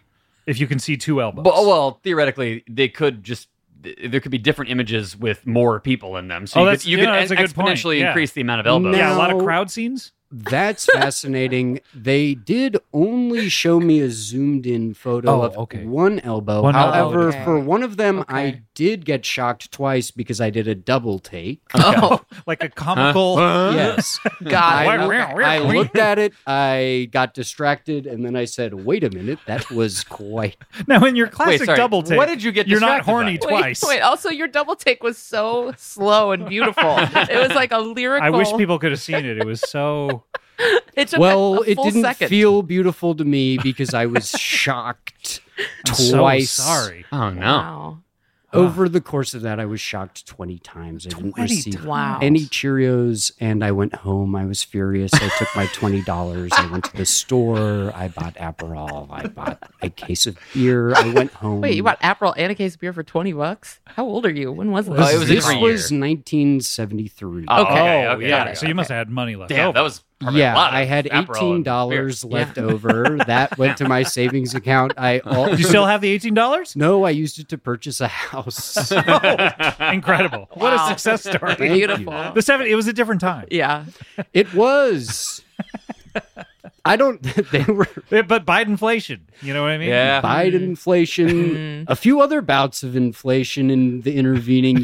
Speaker 1: if you can see two elbows.
Speaker 3: But, oh,
Speaker 5: oh,
Speaker 3: well, theoretically, they could just th- there could be different images with more people in them, so
Speaker 1: Oh,
Speaker 3: you
Speaker 1: that's-
Speaker 3: could, you
Speaker 1: yeah,
Speaker 3: could
Speaker 1: that's a
Speaker 3: en-
Speaker 1: good point.
Speaker 3: exponentially
Speaker 1: Yeah.
Speaker 3: increase the amount of elbows.
Speaker 5: No.
Speaker 1: yeah, a lot of
Speaker 5: now-
Speaker 1: crowd scenes.
Speaker 5: that's fascinating. They did only show me a zoomed in photo
Speaker 1: Oh,
Speaker 5: of
Speaker 1: okay.
Speaker 5: one elbow.
Speaker 1: One elbow,
Speaker 5: However,
Speaker 2: okay.
Speaker 5: for one of them, I
Speaker 2: Okay.
Speaker 5: did get shocked twice because I did a double take.
Speaker 2: Oh
Speaker 1: (laughs) like a comical. (laughs)
Speaker 5: Yes.
Speaker 2: God.
Speaker 1: Why-
Speaker 2: Okay.
Speaker 5: I looked at it, I got distracted, and then I said, wait a minute, that
Speaker 1: (laughs)
Speaker 5: was quite.
Speaker 1: Now, in your classic
Speaker 3: sorry,
Speaker 1: double take,
Speaker 3: what did you get
Speaker 1: You're not
Speaker 3: distracted by?
Speaker 1: horny
Speaker 2: (laughs) Wait,
Speaker 1: twice.
Speaker 2: Wait, Also, your double take was so slow and beautiful. it was like a lyrical.
Speaker 1: I wish people could have seen it. It was
Speaker 3: (laughs)
Speaker 1: so.
Speaker 2: It took a-
Speaker 5: Well,
Speaker 2: a
Speaker 5: it
Speaker 2: full
Speaker 5: didn't
Speaker 2: second.
Speaker 5: feel beautiful to me because I was shocked
Speaker 1: (laughs) I'm so
Speaker 5: twice.
Speaker 1: sorry.
Speaker 3: Oh no.
Speaker 2: Wow.
Speaker 5: Over the course of that, I was shocked 20 times. I didn't
Speaker 1: 20
Speaker 5: receive
Speaker 2: Wow.
Speaker 5: any Cheerios, and I went home. I was furious. I took my $20. I went to the store. I bought Aperol. I bought a case of beer. I went home.
Speaker 2: Wait, you bought Aperol and a case of beer for twenty bucks? How old are you? When was this?
Speaker 3: Oh, it was a
Speaker 5: this
Speaker 3: different year.
Speaker 5: was 1973.
Speaker 3: Oh, okay,
Speaker 1: oh,
Speaker 3: okay,
Speaker 1: yeah.
Speaker 3: okay,
Speaker 1: so you must have had money left
Speaker 3: Damn,
Speaker 1: over.
Speaker 3: that was probably a
Speaker 5: yeah,
Speaker 3: lot of
Speaker 5: I had
Speaker 3: Aperol
Speaker 5: eighteen
Speaker 3: and beer.
Speaker 5: dollars left over. That went to my savings account.
Speaker 3: (laughs)
Speaker 5: I all
Speaker 1: Do you still have the eighteen dollars?
Speaker 5: (laughs) no, I used it to purchase a
Speaker 3: (laughs)
Speaker 5: house.
Speaker 1: (laughs) Incredible! What a
Speaker 2: Wow.
Speaker 1: success
Speaker 2: (laughs)
Speaker 1: story.
Speaker 5: Thank you.
Speaker 2: Beautiful.
Speaker 1: The seven. It was a different time.
Speaker 2: Yeah.
Speaker 5: It was. I don't. (laughs) They
Speaker 3: (laughs)
Speaker 5: were
Speaker 1: It- but by inflation, you know what I mean?
Speaker 3: Yeah.
Speaker 5: Biden
Speaker 2: Mm.
Speaker 5: inflation, a few other bouts of inflation in the intervening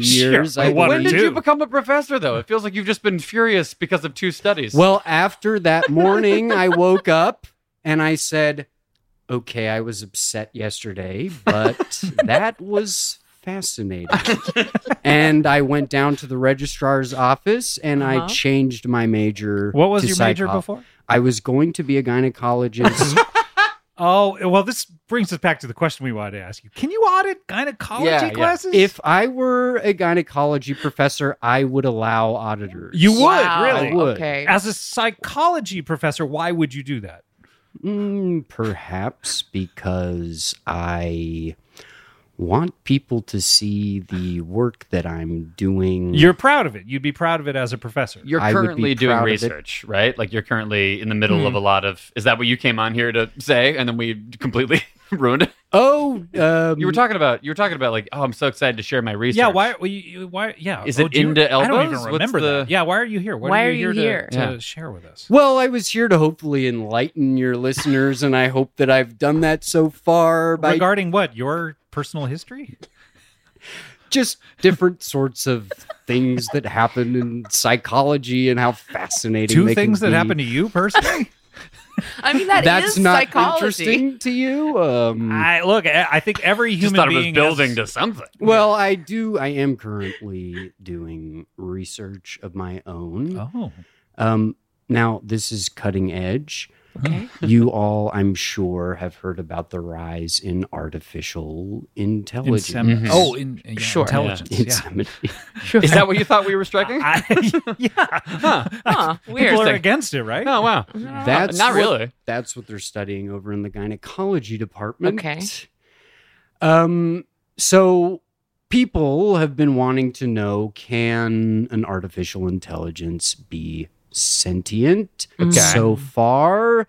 Speaker 1: (laughs) Sure,
Speaker 5: years.
Speaker 1: I wonder.
Speaker 3: When did
Speaker 1: Dude.
Speaker 3: you become a professor, though? It feels like you've just been furious because of two studies.
Speaker 5: Well, after that morning, I woke up and I said, "Okay, I was upset yesterday,
Speaker 1: (laughs)
Speaker 5: but that was fascinating." and I went down to the registrar's office and I
Speaker 2: Uh-huh.
Speaker 5: changed my major.
Speaker 1: What was
Speaker 5: to
Speaker 1: your major
Speaker 5: psycho-
Speaker 1: before?
Speaker 5: I was going to be a gynecologist.
Speaker 1: (laughs) Oh, well, this brings us back to the question we wanted to ask you. Can you audit gynecology
Speaker 3: Yeah, yeah.
Speaker 1: classes?
Speaker 5: if I were a gynecology professor, I would allow auditors.
Speaker 1: you would
Speaker 2: Wow.
Speaker 1: really,
Speaker 5: I would.
Speaker 2: Okay.
Speaker 1: as a psychology professor, why would you do that?
Speaker 5: Mm, perhaps because I want people to see the work that I'm doing.
Speaker 1: You're proud of it. You'd be proud of it as a professor.
Speaker 3: you're
Speaker 5: I would be
Speaker 3: currently doing
Speaker 5: proud of it.
Speaker 3: research, right? Like you're currently in the middle of a lot of. Is that what you came on here to say? And then we completely (laughs) ruined it.
Speaker 5: oh, um,
Speaker 3: You were talking about. You were talking about like, oh, I'm so excited to share my research.
Speaker 1: yeah, why? Why? you- why yeah, Oh,
Speaker 3: Is it
Speaker 1: do you-
Speaker 3: into
Speaker 1: I don't even
Speaker 3: elbows? What's
Speaker 1: remember
Speaker 3: the-
Speaker 1: that. Yeah, why are you here? What
Speaker 2: Why
Speaker 1: are
Speaker 2: are
Speaker 1: you
Speaker 2: you
Speaker 1: here, to,
Speaker 3: here?
Speaker 1: to
Speaker 3: Yeah.
Speaker 1: share with us?
Speaker 5: Well, I was here to hopefully enlighten your listeners, and I hope that I've done that so far by
Speaker 1: Regarding what your personal history?
Speaker 5: just different sorts of things that happen in psychology and how fascinating
Speaker 1: Two
Speaker 5: they can
Speaker 1: things that
Speaker 5: be.
Speaker 1: happen to you
Speaker 3: (laughs)
Speaker 1: personally.
Speaker 2: I mean, that
Speaker 5: That's
Speaker 2: is
Speaker 5: not
Speaker 2: psychology.
Speaker 5: interesting to you. Um,
Speaker 1: I look. I I think every
Speaker 3: Mm. Just
Speaker 1: human
Speaker 3: thought it was
Speaker 1: being
Speaker 3: building
Speaker 1: has-
Speaker 3: to something.
Speaker 5: Well, I do. I am currently doing research of my own.
Speaker 1: Oh,
Speaker 5: Um, now, this is cutting edge.
Speaker 2: Okay.
Speaker 1: (laughs)
Speaker 5: You all, I'm sure, have heard about the rise in artificial intelligence.
Speaker 1: Insemin-
Speaker 3: Mhm.
Speaker 1: Oh, in, yeah,
Speaker 2: Sure.
Speaker 1: intelligence. Yeah.
Speaker 5: Insemin-
Speaker 3: Is that what you thought we were striking? (laughs)
Speaker 1: I- (laughs) yeah.
Speaker 2: Huh.
Speaker 1: People
Speaker 2: Weird.
Speaker 1: are
Speaker 3: Interesting.
Speaker 1: against it, right?
Speaker 3: oh wow.
Speaker 5: That's
Speaker 3: Not
Speaker 5: what-
Speaker 3: really.
Speaker 5: That's what they're studying over in the gynecology department.
Speaker 2: Okay.
Speaker 5: Um, so people have been wanting to know can an artificial intelligence be sentient?
Speaker 2: Okay.
Speaker 5: So far,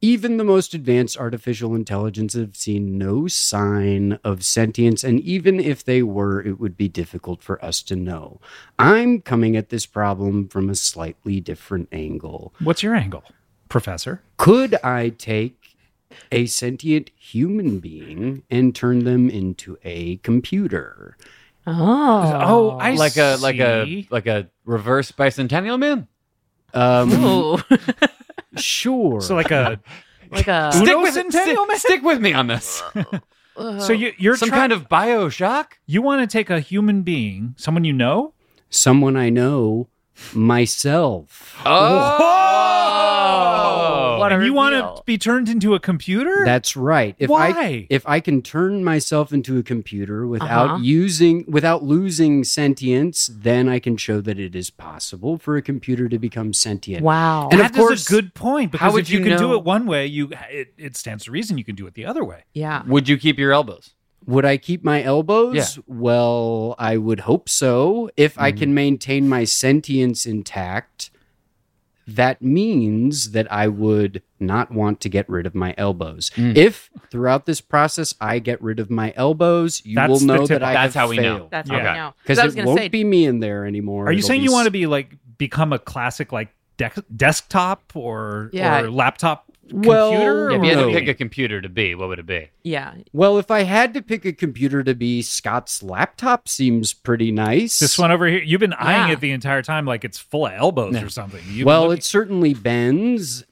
Speaker 5: even the most advanced artificial intelligence have seen no sign of sentience. And even if they were, it would be difficult for us to know. I'm coming at this problem from a slightly different angle
Speaker 1: What's your angle, Professor?
Speaker 5: could I take a sentient human being and turn them into a computer?
Speaker 2: Oh.
Speaker 1: Oh, I
Speaker 3: Like a like a
Speaker 1: see.
Speaker 3: like a reverse bicentennial man.
Speaker 1: (laughs)
Speaker 5: Um,
Speaker 2: Ooh.
Speaker 5: sure.
Speaker 1: So like
Speaker 3: (laughs)
Speaker 1: a
Speaker 2: like a.
Speaker 1: Uno
Speaker 3: Stick with,
Speaker 1: centennial
Speaker 3: stick, stick with me on this.
Speaker 1: so you you're
Speaker 3: (laughs) Some kind of Bioshock.
Speaker 1: you want to take a human being, someone you know,
Speaker 5: Someone I know, myself.
Speaker 3: Oh,
Speaker 2: What a
Speaker 1: and you want
Speaker 2: reveal.
Speaker 1: to be turned into a computer?
Speaker 5: That's right. If I
Speaker 1: Why?
Speaker 5: if I can turn myself into a computer without
Speaker 2: Uh-huh.
Speaker 5: using without losing sentience, then I can show that it is possible for a computer to become sentient.
Speaker 2: Wow.
Speaker 5: And
Speaker 1: That
Speaker 5: of
Speaker 1: is
Speaker 5: course-
Speaker 1: a good point because
Speaker 3: would
Speaker 1: if you,
Speaker 3: you
Speaker 1: can do
Speaker 3: know-
Speaker 1: it one way, you it, it stands to reason you can do it the other way.
Speaker 2: yeah.
Speaker 3: Would you keep your elbows?
Speaker 5: Would I keep my elbows?
Speaker 3: Yeah.
Speaker 5: Well, I would hope so. If I can maintain my sentience intact, that means that I would not want to get rid of my elbows. If throughout this process I get rid of my elbows, you
Speaker 1: That's
Speaker 5: will
Speaker 1: the
Speaker 5: know
Speaker 1: tip
Speaker 5: that I
Speaker 3: off.
Speaker 5: have
Speaker 3: That's how we know.
Speaker 5: failed.
Speaker 2: That's
Speaker 1: Yeah.
Speaker 2: how I know.
Speaker 5: Because
Speaker 2: I was
Speaker 5: it
Speaker 2: gonna
Speaker 5: won't
Speaker 2: say,
Speaker 5: be me in there anymore.
Speaker 1: Are you
Speaker 5: It'll
Speaker 1: saying
Speaker 5: be
Speaker 1: you
Speaker 5: s-
Speaker 1: want to be like become a classic like dec desktop or
Speaker 2: Yeah.
Speaker 1: or laptop computer?
Speaker 5: Well,
Speaker 3: Yeah, if you had
Speaker 1: or-
Speaker 3: to pick a computer to be, what would it be?
Speaker 2: Yeah.
Speaker 5: Well, if I had to pick a computer to be, Scott's laptop seems pretty nice.
Speaker 1: this one over here, you've been eyeing
Speaker 2: Yeah.
Speaker 1: it the entire time like it's full of elbows or something. You've
Speaker 5: well,
Speaker 1: been
Speaker 5: it certainly bends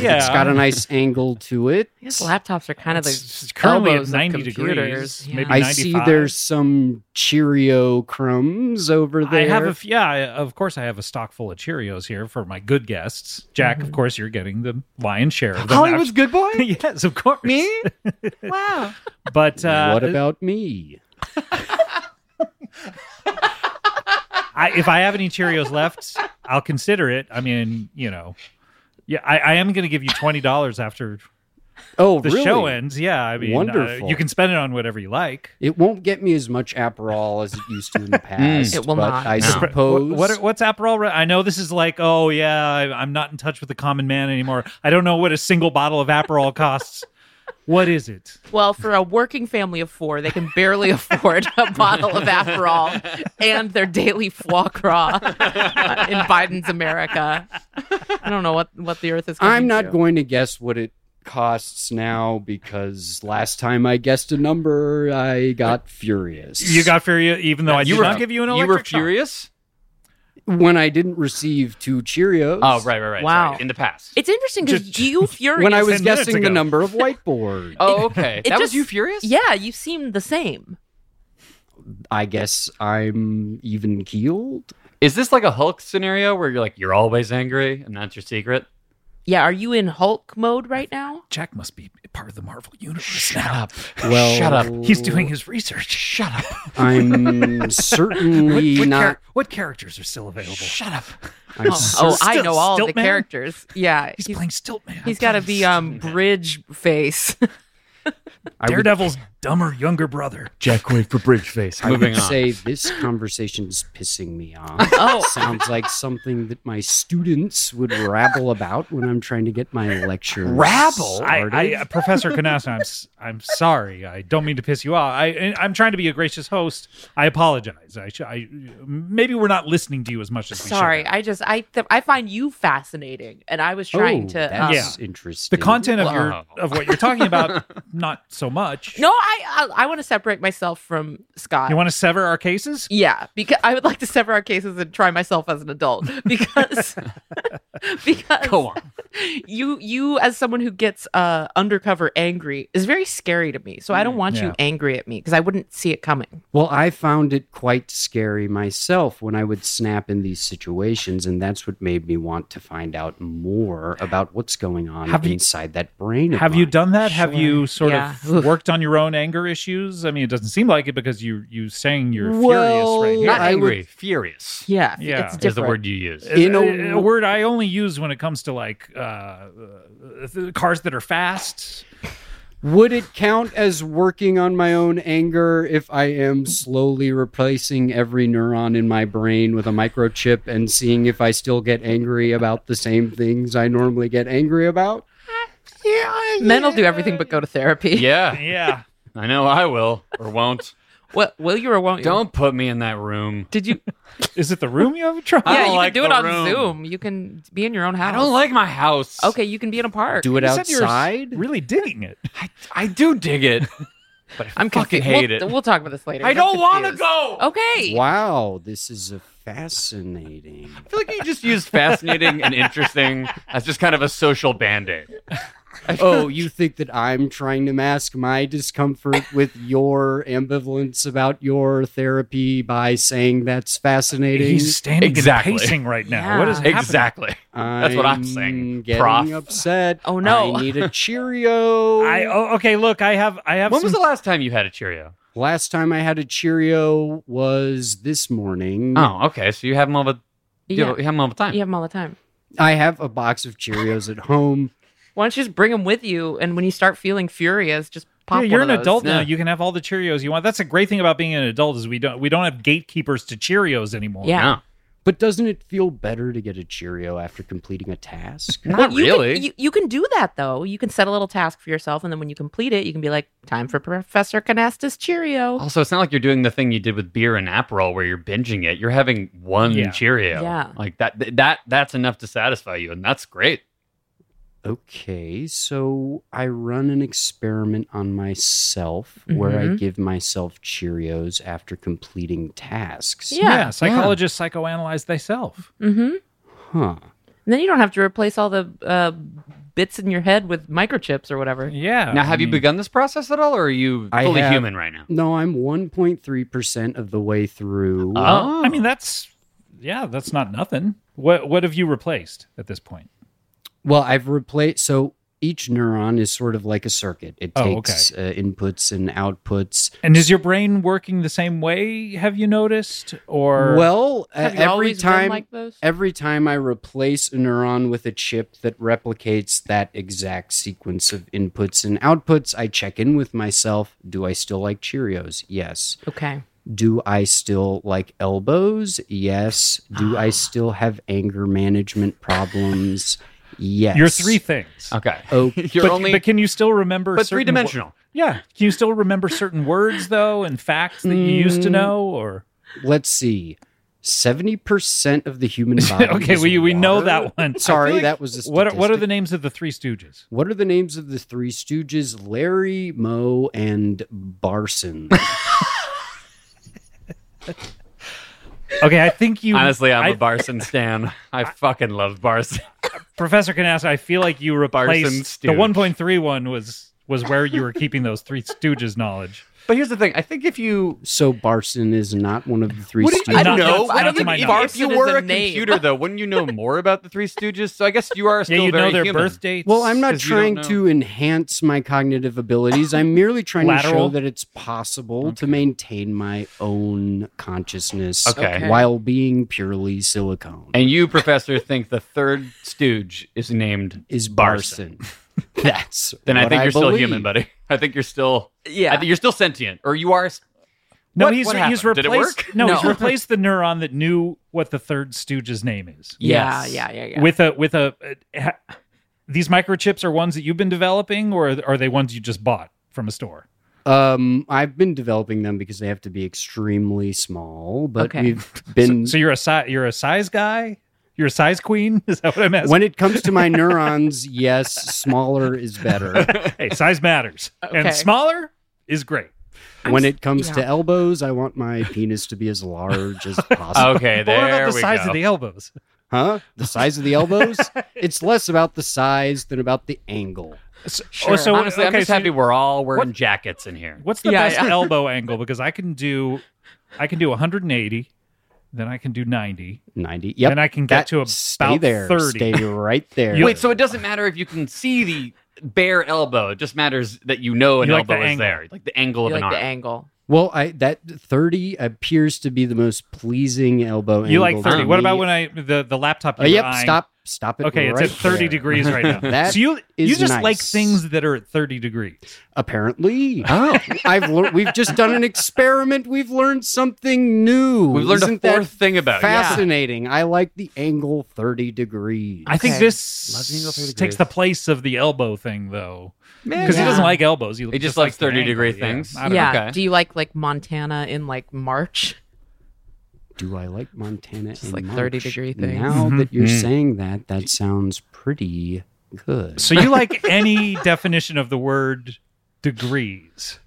Speaker 1: (laughs) Yeah.
Speaker 5: it's got a nice angle to it.
Speaker 2: I guess laptops are kind of the (laughs)
Speaker 1: It's- it's currently at
Speaker 2: elbows of
Speaker 1: 90
Speaker 2: computers.
Speaker 1: degrees,
Speaker 2: Yeah.
Speaker 1: maybe-
Speaker 5: I see
Speaker 1: 95.
Speaker 5: there's some Cheerio crumbs over there.
Speaker 1: I have a f- yeah, I- of course I have a stock full of Cheerios here for my good guests. Jack, of course you're getting the lion's share of them.
Speaker 3: Mm-hmm. Hollywood's good boy?
Speaker 1: (laughs) yes, of course.
Speaker 3: Me?
Speaker 2: wow.
Speaker 1: But uh,
Speaker 5: what about me?
Speaker 1: I, if I have any Cheerios left, I'll consider it. I mean, you know, yeah, I, I am going to give you twenty dollars after
Speaker 5: Oh,
Speaker 1: the
Speaker 5: really?
Speaker 1: show ends. Yeah, I mean, uh,
Speaker 5: Wonderful.
Speaker 1: you can spend it on whatever you like.
Speaker 5: It won't get me as much Aperol as it
Speaker 1: (laughs)
Speaker 5: used to in the past.
Speaker 2: It will
Speaker 5: but
Speaker 2: not,
Speaker 5: I
Speaker 2: no.
Speaker 1: Sp-
Speaker 5: suppose.
Speaker 1: Mm. What, what are- what's Aperol? Re- I know this is like, oh yeah, I, I'm not in touch with the common man anymore. I don't know what a single bottle of Aperol costs. What is it?
Speaker 2: Well, for a working family of four, they can barely (laughs) afford a bottle of Aperol and their daily foie gras uh, in Biden's America. I don't know what, what the earth is coming
Speaker 5: I'm not
Speaker 2: to.
Speaker 5: going to guess what it costs now because last time I guessed a number, I got furious.
Speaker 1: You got furious, even though I did not give you an
Speaker 3: You
Speaker 1: electric
Speaker 3: were
Speaker 1: shock.
Speaker 3: furious?
Speaker 5: when I didn't receive two Cheerios.
Speaker 3: Oh, right, right, right.
Speaker 2: Wow.
Speaker 3: Sorry. In the past.
Speaker 2: It's interesting because
Speaker 1: Just-
Speaker 5: (laughs)
Speaker 2: you furious.
Speaker 5: When I was
Speaker 1: 10 minutes
Speaker 5: guessing the
Speaker 1: ago.
Speaker 5: number of whiteboard,
Speaker 3: oh, okay.
Speaker 2: it
Speaker 3: that was
Speaker 2: just-
Speaker 3: you furious?
Speaker 2: Yeah, you seem the same.
Speaker 5: I guess I'm even keeled.
Speaker 3: Is this like a Hulk scenario where you're like, you're always angry and that's your secret?
Speaker 2: Yeah, are you in Hulk mode right now?
Speaker 1: Jack must be part of the Marvel universe now.
Speaker 5: Well,
Speaker 3: Shut up.
Speaker 1: He's doing his research.
Speaker 3: Shut up.
Speaker 5: I'm certainly
Speaker 1: What,
Speaker 5: not.
Speaker 1: char- what characters are still available?
Speaker 3: Shut up.
Speaker 5: I'm
Speaker 2: Oh,
Speaker 5: s-
Speaker 2: oh, I
Speaker 1: Stilt-
Speaker 2: know all the
Speaker 1: Stiltman?
Speaker 2: characters. Yeah,
Speaker 1: He's,
Speaker 2: he's,
Speaker 1: playing Stiltman.
Speaker 2: he's got to be um bridge
Speaker 1: (laughs)
Speaker 2: face.
Speaker 5: I would-
Speaker 1: Daredevil's dumber younger brother.
Speaker 4: Jack wait for Bridgeface.
Speaker 5: I would
Speaker 3: Moving on.
Speaker 5: say this conversation's pissing me off.
Speaker 2: Oh.
Speaker 5: Sounds like something that my students would rabble about when I'm trying to get my lecture.
Speaker 1: I,
Speaker 3: Rabble?
Speaker 5: started.
Speaker 1: I, uh, Professor Canasta, I'm s- I'm sorry. I don't mean to piss you off. I and I'm trying to be a gracious host. I apologize. I, sh- I maybe we're not listening to you as much as we should
Speaker 2: Sorry,
Speaker 1: have.
Speaker 2: I just I th- I find you fascinating, and I was trying
Speaker 5: oh,
Speaker 2: to. Um,
Speaker 5: That's
Speaker 1: Yeah.
Speaker 5: interesting.
Speaker 1: The content of your
Speaker 3: Wow.
Speaker 1: of what you're talking (laughs) about, not so much.
Speaker 2: No, I I, I want to separate myself from Scott.
Speaker 1: You want to sever our cases?
Speaker 2: yeah, because I would like to sever our cases and try myself as an
Speaker 3: (laughs)
Speaker 2: adult because because
Speaker 3: Go on.
Speaker 2: you you as someone who gets uh undercover angry is very scary to me. So
Speaker 3: Mm,
Speaker 2: I don't want
Speaker 1: yeah.
Speaker 2: you angry at me because I wouldn't see it coming.
Speaker 5: Well, I found it quite scary myself when I would snap in these situations, and that's what made me want to find out more about what's going on
Speaker 1: Have you-
Speaker 5: inside that brain. of
Speaker 1: Have you
Speaker 5: mine.
Speaker 1: done that? Have you sort
Speaker 2: Yeah.
Speaker 1: of worked on your own anger issues? I mean, it doesn't seem like it because you you saying you're
Speaker 5: Well,
Speaker 1: furious right
Speaker 3: Not
Speaker 1: here.
Speaker 5: I would-
Speaker 3: angry. Furious
Speaker 2: Yeah,
Speaker 1: Yeah.
Speaker 2: it's
Speaker 1: Is
Speaker 2: different.
Speaker 3: is the word you use.
Speaker 5: in
Speaker 1: a,
Speaker 5: a-
Speaker 1: a word I only use when it comes to like uh, uh, th- cars that are fast.
Speaker 5: Would it count as working on my own anger if I am slowly replacing every neuron in my brain with a microchip and seeing if I still get angry about the same things I normally get angry about?
Speaker 2: Men will do everything but go to therapy. (laughs)
Speaker 3: Yeah,
Speaker 1: Yeah.
Speaker 3: I know I will or won't.
Speaker 2: What will you or won't you?
Speaker 3: Don't put me in that room.
Speaker 2: Did
Speaker 3: (laughs)
Speaker 2: you?
Speaker 1: Is it the room you have trouble?
Speaker 2: (laughs)
Speaker 3: I
Speaker 2: yeah,
Speaker 3: don't
Speaker 2: you
Speaker 3: like
Speaker 2: can do it
Speaker 3: the
Speaker 2: on
Speaker 3: room.
Speaker 2: Zoom. You can be in your own house.
Speaker 3: I don't like my house.
Speaker 2: Okay, you can be in a park.
Speaker 5: Do it
Speaker 1: You said you were s-
Speaker 5: outside?
Speaker 1: Really digging it.
Speaker 3: I, I do dig
Speaker 2: (laughs)
Speaker 3: it, but I
Speaker 2: I'm
Speaker 3: fucking
Speaker 2: confused.
Speaker 3: hate
Speaker 2: we'll,
Speaker 3: it.
Speaker 2: We'll talk about this later.
Speaker 3: I
Speaker 2: I'm
Speaker 3: don't want to
Speaker 2: confused. Oh.
Speaker 3: go.
Speaker 2: Okay.
Speaker 5: Wow, this is a fascinating.
Speaker 3: I feel like you just used fascinating
Speaker 2: (laughs)
Speaker 3: and interesting as just kind of a social band-aid.
Speaker 5: (laughs)
Speaker 3: (laughs)
Speaker 5: Oh, you think that I'm trying to mask my discomfort with your ambivalence about your therapy by saying that's fascinating?
Speaker 1: He's standing and
Speaker 3: Exactly.
Speaker 1: pacing right now.
Speaker 2: Yeah.
Speaker 1: What is happening?
Speaker 3: Exactly. That's what I'm saying,
Speaker 5: Getting
Speaker 3: prof.
Speaker 5: upset.
Speaker 2: Oh, no.
Speaker 5: I need
Speaker 3: (laughs)
Speaker 5: a Cheerio.
Speaker 1: I oh, okay. Look, I have I have
Speaker 3: When
Speaker 1: some
Speaker 3: was the last time you had a Cheerio?
Speaker 5: Last time I had a Cheerio was this morning.
Speaker 3: Oh, okay. So you have them all the you,
Speaker 2: Mm. Yeah.
Speaker 3: have, you have them all the time.
Speaker 2: You have them all the time.
Speaker 5: I have a box of Cheerios at home.
Speaker 2: Why don't you just bring them with you? And when you start feeling furious, just pop.
Speaker 1: yeah, you're
Speaker 2: one
Speaker 1: an
Speaker 2: of those.
Speaker 1: adult now.
Speaker 3: Yeah.
Speaker 1: You can have all the Cheerios you want. That's a great thing about being an adult is we don't we don't have gatekeepers to Cheerios anymore.
Speaker 2: Yeah.
Speaker 3: No.
Speaker 5: But doesn't it feel better to get a Cheerio after completing a task?
Speaker 3: Not
Speaker 2: you
Speaker 3: really.
Speaker 2: Can, you, you can do that though. You can set a little task for yourself, and then when you complete it, you can be like, "Time for Professor Canesta's Cheerio."
Speaker 3: also, it's not like you're doing the thing you did with beer and Aperol where you're binging it. You're having one
Speaker 1: Yeah.
Speaker 3: Cheerio.
Speaker 2: Yeah.
Speaker 3: Like that th- that that's enough to satisfy you and that's great.
Speaker 5: okay, so I run an experiment on myself where I
Speaker 2: Mhm.
Speaker 5: give myself Cheerios after completing tasks.
Speaker 1: Yeah,
Speaker 2: Yeah.
Speaker 1: psychologists psychoanalyze themselves.
Speaker 2: Mm-hmm.
Speaker 5: Huh.
Speaker 2: And then you don't have to replace all the uh, bits in your head with microchips or whatever.
Speaker 1: Yeah.
Speaker 3: now,
Speaker 1: Uh, I
Speaker 3: have you
Speaker 1: mean-
Speaker 3: begun this process at all or are you
Speaker 5: I
Speaker 3: fully
Speaker 5: have-
Speaker 3: human right now?
Speaker 5: No, I'm 1.3% of the way through.
Speaker 2: Uh.
Speaker 3: Oh.
Speaker 1: I mean, that's yeah, that's not nothing. What what have you replaced at this point?
Speaker 5: Well, I've replaced so each neuron is sort of like a circuit. It
Speaker 1: Oh,
Speaker 5: takes uh, inputs and outputs.
Speaker 1: And is your brain working the same way? Have you noticed? Or
Speaker 5: well, uh,
Speaker 2: Have you
Speaker 5: every
Speaker 2: always
Speaker 5: time
Speaker 2: been like this?
Speaker 5: every time I replace a neuron with a chip that replicates that exact sequence of inputs and outputs, I check in with myself. Do I still like Cheerios? Yes.
Speaker 2: okay.
Speaker 5: Do I still like elbows? Yes. Do
Speaker 1: Ah.
Speaker 5: I still have anger management problems? Yes.
Speaker 1: your three things.
Speaker 3: Okay.
Speaker 5: Oh,
Speaker 3: you're
Speaker 1: But,
Speaker 3: only
Speaker 1: but can you still remember?
Speaker 3: but
Speaker 1: certain wo-
Speaker 3: three dimensional.
Speaker 1: yeah. Can you still remember certain words though and facts that you used to
Speaker 5: Mm.
Speaker 1: know? Or
Speaker 5: let's see. Seventy percent of
Speaker 1: (laughs)
Speaker 5: the human body.
Speaker 3: (laughs)
Speaker 1: okay,
Speaker 5: is
Speaker 1: we we know
Speaker 5: water.
Speaker 1: that one.
Speaker 5: Sorry,
Speaker 1: I feel like-
Speaker 5: that was a
Speaker 1: what are, what are the
Speaker 5: statistic.
Speaker 1: names of the three Stooges?
Speaker 5: What are the names of the three Stooges? Larry, Moe, and Barson.
Speaker 1: Okay, I think you
Speaker 3: Honestly, I'm
Speaker 1: I-
Speaker 3: a Barson stan. I fucking
Speaker 1: (laughs)
Speaker 3: love Barson.
Speaker 1: Professor Canassa, I feel like you replaced the
Speaker 3: Stooge.
Speaker 1: 1.3 one was was where you were keeping those three Stooges knowledge.
Speaker 3: But here's the thing. I think if you
Speaker 5: so Barson is not one of the three
Speaker 3: What do you,
Speaker 5: Stooges.
Speaker 3: I
Speaker 1: not-
Speaker 3: don't know.
Speaker 1: that's
Speaker 3: I
Speaker 1: not
Speaker 3: don't
Speaker 1: to
Speaker 3: think
Speaker 1: my
Speaker 3: if,
Speaker 1: knowledge.
Speaker 3: if you
Speaker 2: Barson is
Speaker 3: were
Speaker 2: a
Speaker 3: a
Speaker 2: name.
Speaker 3: computer, though, wouldn't you know more about the Three Stooges? So I guess you are (laughs)
Speaker 1: (laughs)
Speaker 3: still
Speaker 1: yeah, you
Speaker 3: very
Speaker 1: know their
Speaker 3: human.
Speaker 1: birth dates.
Speaker 5: Well, I'm not
Speaker 3: 'Cause you don't
Speaker 5: trying
Speaker 3: know.
Speaker 5: to enhance my cognitive abilities. I'm merely trying to show
Speaker 1: Lateral?
Speaker 5: that it's possible to maintain my own consciousness
Speaker 3: Okay.
Speaker 2: Okay.
Speaker 5: while being purely silicone.
Speaker 3: And you, Professor, think the third Stooge is named.
Speaker 5: is Barson.
Speaker 3: (laughs)
Speaker 5: That's
Speaker 3: Then I
Speaker 5: what
Speaker 3: think you're still human,
Speaker 5: believe.
Speaker 3: buddy. I think you're still.
Speaker 2: Yeah.
Speaker 3: I think you're still sentient, or you are. s-
Speaker 1: No,
Speaker 3: What-
Speaker 1: he's
Speaker 3: what
Speaker 1: he's
Speaker 3: happened?
Speaker 1: replaced.
Speaker 3: Did it work?
Speaker 1: No,
Speaker 2: No.
Speaker 1: he's replaced the neuron that knew what the third Stooge's name is
Speaker 2: Yeah,
Speaker 3: Yes.
Speaker 2: yeah, yeah, yeah.
Speaker 1: with a with a. uh, ha- these microchips are ones that you've been developing, or are they ones you just bought from a store?
Speaker 5: Um, I've been developing them because they have to be extremely small, but
Speaker 2: Okay.
Speaker 5: we've been.
Speaker 1: So you're a si- you're a size guy. You're a size queen. (laughs) Is that what I'm asking?
Speaker 5: when it comes to my neurons, yes, smaller is better.
Speaker 1: hey, size matters,
Speaker 2: Okay.
Speaker 1: and smaller is great.
Speaker 5: When it comes to
Speaker 2: yeah.
Speaker 5: elbows, I want my penis to be as
Speaker 1: (laughs)
Speaker 5: large as possible.
Speaker 3: Okay,
Speaker 1: But
Speaker 3: there
Speaker 1: what about the
Speaker 3: we
Speaker 1: size
Speaker 3: go.
Speaker 1: of the elbows?
Speaker 5: Huh? The size of the
Speaker 1: (laughs)
Speaker 5: elbows? It's less about the size than about the angle.
Speaker 1: So,
Speaker 2: Sure.
Speaker 1: oh, so-
Speaker 3: Honestly, I'm
Speaker 1: okay,
Speaker 3: just
Speaker 1: so
Speaker 3: happy we're all wearing
Speaker 1: What-
Speaker 3: jackets in here.
Speaker 1: What's the
Speaker 2: Yeah,
Speaker 1: best
Speaker 2: yeah.
Speaker 1: elbow angle? Because I can do, I can do 180, then I can do 90,
Speaker 5: 90. Yep.
Speaker 1: then I can get
Speaker 5: that-
Speaker 1: to about
Speaker 5: stay there.
Speaker 1: 30.
Speaker 5: Stay right there.
Speaker 1: You-
Speaker 3: Wait, so it doesn't matter if you can see the bare elbow. It just matters that you know an
Speaker 1: You like the
Speaker 3: elbow is
Speaker 1: angle.
Speaker 3: there, like the angle
Speaker 2: you
Speaker 3: of
Speaker 2: like
Speaker 3: an arm.
Speaker 2: the angle.
Speaker 5: Well, I that 30 appears to be the most pleasing elbow
Speaker 1: You like
Speaker 5: angle to
Speaker 1: 30. What
Speaker 5: me.
Speaker 1: about when I the the laptop? You
Speaker 5: Uh,
Speaker 1: were
Speaker 5: yep,
Speaker 1: eyeing-
Speaker 5: stop. Stop it.
Speaker 1: Okay, it's
Speaker 5: right
Speaker 1: at 30
Speaker 5: there.
Speaker 1: degrees Oh, right (laughs) now.
Speaker 5: That
Speaker 1: so you you
Speaker 5: is
Speaker 1: just like
Speaker 5: nice.
Speaker 1: things that are at 30 degrees. (laughs)
Speaker 5: Apparently,
Speaker 3: Oh,
Speaker 5: I've lear- we've just done an experiment. We've learned something new.
Speaker 3: we've learned
Speaker 5: Isn't
Speaker 3: a
Speaker 5: that
Speaker 3: fourth thing about it.
Speaker 5: fascinating. I like the angle 30 degrees.
Speaker 1: I think
Speaker 2: Okay.
Speaker 1: this
Speaker 3: Loving the 30
Speaker 1: takes
Speaker 3: degrees.
Speaker 1: the place of the elbow thing though.
Speaker 3: Man,
Speaker 1: Cuz he
Speaker 2: Yeah.
Speaker 1: doesn't like elbows. He,
Speaker 3: just
Speaker 1: likes
Speaker 3: likes 30
Speaker 1: degree
Speaker 3: degree things.
Speaker 1: Yeah. I don't know.
Speaker 2: Yeah.
Speaker 3: Okay.
Speaker 2: Do you like like Montana in like March?
Speaker 5: Do I like Montana? Just
Speaker 2: like 30 degree things.
Speaker 5: Now
Speaker 1: Mhm.
Speaker 5: that you're
Speaker 1: Mm.
Speaker 5: saying that, that sounds pretty good.
Speaker 1: So you like (laughs) any definition of the word degrees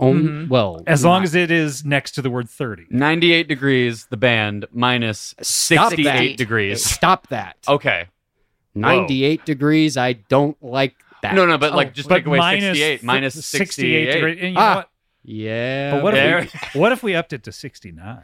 Speaker 5: Um,
Speaker 2: Mhm.
Speaker 5: Well,
Speaker 1: as long as it is next to the word 30.
Speaker 3: 98 degrees, the band, minus
Speaker 5: Stop
Speaker 3: 68
Speaker 5: that.
Speaker 3: degrees.
Speaker 5: stop that.
Speaker 3: Okay.
Speaker 5: 98 degrees. I don't like that.
Speaker 3: No, no, but like just
Speaker 1: But
Speaker 3: take away
Speaker 1: minus
Speaker 3: 68,
Speaker 1: th-
Speaker 3: minus 68.
Speaker 1: 68 degrees. And you know
Speaker 5: Ah,
Speaker 1: what?
Speaker 5: Yeah.
Speaker 1: But what
Speaker 3: there.
Speaker 1: if, we, (laughs) what if we upped it to 69?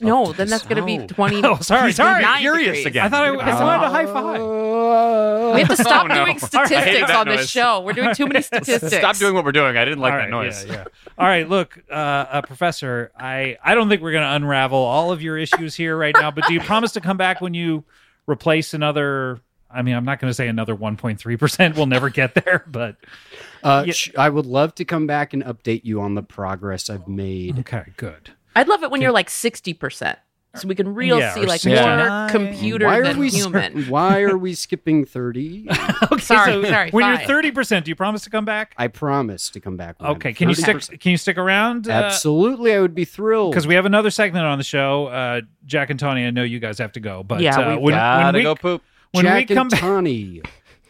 Speaker 2: No, then that's gonna be
Speaker 3: Oh.
Speaker 2: twenty.
Speaker 1: (laughs) Oh, sorry, sorry.
Speaker 2: Nine
Speaker 3: Curious
Speaker 2: degrees. Oh.
Speaker 3: again.
Speaker 1: I thought I, I wanted a high five.
Speaker 5: Uh,
Speaker 2: We have to stop
Speaker 3: Oh, no.
Speaker 2: doing
Speaker 3: All right, I hate
Speaker 2: statistics
Speaker 3: that
Speaker 2: on this
Speaker 3: noise.
Speaker 2: show. We're doing too many statistics.
Speaker 3: (laughs) Stop doing what we're doing. I didn't like
Speaker 1: All
Speaker 3: that
Speaker 1: right,
Speaker 3: noise.
Speaker 1: Yeah, yeah. All right, look, uh, uh, Professor, I, I don't think we're going to unravel all of your issues here right now, but do you promise to come back when you replace another? I mean, I'm not going to say another 1.3%. We'll never get there, but
Speaker 5: Uh,
Speaker 1: Yeah.
Speaker 5: sh- I would love to come back and update you on the progress I've made.
Speaker 1: okay, good.
Speaker 2: I'd love it when you're like sixty percent. so we can real
Speaker 1: Yeah,
Speaker 2: see
Speaker 1: or
Speaker 2: like
Speaker 1: 69.
Speaker 2: more computer
Speaker 5: why are
Speaker 2: than
Speaker 5: we
Speaker 2: human.
Speaker 5: (laughs) why are we skipping 30
Speaker 1: Okay,
Speaker 2: Sorry, sorry,
Speaker 1: When
Speaker 2: five.
Speaker 1: you're thirty percent, do you promise to come back?
Speaker 5: i promise to come back when I'm
Speaker 1: Okay. Can you
Speaker 5: 30%.
Speaker 1: stick? Can you stick around?
Speaker 5: absolutely i would be thrilled
Speaker 1: Because we have another segment on the show. Uh, Jack and Tony, I know you guys have to go, but
Speaker 2: Yeah,
Speaker 1: uh,
Speaker 2: we've
Speaker 1: when, when
Speaker 3: Gotta
Speaker 1: we
Speaker 3: go poop.
Speaker 1: when
Speaker 5: Jack
Speaker 1: we come
Speaker 5: and
Speaker 1: back,
Speaker 5: Tony,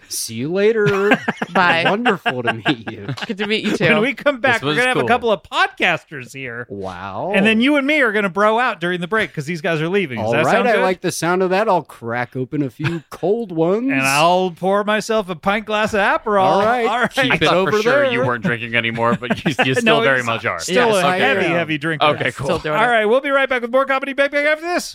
Speaker 5: see
Speaker 1: (laughs)
Speaker 5: you later
Speaker 2: Bye.
Speaker 5: wonderful to meet you
Speaker 2: Good to meet you too.
Speaker 1: when we come back, we're
Speaker 3: was
Speaker 1: gonna have a
Speaker 3: cool.
Speaker 1: couple of podcasters here,
Speaker 5: wow
Speaker 1: and then you and me are gonna bro out during the break because these guys are leaving. Does
Speaker 5: Oh. all
Speaker 1: that
Speaker 5: right
Speaker 1: sound
Speaker 5: i
Speaker 1: good?
Speaker 5: like the sound of that i'll crack open a
Speaker 1: (laughs)
Speaker 5: few cold ones
Speaker 1: and I'll pour myself a pint glass of Aperol.
Speaker 5: All right.
Speaker 1: all right.
Speaker 3: I
Speaker 5: Keep it
Speaker 3: thought
Speaker 5: over
Speaker 3: for sure
Speaker 5: there.
Speaker 3: you weren't drinking anymore, but you, you
Speaker 1: (laughs)
Speaker 3: still
Speaker 1: No,
Speaker 3: very
Speaker 1: it's
Speaker 3: much are.
Speaker 1: Still
Speaker 5: Yes,
Speaker 1: a
Speaker 5: I
Speaker 1: heavy,
Speaker 5: am.
Speaker 1: heavy drinker.
Speaker 3: Okay, cool.
Speaker 2: Still doing
Speaker 1: All
Speaker 2: it.
Speaker 1: right, we'll be right back with more comedy Bang Bang after this.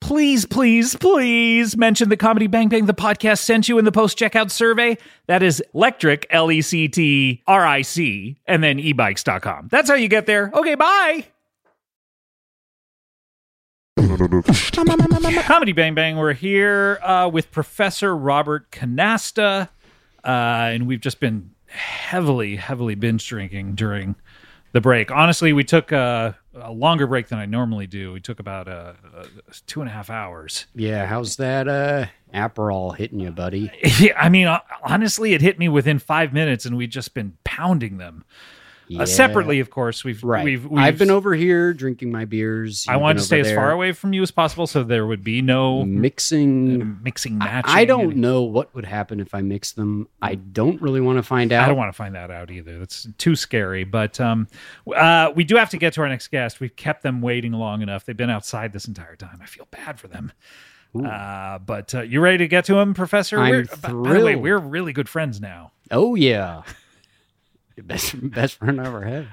Speaker 1: Please, please, please mention the Comedy Bang Bang the podcast sent you in the post checkout survey. That is electric, L E C T R I C, and then e ebikes.com. That's how you get there. Okay, bye. Comedy Bang Bang, we're here uh, with Professor Robert Canasta, uh, and we've just been heavily, heavily binge drinking during the break. Honestly, we took a, a longer break than I normally do. We took about uh, uh, two and a half hours.
Speaker 5: yeah how's that uh aperol hitting you buddy
Speaker 1: Yeah, I mean, uh, honestly, it hit me within five minutes, and we've just been pounding them
Speaker 5: Yeah.
Speaker 1: uh, separately. Of course, we've
Speaker 5: right
Speaker 1: We've, we've
Speaker 5: i've been over here drinking my beers
Speaker 1: I
Speaker 5: You've
Speaker 1: wanted
Speaker 5: been
Speaker 1: to stay
Speaker 5: over
Speaker 1: as
Speaker 5: there
Speaker 1: far away from you as possible, so there would be no
Speaker 5: mixing
Speaker 1: mixing
Speaker 5: I-
Speaker 1: matching.
Speaker 5: I don't
Speaker 1: and-
Speaker 5: know what would happen if I mix them. I don't really want to find out.
Speaker 1: I don't want to find that out either. That's too scary. But um, w- uh, we do have to get to our next guest. We've kept them waiting long enough. They've been outside this entire time. I feel bad for them. Uh, but uh, you ready to get to him, Professor?
Speaker 5: I'm
Speaker 1: we're, by- By the way,
Speaker 5: thrilled.
Speaker 1: we're really good friends now.
Speaker 5: Oh (laughs) yeah, best best friend I ever had.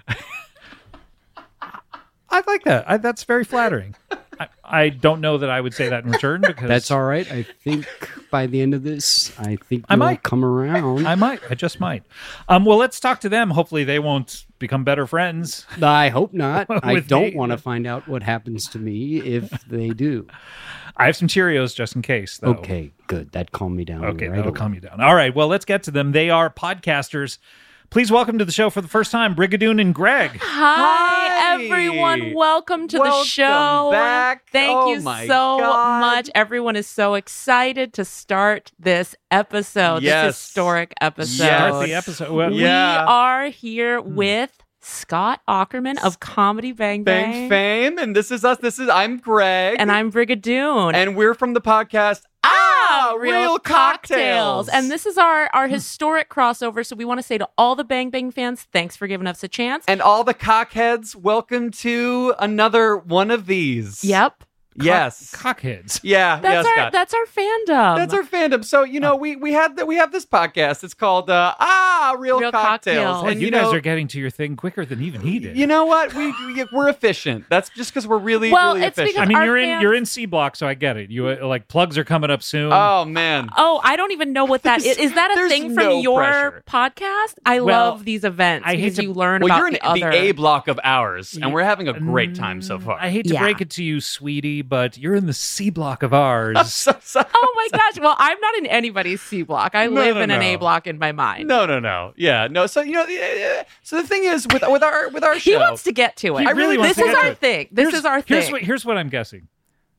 Speaker 1: I like that. I,
Speaker 5: (laughs)
Speaker 1: that's very flattering. I, I don't know that I would say that in return because
Speaker 5: That's all right. I think by the end of this, I think
Speaker 1: I
Speaker 5: you'll
Speaker 1: might.
Speaker 5: come around.
Speaker 1: (laughs) I might. I just might. Um, well, let's talk to them. Hopefully, they won't become better friends.
Speaker 5: I hope not. I
Speaker 1: With
Speaker 5: don't
Speaker 1: me.
Speaker 5: want to find out what happens to me if they do.
Speaker 1: I have some Cheerios just in case, though.
Speaker 5: Okay, good. That calmed me down.
Speaker 1: Oh. Okay,
Speaker 5: right
Speaker 1: that'll
Speaker 5: away.
Speaker 1: calm you down. All right. Well, let's get to them. They are podcasters. Please welcome to the show for the first time, Brigadoon and Greg.
Speaker 2: Hi,
Speaker 3: Hi.
Speaker 2: everyone. Welcome to the
Speaker 3: Welcome
Speaker 2: show.
Speaker 3: back.
Speaker 2: Thank
Speaker 3: Oh
Speaker 2: you so
Speaker 3: my God.
Speaker 2: much. Everyone is so excited to start this episode,
Speaker 3: Yes.
Speaker 2: this historic episode.
Speaker 1: Start
Speaker 3: Yes.
Speaker 1: the episode. Well,
Speaker 2: We
Speaker 3: Yeah. Hmm.
Speaker 2: are here with Scott Ackerman of Comedy Bang Bang.
Speaker 3: Bang fame, and this is us. This is I'm Greg,
Speaker 2: And I'm Brigadoon.
Speaker 3: and we're from the podcast.
Speaker 2: Ah,
Speaker 3: Ah,
Speaker 2: real, cocktails. And this is our our historic crossover. So we want to say to all the Bang Bang fans, thanks for giving us a chance.
Speaker 3: and all the cockheads. Welcome to another one of these.
Speaker 2: yep.
Speaker 3: Yes.
Speaker 1: Cockheads.
Speaker 3: yeah.
Speaker 2: That's
Speaker 3: yeah,
Speaker 2: our
Speaker 3: Scott.
Speaker 2: that's our Oh. fandom.
Speaker 3: That's our fandom. So you know, we we had that we have this podcast. It's called uh, Ah Real,
Speaker 2: Real Cocktails.
Speaker 3: Cocktails.
Speaker 2: Well,
Speaker 1: Well,
Speaker 3: and
Speaker 1: Oh, you, guys
Speaker 3: know,
Speaker 1: are getting to your thing quicker than even he did.
Speaker 3: You know what? We we- we're efficient. That's just because we're really
Speaker 2: Well,
Speaker 3: really
Speaker 2: it's
Speaker 3: efficient.
Speaker 1: I
Speaker 2: because-
Speaker 1: mean,
Speaker 2: our
Speaker 1: you're in
Speaker 2: fans-
Speaker 1: you're in C block, so I get it. You uh, like plugs are coming up soon.
Speaker 3: oh man.
Speaker 2: Oh, I don't even know what that is.
Speaker 3: There's-
Speaker 2: Is that a
Speaker 3: there's
Speaker 2: thing from
Speaker 3: no
Speaker 2: your
Speaker 3: pressure.
Speaker 2: podcast? I
Speaker 1: Well,
Speaker 2: love these events
Speaker 1: I hate
Speaker 2: because
Speaker 1: to-
Speaker 2: you learn
Speaker 3: Well,
Speaker 2: about
Speaker 3: you're in
Speaker 2: the
Speaker 3: the,
Speaker 2: other.
Speaker 3: A block of ours,
Speaker 1: Yeah.
Speaker 3: and we're having a great time so far.
Speaker 1: Mm, I hate to
Speaker 2: Yeah.
Speaker 1: break it to you, sweetie, but you're in the C block of ours.
Speaker 3: (laughs) So- so-
Speaker 2: oh my gosh! Well, I'm not in anybody's C block. I
Speaker 3: No,
Speaker 2: live
Speaker 3: no,
Speaker 2: in an
Speaker 3: no.
Speaker 2: A block in my mind.
Speaker 3: no, no, no. Yeah, no. So you know, eh, eh, so the thing is with with our with our show.
Speaker 2: he wants to get to it.
Speaker 1: He
Speaker 3: I really
Speaker 1: wants
Speaker 2: this
Speaker 1: to
Speaker 2: is
Speaker 1: get to
Speaker 2: our
Speaker 1: it.
Speaker 2: thing. This is our
Speaker 1: here's
Speaker 2: thing.
Speaker 1: What, here's what I'm guessing.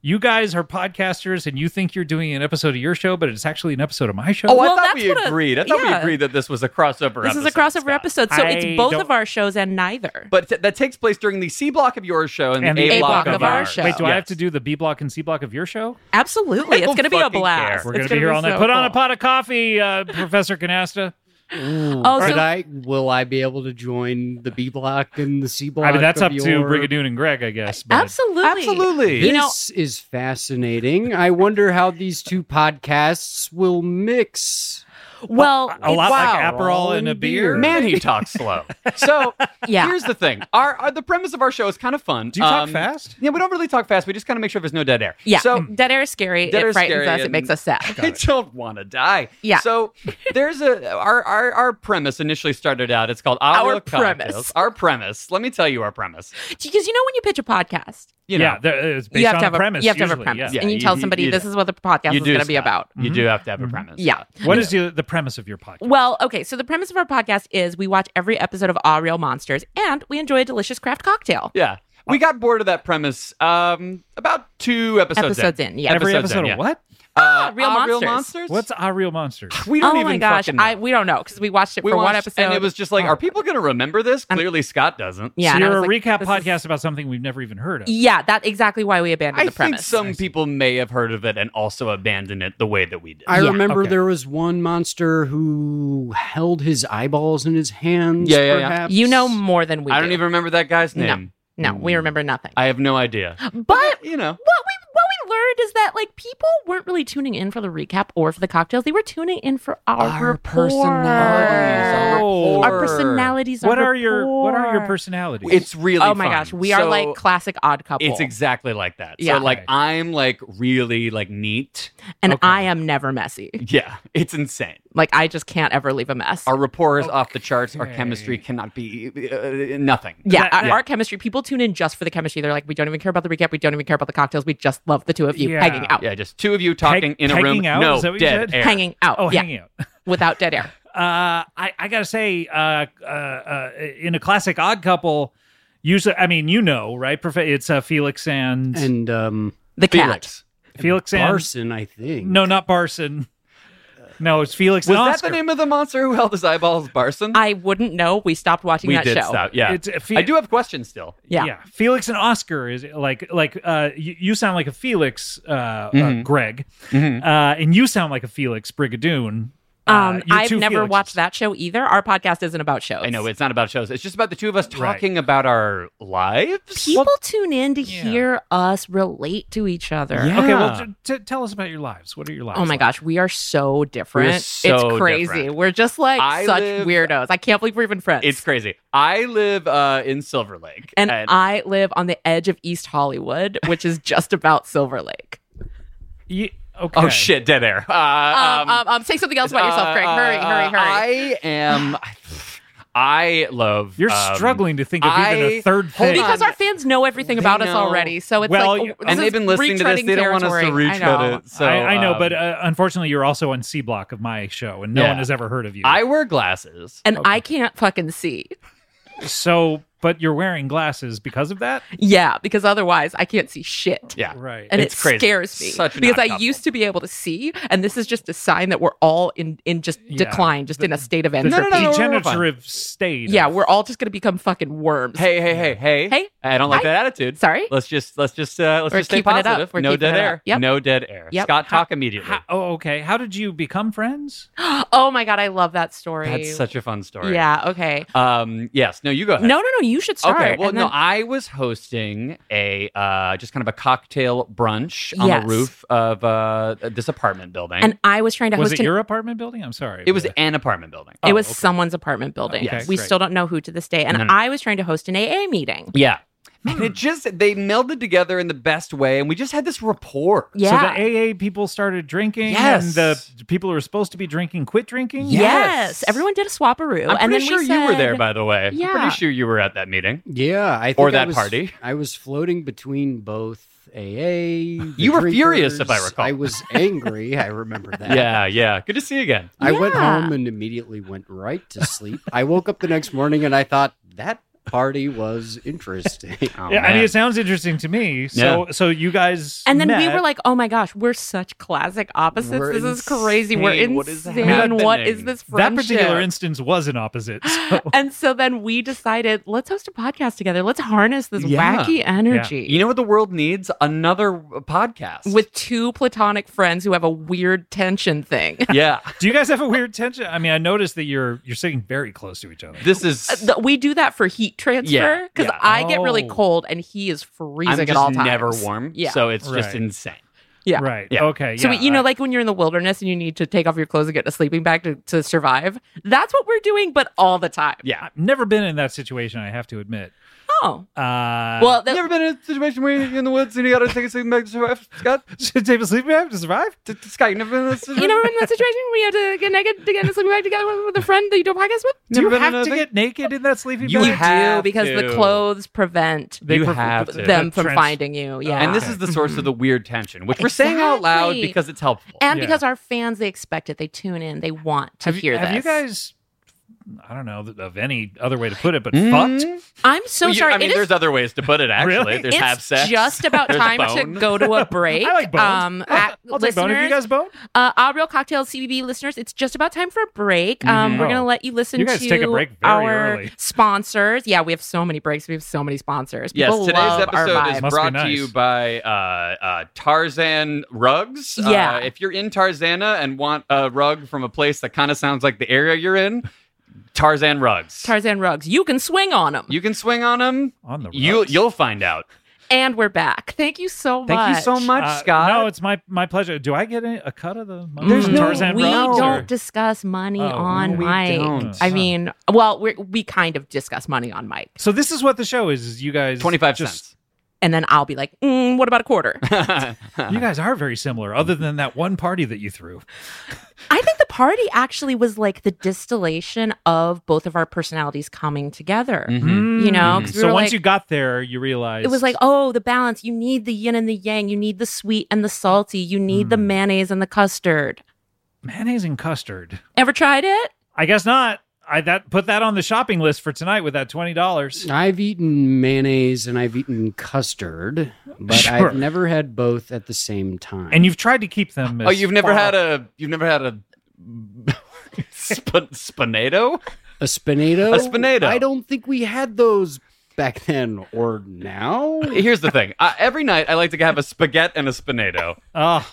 Speaker 1: You guys are podcasters, and you think you're doing an episode of your show, but it's actually an episode of my show.
Speaker 3: oh,
Speaker 2: Well,
Speaker 3: I thought
Speaker 2: that's
Speaker 3: we
Speaker 2: what a-
Speaker 3: agreed. I thought
Speaker 2: yeah.
Speaker 3: we agreed that this was a crossover.
Speaker 2: this is a
Speaker 3: episode,
Speaker 2: crossover
Speaker 3: Scott.
Speaker 2: episode, so
Speaker 1: I
Speaker 2: it's both
Speaker 1: don't-
Speaker 2: of our shows and neither.
Speaker 3: But th- that takes place during the C block of your show and,
Speaker 1: And
Speaker 3: the
Speaker 1: the
Speaker 3: A block, of,
Speaker 2: our
Speaker 3: ours.
Speaker 2: show.
Speaker 1: Wait, do I
Speaker 3: Yes.
Speaker 1: have to do the B block and C block of your show?
Speaker 2: Absolutely, it's
Speaker 3: don't
Speaker 2: going to be a
Speaker 3: fucking
Speaker 2: blast.
Speaker 3: care.
Speaker 1: We're
Speaker 2: It's
Speaker 1: gonna be here all night.
Speaker 2: so
Speaker 1: Put on a
Speaker 2: cool.
Speaker 1: pot of coffee, uh, Professor Canasta.
Speaker 2: Oh, so-
Speaker 5: Could I? Will I be able to join the B block and the C block?
Speaker 1: I mean, that's
Speaker 5: of
Speaker 1: up to
Speaker 5: your-
Speaker 1: Brigadoon and Greg, I guess. But
Speaker 2: Absolutely,
Speaker 3: Absolutely.
Speaker 5: This
Speaker 2: You know-
Speaker 5: is fascinating. I wonder how these two podcasts will mix.
Speaker 2: Well,
Speaker 1: a lot
Speaker 2: it's-
Speaker 1: like Aperol and a beer.
Speaker 3: Man, he
Speaker 2: (laughs)
Speaker 3: talks slow. So
Speaker 2: Yeah.
Speaker 3: here's the thing. Our, our the premise of our show is kind of fun.
Speaker 1: Do you talk
Speaker 3: Um,
Speaker 1: fast?
Speaker 3: Yeah, we don't really talk fast. We just kind of make sure there's no dead air.
Speaker 2: Yeah, Mm.
Speaker 3: So
Speaker 2: dead air is scary.
Speaker 3: Dead air
Speaker 2: it
Speaker 3: is
Speaker 2: frightens
Speaker 3: scary
Speaker 2: us. It
Speaker 3: and-
Speaker 2: makes us sad.
Speaker 3: (laughs) I don't want to die.
Speaker 2: Yeah.
Speaker 3: So there's a our our, our premise initially started out. It's called our,
Speaker 2: Our
Speaker 3: Little Cocktails.
Speaker 2: premise.
Speaker 3: Our premise. Let me tell you our premise.
Speaker 2: Because you know when you pitch a podcast,
Speaker 3: You know,
Speaker 1: yeah, there, uh, it's based
Speaker 2: you have
Speaker 1: on
Speaker 2: to have
Speaker 1: a premise.
Speaker 2: you have to have a
Speaker 1: usually,
Speaker 2: premise,
Speaker 1: Yeah.
Speaker 3: Yeah,
Speaker 2: and you,
Speaker 3: you-
Speaker 2: tell
Speaker 3: you-
Speaker 2: somebody
Speaker 3: you
Speaker 2: this
Speaker 3: do.
Speaker 2: is what the podcast
Speaker 3: you
Speaker 2: is
Speaker 3: do
Speaker 2: going to be
Speaker 3: Scott.
Speaker 2: about.
Speaker 3: You do have to have a premise.
Speaker 2: Yeah.
Speaker 1: Mm-hmm. What is the, the premise of your podcast?
Speaker 2: Well, okay. So the premise of our podcast is we watch every episode of All Real Monsters, and we enjoy a delicious craft cocktail.
Speaker 3: Yeah. We got bored of that premise um, about two episodes,
Speaker 2: Episodes in, yeah.
Speaker 1: Every
Speaker 3: episodes
Speaker 1: episode
Speaker 3: in,
Speaker 1: of
Speaker 3: yeah.
Speaker 1: what?
Speaker 3: Uh,
Speaker 2: Real
Speaker 3: Ah, real
Speaker 2: Monsters.
Speaker 3: monsters.
Speaker 1: What's a real monster?
Speaker 3: we
Speaker 2: Oh
Speaker 3: don't even
Speaker 2: my gosh,
Speaker 3: fucking know.
Speaker 2: I we don't know because we watched it
Speaker 3: we
Speaker 2: for one
Speaker 3: watched-
Speaker 2: episode, Oh.
Speaker 3: and it was just like, are people going to remember this? Clearly, Scott doesn't.
Speaker 2: yeah.
Speaker 1: so
Speaker 2: and I
Speaker 1: you're a
Speaker 2: was like,
Speaker 1: recap
Speaker 2: this
Speaker 1: podcast
Speaker 2: is-
Speaker 1: about something we've never even heard of.
Speaker 2: yeah, that's exactly why we abandoned
Speaker 3: I
Speaker 2: the
Speaker 3: think
Speaker 2: premise.
Speaker 3: some people may have heard of it and also abandoned it the way that we did.
Speaker 5: I
Speaker 2: Yeah,
Speaker 5: remember
Speaker 1: okay.
Speaker 5: there was one monster who held his eyeballs in his hands.
Speaker 3: Yeah, yeah, yeah.
Speaker 5: perhaps.
Speaker 2: you know more than we.
Speaker 3: I
Speaker 2: do.
Speaker 3: don't even remember that guy's
Speaker 2: No.
Speaker 3: name.
Speaker 2: No, we remember nothing.
Speaker 3: I have no idea.
Speaker 2: but
Speaker 3: You know,
Speaker 2: what we what we learned is that like people weren't really tuning in for the recap or for the cocktails. They were tuning in for our, rapport.
Speaker 1: Oh.
Speaker 3: our
Speaker 2: Our
Speaker 3: rapport.
Speaker 2: personalities. our
Speaker 1: What are your What are your
Speaker 2: rapport.
Speaker 1: personalities?
Speaker 3: It's really.
Speaker 2: Oh my
Speaker 3: fun.
Speaker 2: gosh, we are
Speaker 3: So
Speaker 2: like classic odd couple.
Speaker 3: It's exactly like that.
Speaker 2: Yeah.
Speaker 3: So like
Speaker 1: Okay.
Speaker 3: I'm like really like neat.
Speaker 2: and
Speaker 1: okay.
Speaker 2: I am never messy.
Speaker 3: Yeah, it's insane.
Speaker 2: Like I just can't ever leave a mess.
Speaker 3: Our rapport is off the charts. Our chemistry cannot be uh, nothing.
Speaker 2: yeah,
Speaker 1: that-
Speaker 2: our,
Speaker 1: yeah.
Speaker 2: our chemistry. People tune in just for the chemistry. They're like, we don't even care about the recap. We don't even care about the cocktails. We just love the two of you
Speaker 1: Yeah.
Speaker 2: hanging out,
Speaker 3: Yeah, just two of you talking in a
Speaker 1: pegging
Speaker 3: room.
Speaker 1: out?
Speaker 3: No,
Speaker 1: Is that what you
Speaker 3: dead
Speaker 1: said?
Speaker 3: air.
Speaker 2: hanging out.
Speaker 1: oh,
Speaker 2: yeah,
Speaker 1: hanging out. (laughs)
Speaker 2: without dead
Speaker 3: (laughs)
Speaker 2: air.
Speaker 1: Uh, I, I gotta say, uh, uh, uh, in a classic Odd Couple, usually, I mean, you know, right? Prof- It's uh, Felix and,
Speaker 5: And um,
Speaker 2: The cat.
Speaker 3: Felix.
Speaker 1: Felix and
Speaker 5: Barson, I think.
Speaker 1: no, not Barson. No, it's Felix.
Speaker 3: Was
Speaker 1: and
Speaker 3: that
Speaker 1: Oscar.
Speaker 3: the name of the monster who held his eyeballs, Barson?
Speaker 2: I wouldn't know. We stopped watching
Speaker 3: we
Speaker 2: that
Speaker 3: did
Speaker 2: show.
Speaker 3: stop. Yeah,
Speaker 1: It's, uh, Fe-
Speaker 3: I do have questions still.
Speaker 2: Yeah.
Speaker 1: Felix and Oscar is like like uh, you, you sound like a Felix, uh,
Speaker 3: Mm-hmm.
Speaker 1: uh, Greg, uh, and you sound like a Felix Brigadoon. Uh,
Speaker 2: Um,
Speaker 1: you're
Speaker 2: I've
Speaker 1: two
Speaker 2: never
Speaker 1: Felixes.
Speaker 2: watched that show either. Our podcast isn't about shows.
Speaker 3: I know it's not about shows. It's just about the two of us talking about our lives.
Speaker 2: People tune in to
Speaker 1: yeah.
Speaker 2: hear us relate to each other.
Speaker 3: Yeah.
Speaker 1: Okay, well, t- t- tell us about your lives. What are your lives?
Speaker 2: Oh my
Speaker 1: like?
Speaker 2: gosh, we are so different.
Speaker 3: so
Speaker 2: it's crazy.
Speaker 3: different.
Speaker 2: We're just like
Speaker 3: I
Speaker 2: such
Speaker 3: live-
Speaker 2: weirdos. I can't believe we're even friends.
Speaker 3: It's crazy. I live uh, in Silver Lake,
Speaker 2: and I live on the edge of East Hollywood, which is just about Silver Lake.
Speaker 1: You, Okay.
Speaker 3: Oh shit, dead air. Uh,
Speaker 2: Um, um, um, say something else about yourself, Craig. Hurry, hurry, hurry.
Speaker 3: I
Speaker 2: (sighs)
Speaker 3: am. I love.
Speaker 1: You're
Speaker 3: um,
Speaker 1: struggling to think of even a
Speaker 3: I-
Speaker 1: third
Speaker 3: hold
Speaker 1: thing.
Speaker 3: on.
Speaker 2: because our fans know everything
Speaker 3: They
Speaker 2: about us
Speaker 3: know.
Speaker 2: already, so it's
Speaker 1: Well,
Speaker 2: like,
Speaker 1: you-
Speaker 2: oh, this
Speaker 3: and they've
Speaker 2: is
Speaker 3: been listening to this.
Speaker 2: retreading
Speaker 3: They don't want us to
Speaker 2: territory. I
Speaker 3: reach
Speaker 2: know.
Speaker 3: it. So
Speaker 1: I, I know,
Speaker 3: um,
Speaker 1: but uh, unfortunately, you're also on C block of my show, and no
Speaker 3: Yeah.
Speaker 1: one has ever heard of you.
Speaker 3: I wear glasses.
Speaker 2: And I can't fucking see.
Speaker 1: so, but you're wearing glasses because of that,
Speaker 2: Yeah, because otherwise I can't see shit.
Speaker 3: yeah,
Speaker 1: right?
Speaker 2: And
Speaker 3: It's
Speaker 2: it
Speaker 3: crazy.
Speaker 2: scares me
Speaker 3: Such an
Speaker 2: because
Speaker 3: odd
Speaker 2: I
Speaker 3: couple.
Speaker 2: used to be able to see, and this is just a sign that we're all in in just
Speaker 1: Yeah.
Speaker 2: decline, just in a state of
Speaker 1: the
Speaker 2: entropy.
Speaker 3: no, we're- we're fine.
Speaker 1: degenerative state.
Speaker 2: Yeah,
Speaker 1: of-
Speaker 2: we're all just gonna become fucking worms.
Speaker 3: Hey, hey, hey, hey,
Speaker 2: Hey.
Speaker 3: I don't like
Speaker 2: Hi.
Speaker 3: that attitude.
Speaker 2: Sorry?
Speaker 3: Let's just let's just uh, let's
Speaker 2: We're
Speaker 3: just stay
Speaker 2: keeping it up.
Speaker 3: positive.
Speaker 2: We're
Speaker 3: no
Speaker 2: keeping
Speaker 3: dead
Speaker 2: it
Speaker 3: air.
Speaker 2: up. Yep.
Speaker 3: No dead air.
Speaker 2: Yep.
Speaker 3: Scott, talk immediately.
Speaker 1: How- oh, okay. How did you become friends?
Speaker 2: (gasps) Oh my god, I love that story.
Speaker 3: That's such a fun story.
Speaker 2: Yeah. Okay.
Speaker 3: Um. Yes. No. You go ahead.
Speaker 2: No, no, no. You should start.
Speaker 3: Okay. Well,
Speaker 2: and
Speaker 3: no,
Speaker 2: then-
Speaker 3: I was hosting a uh, just kind of a cocktail brunch on
Speaker 2: Yes.
Speaker 3: the roof of uh, this apartment building.
Speaker 2: and I was trying to
Speaker 1: Was
Speaker 2: host
Speaker 1: it
Speaker 2: an
Speaker 1: your apartment building? I'm sorry.
Speaker 3: it was an apartment building. Oh,
Speaker 2: it was someone's apartment building.
Speaker 1: Okay,
Speaker 2: we
Speaker 1: great.
Speaker 2: still don't know who to this day. And
Speaker 3: No, no.
Speaker 2: I was trying to host an AA meeting.
Speaker 3: Yeah.
Speaker 2: Hmm.
Speaker 3: And it just they melded together in the best way, and we just had this rapport.
Speaker 1: So
Speaker 2: Yeah.
Speaker 1: the AA people started drinking,
Speaker 3: Yes.
Speaker 1: and the people who were supposed to be drinking quit drinking.
Speaker 3: Yeah. Yes.
Speaker 2: Everyone did a swaparoo.
Speaker 3: I'm
Speaker 2: and
Speaker 3: pretty
Speaker 2: then
Speaker 3: sure
Speaker 2: we
Speaker 3: you were there,
Speaker 2: said-
Speaker 3: by the way. I'm
Speaker 2: Yeah.
Speaker 3: pretty sure you were at that meeting.
Speaker 5: Yeah, I think
Speaker 3: Or
Speaker 5: I
Speaker 3: that
Speaker 5: was-
Speaker 3: party.
Speaker 5: I was floating between both AA. the
Speaker 3: You were furious, if I
Speaker 5: drinkers.
Speaker 3: recall.
Speaker 5: I was angry. I remember that.
Speaker 3: Yeah, yeah. Good to see you again.
Speaker 5: I went
Speaker 2: Yeah.
Speaker 5: home and immediately went right to sleep. I woke up the next morning and I thought that party was interesting.
Speaker 3: Oh,
Speaker 1: (laughs) Yeah, I
Speaker 3: man.
Speaker 1: mean, it sounds interesting to me. So, so you guys,
Speaker 2: And then we
Speaker 1: met.
Speaker 2: were like, oh my gosh, we're such classic opposites.
Speaker 3: We're
Speaker 2: this is crazy. We're
Speaker 3: insane.
Speaker 2: insane.
Speaker 3: What is
Speaker 2: What
Speaker 3: happening?
Speaker 2: is this
Speaker 1: that
Speaker 2: friendship?
Speaker 1: particular instance was an
Speaker 2: (gasps)
Speaker 1: opposite. So.
Speaker 2: (laughs) and so then we decided, let's host a podcast together. Let's harness this
Speaker 3: Yeah.
Speaker 2: wacky energy.
Speaker 3: You know what the world needs? Another uh, podcast.
Speaker 2: with two platonic friends who have a weird tension thing.
Speaker 3: yeah,
Speaker 1: Do you guys have a weird tension? I mean, I noticed that you're you're sitting very close to each other.
Speaker 2: (laughs)
Speaker 3: this is.
Speaker 2: Uh, Th- we do that for heat transfer
Speaker 3: Yeah,
Speaker 2: because
Speaker 3: yeah.
Speaker 2: I get really
Speaker 1: Oh.
Speaker 2: cold and he is freezing
Speaker 3: I'm just
Speaker 2: at all times.
Speaker 3: never warm.
Speaker 2: Yeah.
Speaker 3: so it's just
Speaker 1: Right.
Speaker 3: insane.
Speaker 2: yeah.
Speaker 1: Right.
Speaker 3: Yeah.
Speaker 1: Okay.
Speaker 2: So
Speaker 1: yeah,
Speaker 2: you know,
Speaker 1: I-
Speaker 2: like when you're in the wilderness and you need to take off your clothes and get in a sleeping bag to, to survive. That's what we're doing, but all the time.
Speaker 3: Yeah.
Speaker 1: I've never been in that situation. I have to admit.
Speaker 2: Oh,
Speaker 1: Uh,
Speaker 2: well, that,
Speaker 3: Never been in a situation where you're in the woods and you gotta take a sleeping bag to survive. Scott,
Speaker 1: (laughs) should David sleep map to survive?
Speaker 3: D- d- Scott, you never been in a situation.
Speaker 2: you never
Speaker 3: (laughs)
Speaker 2: been in that situation where you have to get naked to get in a sleeping bag together with, with a friend that you do a podcast with.
Speaker 1: Do
Speaker 3: Never
Speaker 1: you
Speaker 3: been in
Speaker 1: have
Speaker 3: a
Speaker 1: to
Speaker 3: thing?
Speaker 1: get naked in that sleeping
Speaker 3: You
Speaker 1: bag?
Speaker 3: have have
Speaker 2: because
Speaker 3: to.
Speaker 2: the clothes prevent
Speaker 1: They
Speaker 3: You
Speaker 1: prefer-
Speaker 3: have to. Uh,
Speaker 2: them from
Speaker 1: Trans-
Speaker 2: finding you. Yeah,
Speaker 3: And this is the source
Speaker 1: (laughs)
Speaker 3: of the weird tension, which we're saying out loud
Speaker 2: Exactly.
Speaker 3: because it's helpful.
Speaker 2: and
Speaker 1: Yeah.
Speaker 2: because our fans they expect it, they tune in, they want to
Speaker 1: Have,
Speaker 2: hear
Speaker 1: you, have
Speaker 2: this.
Speaker 1: you guys? I don't know th- of any other way to put it, but
Speaker 3: Mm.
Speaker 1: fucked.
Speaker 2: I'm so
Speaker 3: Well, you-
Speaker 2: sorry.
Speaker 3: I mean,
Speaker 2: it is
Speaker 3: there's other ways to put it. Actually,
Speaker 1: Really?
Speaker 3: there's
Speaker 2: it's
Speaker 3: have sex.
Speaker 1: (laughs)
Speaker 2: just about
Speaker 3: (laughs) There's
Speaker 2: time
Speaker 3: bone.
Speaker 2: to go to a break.
Speaker 1: I like bones.
Speaker 2: Um, at-
Speaker 1: I'll take bone. Have you
Speaker 2: listeners,
Speaker 1: guys bone?
Speaker 2: uh, Our Real Cocktails CBB listeners, it's just about time for a break. Um,
Speaker 1: Mhm.
Speaker 2: We're going
Speaker 1: Oh.
Speaker 2: to let you listen
Speaker 1: You guys
Speaker 2: to
Speaker 1: take a break very
Speaker 2: our
Speaker 1: early.
Speaker 2: sponsors. Yeah, we have so many breaks. We have so many sponsors.
Speaker 3: Yes,
Speaker 2: People
Speaker 3: today's
Speaker 2: love our
Speaker 3: episode
Speaker 2: vibe.
Speaker 1: Must
Speaker 3: is
Speaker 1: be
Speaker 3: brought to
Speaker 1: nice.
Speaker 3: you by uh, uh, Tarzan Rugs.
Speaker 2: Yeah.
Speaker 3: Uh, if you're in Tarzana and want a rug from a place that kind of sounds like the area you're in, Tarzan Rugs.
Speaker 2: Tarzan Rugs. You can swing on them.
Speaker 3: you can swing on them.
Speaker 1: On the
Speaker 3: You,
Speaker 1: rocks.
Speaker 3: you'll find out.
Speaker 2: and we're back. Thank you so much.
Speaker 3: Thank you so much,
Speaker 1: Uh,
Speaker 3: Scott.
Speaker 1: No, it's my my pleasure. Do I get a, a cut of the? money
Speaker 3: There's
Speaker 1: from
Speaker 3: no-
Speaker 1: Tarzan
Speaker 2: Mm. we
Speaker 1: Rugs,
Speaker 2: don't
Speaker 1: or-
Speaker 2: discuss money
Speaker 1: Oh,
Speaker 2: on
Speaker 3: Mm. we
Speaker 2: mic.
Speaker 3: don't.
Speaker 2: I mean, well, we we kind of discuss money on mic,
Speaker 1: so this is what the show is. Is you guys
Speaker 3: (laughs) 25
Speaker 1: just-
Speaker 2: and then I'll be like, mm, "What about a quarter?"
Speaker 3: cents. (laughs) Mm-hmm.
Speaker 1: You guys are very similar, other than that one party that you threw.
Speaker 2: I think the party actually was like the distillation of both of our personalities coming together.
Speaker 1: Mm,
Speaker 3: Mhm.
Speaker 2: Mm-hmm. You know, 'cause we
Speaker 1: so
Speaker 2: were
Speaker 1: once
Speaker 2: like-
Speaker 1: you got there, you realized
Speaker 2: It was like, oh, the balance. You need the yin and the yang. You need the sweet and the salty. You need
Speaker 1: Mm.
Speaker 2: the mayonnaise and the custard.
Speaker 1: mayonnaise and custard.
Speaker 2: Ever tried it?
Speaker 1: I guess not. I that put that on the shopping list for tonight with that twenty dollars.
Speaker 5: I've eaten mayonnaise and I've eaten custard, but
Speaker 1: Sure.
Speaker 5: I've never had both at the same time.
Speaker 1: And you've tried to keep them. As
Speaker 3: Oh, you've never
Speaker 1: far-
Speaker 3: had a you've never had a (laughs) sp- spinato?
Speaker 5: a spinato?
Speaker 3: A Spinato.
Speaker 5: I don't think we had those back then or now.
Speaker 3: Here's the thing. Uh, every night I like to have a spaghetti and a spinato.
Speaker 1: Oh,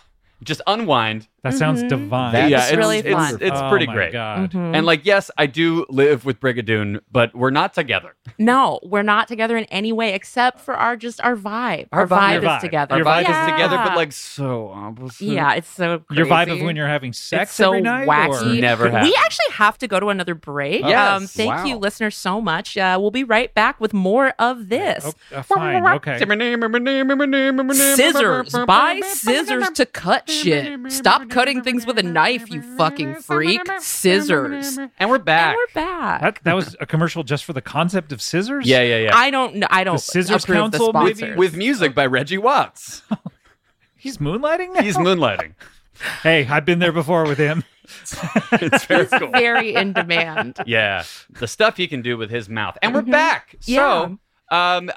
Speaker 3: Just unwind,
Speaker 1: That sounds
Speaker 2: Mhm.
Speaker 1: divine.
Speaker 5: That's
Speaker 3: yeah,
Speaker 2: It's really
Speaker 3: it's,
Speaker 2: fun.
Speaker 3: it's
Speaker 1: Oh
Speaker 3: pretty
Speaker 1: my
Speaker 3: great.
Speaker 1: God.
Speaker 2: Mhm.
Speaker 3: And like, yes, I do live with Brigadoon, but we're not together.
Speaker 2: No, we're not together in any way except for our just our vibe. Our,
Speaker 3: vibe.
Speaker 2: vibe,
Speaker 1: Your
Speaker 2: is
Speaker 1: vibe.
Speaker 2: together.
Speaker 3: Our
Speaker 1: Your
Speaker 3: vibe
Speaker 2: yeah.
Speaker 3: is together, but like so opposite.
Speaker 2: yeah, it's so
Speaker 1: Your vibe of
Speaker 2: crazy.
Speaker 1: when you're having sex
Speaker 2: It's so
Speaker 1: every night?
Speaker 2: wacky.
Speaker 1: or-
Speaker 3: Never happened.
Speaker 2: We actually have to go to another break. Um,
Speaker 3: Yes.
Speaker 2: thank
Speaker 3: Wow.
Speaker 2: you, listeners, so much. Uh, we'll be right back with more of this.
Speaker 1: Oh, uh, fine. Okay.
Speaker 2: Scissors. Buy scissors to cut shit. Stop cutting things with a knife, you fucking freak. Scissors. And
Speaker 3: And we're back.
Speaker 2: we're back.
Speaker 1: That, that was a commercial just for the concept of scissors?
Speaker 3: yeah, yeah, yeah.
Speaker 2: I don't know. I don't
Speaker 1: The Scissors
Speaker 2: approve the
Speaker 1: Council, maybe?
Speaker 2: sponsors.
Speaker 3: With music by Reggie Watts.
Speaker 1: He's moonlighting now?
Speaker 3: He's moonlighting.
Speaker 1: (laughs)
Speaker 3: (laughs)
Speaker 1: hey, I've been there before with him.
Speaker 3: It's very cool.
Speaker 2: very in demand.
Speaker 3: Yeah, the stuff he can do with his mouth, and we're
Speaker 2: Mhm.
Speaker 3: back.
Speaker 2: Yeah.
Speaker 3: So, um,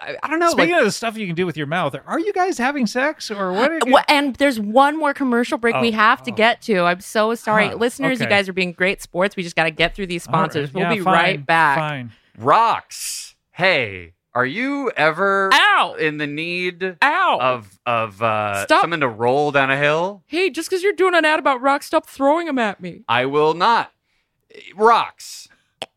Speaker 3: I, I don't know.
Speaker 1: Speaking
Speaker 3: like,
Speaker 1: of the stuff you can do with your mouth, are you guys having sex or what? Are you-
Speaker 2: Well, and there's one more commercial break we
Speaker 1: Oh,
Speaker 2: have to
Speaker 1: oh.
Speaker 2: get to. I'm so sorry.
Speaker 1: Huh,
Speaker 2: Listeners, you
Speaker 1: okay.
Speaker 2: guys are being great sports. We just got to get through these
Speaker 1: All right,
Speaker 2: sponsors. We'll
Speaker 1: yeah,
Speaker 2: be
Speaker 1: fine,
Speaker 2: right back.
Speaker 1: Fine.
Speaker 3: rocks. Hey, are you ever
Speaker 2: Ow!
Speaker 3: in the need
Speaker 2: Ow!
Speaker 3: of of uh,
Speaker 2: Stop.
Speaker 3: someone to roll down a hill?
Speaker 2: hey, just because you're doing an ad about rock, stop throwing them at me.
Speaker 3: I will not. Rocks.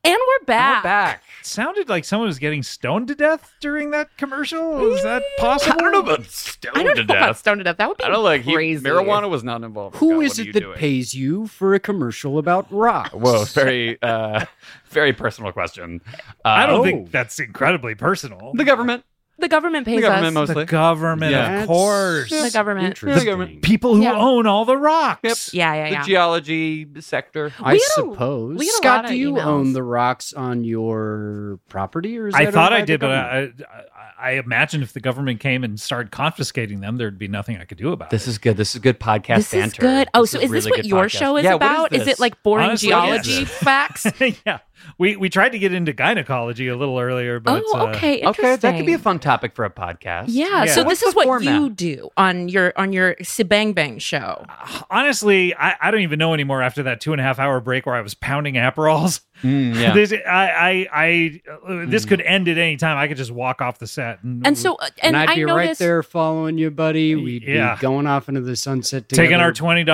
Speaker 2: And we're
Speaker 3: And
Speaker 2: back.
Speaker 3: We're back.
Speaker 1: It sounded like someone was getting stoned to death during that commercial. Is that possible?
Speaker 3: I don't know about stoned
Speaker 2: I don't know
Speaker 3: to
Speaker 2: about
Speaker 3: death.
Speaker 2: stoned to death. That would be
Speaker 3: I don't like he,
Speaker 2: crazy.
Speaker 3: marijuana was not involved.
Speaker 5: Who
Speaker 3: God,
Speaker 5: is
Speaker 3: what are you
Speaker 5: it that
Speaker 3: doing?
Speaker 5: pays you for a commercial about rocks?
Speaker 3: Whoa, very uh, very personal question. Uh,
Speaker 1: I don't
Speaker 5: Oh.
Speaker 1: think that's incredibly personal.
Speaker 3: the government.
Speaker 2: The government pays
Speaker 3: the government
Speaker 2: us.
Speaker 1: The
Speaker 3: mostly.
Speaker 1: government,
Speaker 5: That's
Speaker 1: of course.
Speaker 2: The government.
Speaker 5: interesting.
Speaker 3: The government.
Speaker 1: People who
Speaker 2: Yeah.
Speaker 1: own all the rocks.
Speaker 2: Yeah, yeah,
Speaker 3: the
Speaker 2: yeah.
Speaker 3: geology sector.
Speaker 5: I
Speaker 2: We had a-
Speaker 5: suppose.
Speaker 2: we had a lot
Speaker 5: Scott,
Speaker 2: of
Speaker 5: do you
Speaker 2: emails.
Speaker 5: own the rocks on your property, or is
Speaker 1: I
Speaker 5: that
Speaker 1: thought
Speaker 5: owned
Speaker 1: I
Speaker 5: by
Speaker 1: did,
Speaker 5: the
Speaker 1: but
Speaker 5: government?
Speaker 1: I, I, I imagine if the government came and started confiscating them, there'd be nothing I could do about
Speaker 3: This
Speaker 1: it.
Speaker 3: is good. This is good podcast
Speaker 2: this is
Speaker 3: banter.
Speaker 2: good. Oh, so is this
Speaker 3: really
Speaker 2: what
Speaker 3: good
Speaker 2: your
Speaker 3: podcast.
Speaker 2: show is
Speaker 3: Yeah, what
Speaker 2: about? Is,
Speaker 3: this?
Speaker 2: it like boring
Speaker 1: Honestly, what is
Speaker 2: (laughs) geology
Speaker 1: this?
Speaker 2: facts?
Speaker 1: (laughs) yeah, we we tried to get into gynecology a little earlier, but
Speaker 2: oh,
Speaker 1: uh,
Speaker 2: okay. Interesting.
Speaker 3: Okay, that could be a fun topic for a podcast.
Speaker 2: Yeah,
Speaker 1: Yeah.
Speaker 2: so
Speaker 3: What's
Speaker 2: this is
Speaker 3: the
Speaker 2: what
Speaker 3: format?
Speaker 2: you do on your on your Sibang Bang show.
Speaker 1: honestly, I, I don't even know anymore after that two and a half hour break where I was pounding Aperols. (laughs)
Speaker 3: Mm, (laughs) yeah. Hmm.
Speaker 1: This, I, I, I, uh, this could end at any time. I could just walk off the set, and,
Speaker 2: And so uh, and,
Speaker 5: and I'd
Speaker 2: I
Speaker 5: be right
Speaker 2: noticed
Speaker 5: there following you, buddy. We'd
Speaker 1: Yeah.
Speaker 5: be going off into the sunset together.
Speaker 1: Taking our
Speaker 5: best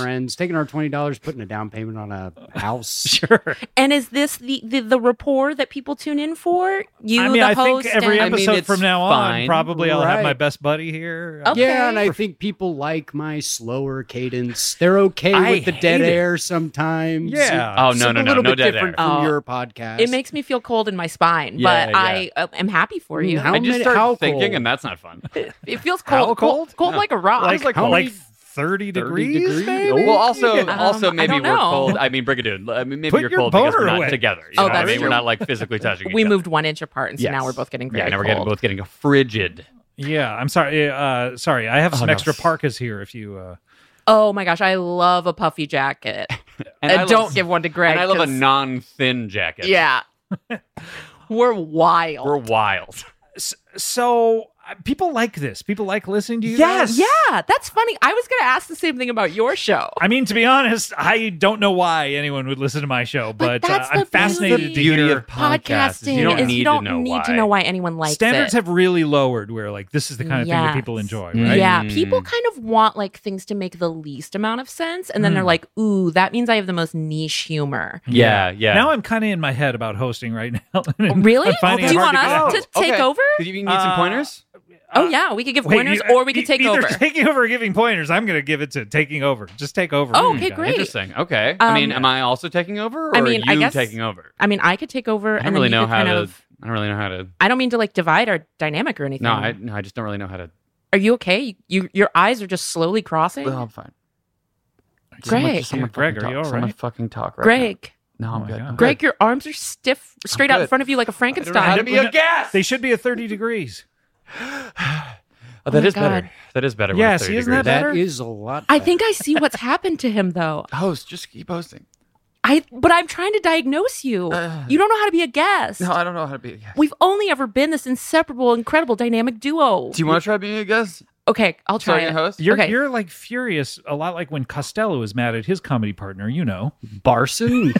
Speaker 1: $20.
Speaker 5: friends, taking our twenty dollars, putting a down payment on a
Speaker 1: (laughs) (laughs)
Speaker 5: house.
Speaker 1: sure.
Speaker 2: and is this the, the the rapport that people tune in for? You
Speaker 1: I mean,
Speaker 2: the
Speaker 1: I
Speaker 2: host
Speaker 1: think every
Speaker 2: and-
Speaker 3: I mean,
Speaker 1: episode
Speaker 3: it's
Speaker 1: from now on,
Speaker 3: fine,
Speaker 1: probably I'll have my
Speaker 5: right.
Speaker 1: best buddy here.
Speaker 2: Okay.
Speaker 5: Yeah, and I think people like my slower cadence. They're okay
Speaker 3: I
Speaker 5: with the dead
Speaker 3: hate it.
Speaker 5: air sometimes.
Speaker 1: Yeah.
Speaker 3: Oh
Speaker 5: It's
Speaker 3: no,
Speaker 5: a
Speaker 3: no, no,
Speaker 5: little
Speaker 3: no
Speaker 5: bit
Speaker 3: dead air.
Speaker 5: different from
Speaker 2: Oh.
Speaker 5: your podcast.
Speaker 2: it makes me feel cold in my spine,
Speaker 3: Yeah,
Speaker 2: but
Speaker 3: yeah.
Speaker 2: I uh, am happy for you.
Speaker 5: How
Speaker 3: I just
Speaker 5: many-
Speaker 3: started
Speaker 5: how
Speaker 3: thinking,
Speaker 5: cold?
Speaker 3: and that's
Speaker 2: (laughs)
Speaker 3: not fun.
Speaker 2: It feels
Speaker 1: How
Speaker 2: cold,
Speaker 1: cold?
Speaker 2: cold
Speaker 3: No.
Speaker 2: like a rock.
Speaker 1: like like,
Speaker 5: how many-
Speaker 1: 30 degrees,
Speaker 5: degrees?
Speaker 1: maybe?
Speaker 5: Oh,
Speaker 3: well, also,
Speaker 1: Yeah.
Speaker 3: also
Speaker 2: Um, I
Speaker 3: maybe
Speaker 2: don't
Speaker 3: we're
Speaker 2: know.
Speaker 3: cold. I mean, Brigadoon. I mean, maybe
Speaker 1: Put
Speaker 3: you're
Speaker 1: your
Speaker 3: cold because we're
Speaker 1: boner
Speaker 3: not
Speaker 1: away.
Speaker 3: together. You
Speaker 2: Oh,
Speaker 3: know what I
Speaker 2: that's
Speaker 3: mean, we're
Speaker 2: true.
Speaker 3: not like physically touching.
Speaker 2: we
Speaker 3: each
Speaker 2: moved one inch apart, and so now
Speaker 5: Yes.
Speaker 2: we're both getting
Speaker 3: Other. Yeah,
Speaker 2: very
Speaker 3: now we're
Speaker 2: cold.
Speaker 3: getting both getting frigid.
Speaker 1: yeah, I'm sorry. Uh, sorry, I have some
Speaker 3: no.
Speaker 1: extra parkas here if you. Uh,
Speaker 2: Oh my gosh, I love a puffy jacket.
Speaker 3: (laughs) And
Speaker 2: Uh,
Speaker 3: I love-
Speaker 2: don't give one to Greg.
Speaker 3: And I love a
Speaker 2: 'cause-
Speaker 3: non-thin jacket. (laughs)
Speaker 2: Yeah, we're wild.
Speaker 3: we're wild.
Speaker 1: s- so uh, people like this. People like listening to you. guys?
Speaker 2: Yeah, that's funny. I was going to ask the same thing about your show.
Speaker 1: I mean, to be honest, I don't know why anyone would listen to my show, but,
Speaker 2: But that's
Speaker 1: uh, I'm
Speaker 2: the
Speaker 1: fascinated
Speaker 2: beauty-
Speaker 1: to
Speaker 3: Beauty
Speaker 1: hear.
Speaker 3: of podcast.
Speaker 2: Podcasting
Speaker 3: You don't
Speaker 2: is
Speaker 3: need
Speaker 2: you don't
Speaker 3: to know
Speaker 2: need
Speaker 3: why.
Speaker 2: to know why anyone likes
Speaker 1: Standards
Speaker 2: it.
Speaker 1: have really lowered where like this is the kind of thing that
Speaker 2: Yes.
Speaker 1: people enjoy, right?
Speaker 3: Mm.
Speaker 2: Yeah,
Speaker 3: Mm.
Speaker 2: people kind of want like things to make the least amount of sense, and then they're
Speaker 1: Mm.
Speaker 2: like, "Ooh, that means I have the most niche humor."
Speaker 3: Yeah, yeah.
Speaker 1: Now I'm kind of in my head about hosting right now. (laughs) And
Speaker 2: Oh, Really?
Speaker 1: I'm finding
Speaker 2: Do
Speaker 1: it
Speaker 2: you
Speaker 1: hard
Speaker 2: want
Speaker 1: to
Speaker 2: us (laughs) to
Speaker 1: get out.
Speaker 3: Okay.
Speaker 2: take over?
Speaker 3: Did you need some
Speaker 1: Uh,
Speaker 3: pointers?
Speaker 2: oh yeah, we could give
Speaker 1: Wait,
Speaker 2: pointers,
Speaker 3: uh,
Speaker 1: you-
Speaker 2: or we
Speaker 1: e-
Speaker 2: could take
Speaker 1: either
Speaker 2: over.
Speaker 1: Taking over or giving pointers. I'm going to give it to taking over. Just take over.
Speaker 2: Oh,
Speaker 1: You
Speaker 2: okay,
Speaker 1: guys.
Speaker 2: great.
Speaker 3: Interesting. Okay.
Speaker 2: Um,
Speaker 3: I mean, am I also taking over, or
Speaker 2: I mean,
Speaker 3: are
Speaker 2: I
Speaker 3: you
Speaker 2: guess-
Speaker 3: taking over?
Speaker 2: I mean, I could take over,
Speaker 3: I
Speaker 2: and
Speaker 3: don't
Speaker 2: then
Speaker 3: really
Speaker 2: you
Speaker 3: know
Speaker 2: could
Speaker 3: how
Speaker 2: kind
Speaker 3: to.
Speaker 2: of.
Speaker 3: I don't really know how to.
Speaker 2: I don't mean to like divide our dynamic or anything.
Speaker 3: No, I no, I just don't really know how to.
Speaker 2: Are you okay? You, your eyes are just slowly crossing.
Speaker 3: Well, I'm fine.
Speaker 2: Greg.
Speaker 3: Someone, someone
Speaker 1: Yeah, Greg,
Speaker 3: fucking
Speaker 1: are you
Speaker 3: talk.
Speaker 1: all
Speaker 3: Someone
Speaker 1: right?
Speaker 3: fucking talk right
Speaker 2: Greg.
Speaker 3: now. No,
Speaker 1: Oh
Speaker 3: I'm
Speaker 1: my
Speaker 3: good.
Speaker 1: God.
Speaker 3: I'm
Speaker 2: Greg, your arms are stiff, straight out in
Speaker 3: good.
Speaker 2: front of you like a
Speaker 3: good. I don't know how to
Speaker 2: Frankenstein.
Speaker 3: be a guest.
Speaker 1: They should be at 30 degrees.
Speaker 3: Oh, that
Speaker 2: my
Speaker 3: is
Speaker 2: God.
Speaker 3: better. That is better. when
Speaker 1: Yes,
Speaker 3: it's 30
Speaker 1: isn't that
Speaker 3: degrees.
Speaker 1: better?
Speaker 5: That is a lot.
Speaker 2: (laughs) I
Speaker 5: better.
Speaker 2: think I see what's happened to him though.
Speaker 3: Host, just keep hosting.
Speaker 2: I but I'm trying to diagnose
Speaker 3: (sighs)
Speaker 2: you.
Speaker 3: Uh,
Speaker 2: you don't know how to be a guest.
Speaker 3: No, I don't know how to be a guest.
Speaker 2: We've only ever been this inseparable, incredible dynamic duo.
Speaker 3: Do you want to try being a guest?
Speaker 2: okay, I'll try
Speaker 3: Sorry,
Speaker 2: it.
Speaker 3: host.
Speaker 1: You're,
Speaker 2: Okay.
Speaker 1: you're like furious, a lot like when Costello is mad at his comedy partner, you know.
Speaker 5: Barson.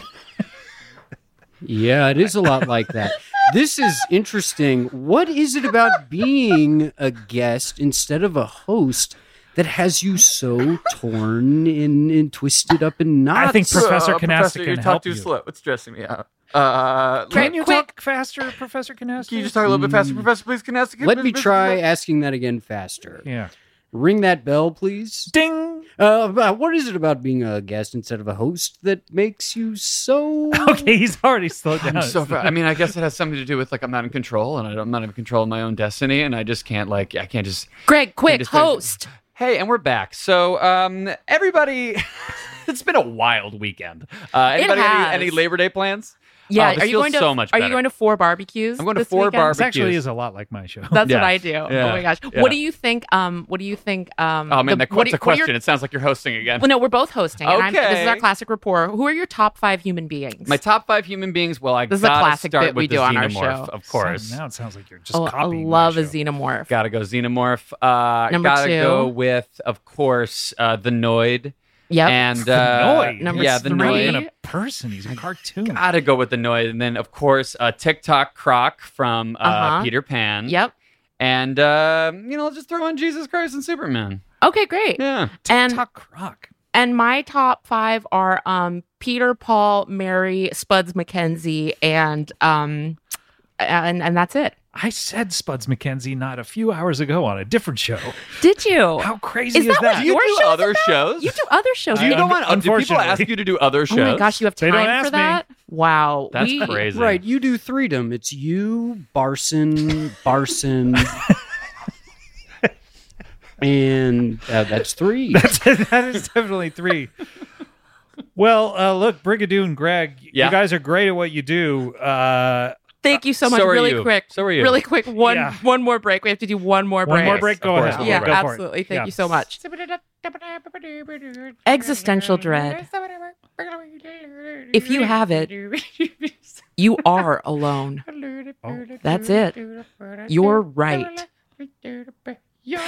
Speaker 5: yeah, it is a lot like that. This is interesting. What is it about being a guest instead of a host that has you so torn and, and twisted up in knots.
Speaker 1: I think
Speaker 3: Uh,
Speaker 1: Professor Canasta
Speaker 6: Professor,
Speaker 1: can
Speaker 6: you talk
Speaker 1: help
Speaker 6: too
Speaker 1: you.
Speaker 6: slow. It's stressing me out. Uh,
Speaker 2: Can
Speaker 6: let-
Speaker 1: Can you
Speaker 2: Quick.
Speaker 1: talk faster, Professor Canasta?
Speaker 6: Can you just talk a little bit faster,
Speaker 5: Mm.
Speaker 6: Professor? Please, can I ask?
Speaker 5: Let me try asking that again faster.
Speaker 1: yeah.
Speaker 5: Ring that bell, please.
Speaker 1: Ding.
Speaker 5: Uh, about- what is it about being a guest instead of a host that makes you so?
Speaker 1: (laughs) Okay, he's already slowed down.
Speaker 3: I'm so fr- I mean, I guess it has something to do with like I'm not in control and I don't- I'm not in control of my own destiny, and I just can't like I can't just.
Speaker 2: Greg, quick,
Speaker 3: just Oh, trying to-
Speaker 2: host.
Speaker 3: Hey, and we're back. So, um, everybody, (laughs) it's been a wild weekend. Uh, anybody
Speaker 2: has.
Speaker 3: Any, any Labor Day plans?
Speaker 2: Yeah,
Speaker 3: Oh, this
Speaker 2: are you
Speaker 3: feels
Speaker 2: going to
Speaker 3: so much
Speaker 2: Are you
Speaker 3: better.
Speaker 2: going to four barbecues?
Speaker 3: I'm going to
Speaker 2: this
Speaker 3: four
Speaker 2: weekend?
Speaker 3: barbe-
Speaker 1: This actually
Speaker 3: barbecues.
Speaker 1: is a lot like my show.
Speaker 2: That's
Speaker 3: Yeah.
Speaker 2: what I do.
Speaker 3: Yeah.
Speaker 2: Oh my gosh.
Speaker 3: Yeah.
Speaker 2: What do you think? Um, what do you think? Um,
Speaker 3: Oh man,
Speaker 2: the-
Speaker 3: that,
Speaker 2: what
Speaker 3: that's
Speaker 2: do-
Speaker 3: a
Speaker 2: what are your-
Speaker 3: question. It sounds like you're hosting again.
Speaker 2: Well, no, we're both hosting. and I'm, this is our
Speaker 3: Okay.
Speaker 2: classic rapport. Who are your top five human beings?
Speaker 3: My top five human beings. Well, I
Speaker 2: This is a
Speaker 3: gotta
Speaker 2: classic
Speaker 3: start
Speaker 2: bit
Speaker 3: with
Speaker 2: we
Speaker 3: the
Speaker 2: do on our
Speaker 3: xenomorph,
Speaker 2: show.
Speaker 3: of course.
Speaker 1: So now it sounds like you're just
Speaker 2: oh, I
Speaker 1: copying. my
Speaker 2: love a
Speaker 1: show.
Speaker 2: xenomorph.
Speaker 3: Gotta go xenomorph. Uh,
Speaker 2: Number
Speaker 3: gotta
Speaker 2: two.
Speaker 3: go with, of course, uh, the Noid.
Speaker 2: Yep.
Speaker 3: And
Speaker 1: The
Speaker 3: uh,
Speaker 1: Noid.
Speaker 2: Number
Speaker 3: yeah, the
Speaker 1: He's not even
Speaker 3: Noid.
Speaker 2: three.
Speaker 1: a person. He's a cartoon.
Speaker 3: Gotta go with the Noid, and then of course uh, TikTok Croc from uh,
Speaker 2: Uh-huh.
Speaker 3: Peter Pan.
Speaker 2: yep.
Speaker 3: And uh, you know, just throw in Jesus Christ and Superman.
Speaker 2: Okay, great.
Speaker 3: Yeah.
Speaker 2: And
Speaker 1: Tuck Rock.
Speaker 2: and my top five are um Peter, Paul, Mary, Spuds McKenzie, and um and and that's it.
Speaker 1: I said Spuds McKenzie not a few hours ago on a different show.
Speaker 2: Did you?
Speaker 1: How crazy
Speaker 2: is that, what your
Speaker 3: Do you do
Speaker 2: show's
Speaker 3: other
Speaker 2: about?
Speaker 3: Uh, shows?
Speaker 2: You do other shows.
Speaker 3: Do you
Speaker 2: You
Speaker 3: don't want? Do people
Speaker 1: Unfortunately.
Speaker 3: ask you to do other
Speaker 2: Oh
Speaker 3: shows?
Speaker 2: my gosh, you have
Speaker 1: They
Speaker 2: time
Speaker 1: don't ask
Speaker 2: for
Speaker 1: me.
Speaker 2: that? Wow.
Speaker 3: that's
Speaker 2: we,
Speaker 3: crazy.
Speaker 5: Right, you do freedom. It's you, Barson, Barson, and uh, that's
Speaker 1: (laughs)
Speaker 5: three.
Speaker 1: that is definitely three. Well, uh, look, Brigadoon and Greg,
Speaker 3: Yeah.
Speaker 1: you guys are great at what you do. Uh,
Speaker 2: Thank you so much.
Speaker 3: So are
Speaker 2: really
Speaker 3: you.
Speaker 2: quick.
Speaker 3: So are you.
Speaker 2: Really quick. One
Speaker 1: Yeah.
Speaker 2: one more break. We have to do one more
Speaker 1: one
Speaker 2: break.
Speaker 1: more
Speaker 3: Yes,
Speaker 1: break,
Speaker 3: of
Speaker 1: go
Speaker 3: course,
Speaker 1: ahead.
Speaker 3: one
Speaker 2: Yeah,
Speaker 3: more break.
Speaker 2: absolutely. Thank
Speaker 1: Yeah.
Speaker 2: you so much. Existential dread. If you have it, you are alone. That's it. You're right.
Speaker 6: You're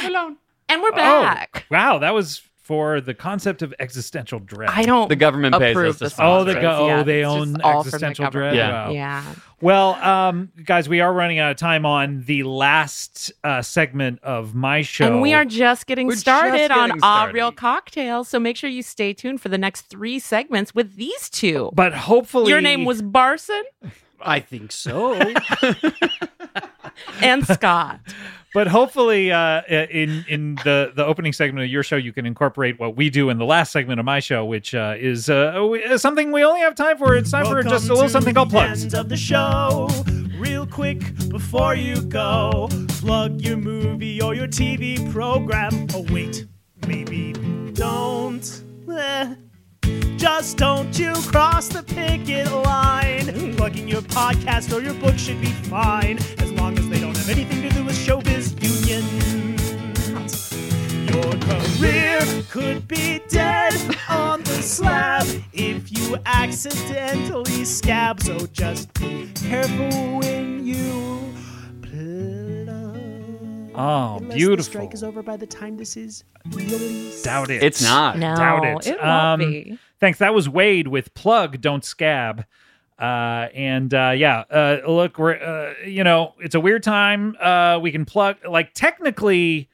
Speaker 6: alone.
Speaker 2: And
Speaker 1: Oh.
Speaker 2: we're back.
Speaker 1: Wow, that was for the concept of existential dread.
Speaker 2: I don't.
Speaker 3: The government pays
Speaker 2: Approve
Speaker 3: us. to
Speaker 2: this
Speaker 3: sponsor
Speaker 1: Oh, they
Speaker 3: it.
Speaker 1: go. Oh,
Speaker 2: Yeah,
Speaker 1: they
Speaker 2: it's just
Speaker 1: own
Speaker 2: all from the
Speaker 1: existential dread.
Speaker 2: government.
Speaker 3: Yeah.
Speaker 1: Wow.
Speaker 2: yeah.
Speaker 1: Well, um, guys, we are running out of time on the last uh, segment of my show.
Speaker 2: And we are just getting
Speaker 3: We're just
Speaker 2: started on
Speaker 3: getting
Speaker 2: Ah
Speaker 3: started.
Speaker 2: Real Cocktails. So make sure you stay tuned for the next three segments with these two.
Speaker 1: but hopefully,
Speaker 2: Your name was Barson
Speaker 5: I think so.
Speaker 2: and Scott.
Speaker 1: But hopefully, uh, in in the the opening segment of your show, you can incorporate what we do in the last segment of my show, which uh, is uh, we- uh, something we only have time for. It's time for just a little something called plugs.
Speaker 7: End of the show. Real quick before you go, plug your movie or your TV program. Oh wait, maybe don't. Eh. Just don't you cross the picket line. Plugging your podcast or your book should be fine, as long as they don't have anything to do with showbiz unions. Your career could be dead on the slab if you accidentally scab. So just be careful when you plug.
Speaker 1: Oh,
Speaker 7: Unless The
Speaker 1: beautiful!
Speaker 7: strike is over by the time this is released.
Speaker 1: Doubt it.
Speaker 3: It's not.
Speaker 2: No,
Speaker 1: Doubt it.
Speaker 2: won't
Speaker 1: Um,
Speaker 2: be.
Speaker 1: Thanks. That was Wade with plug. Don't scab. Uh, and uh, yeah, uh, look, we're uh, you know it's a weird time. Uh, we can plug like technically.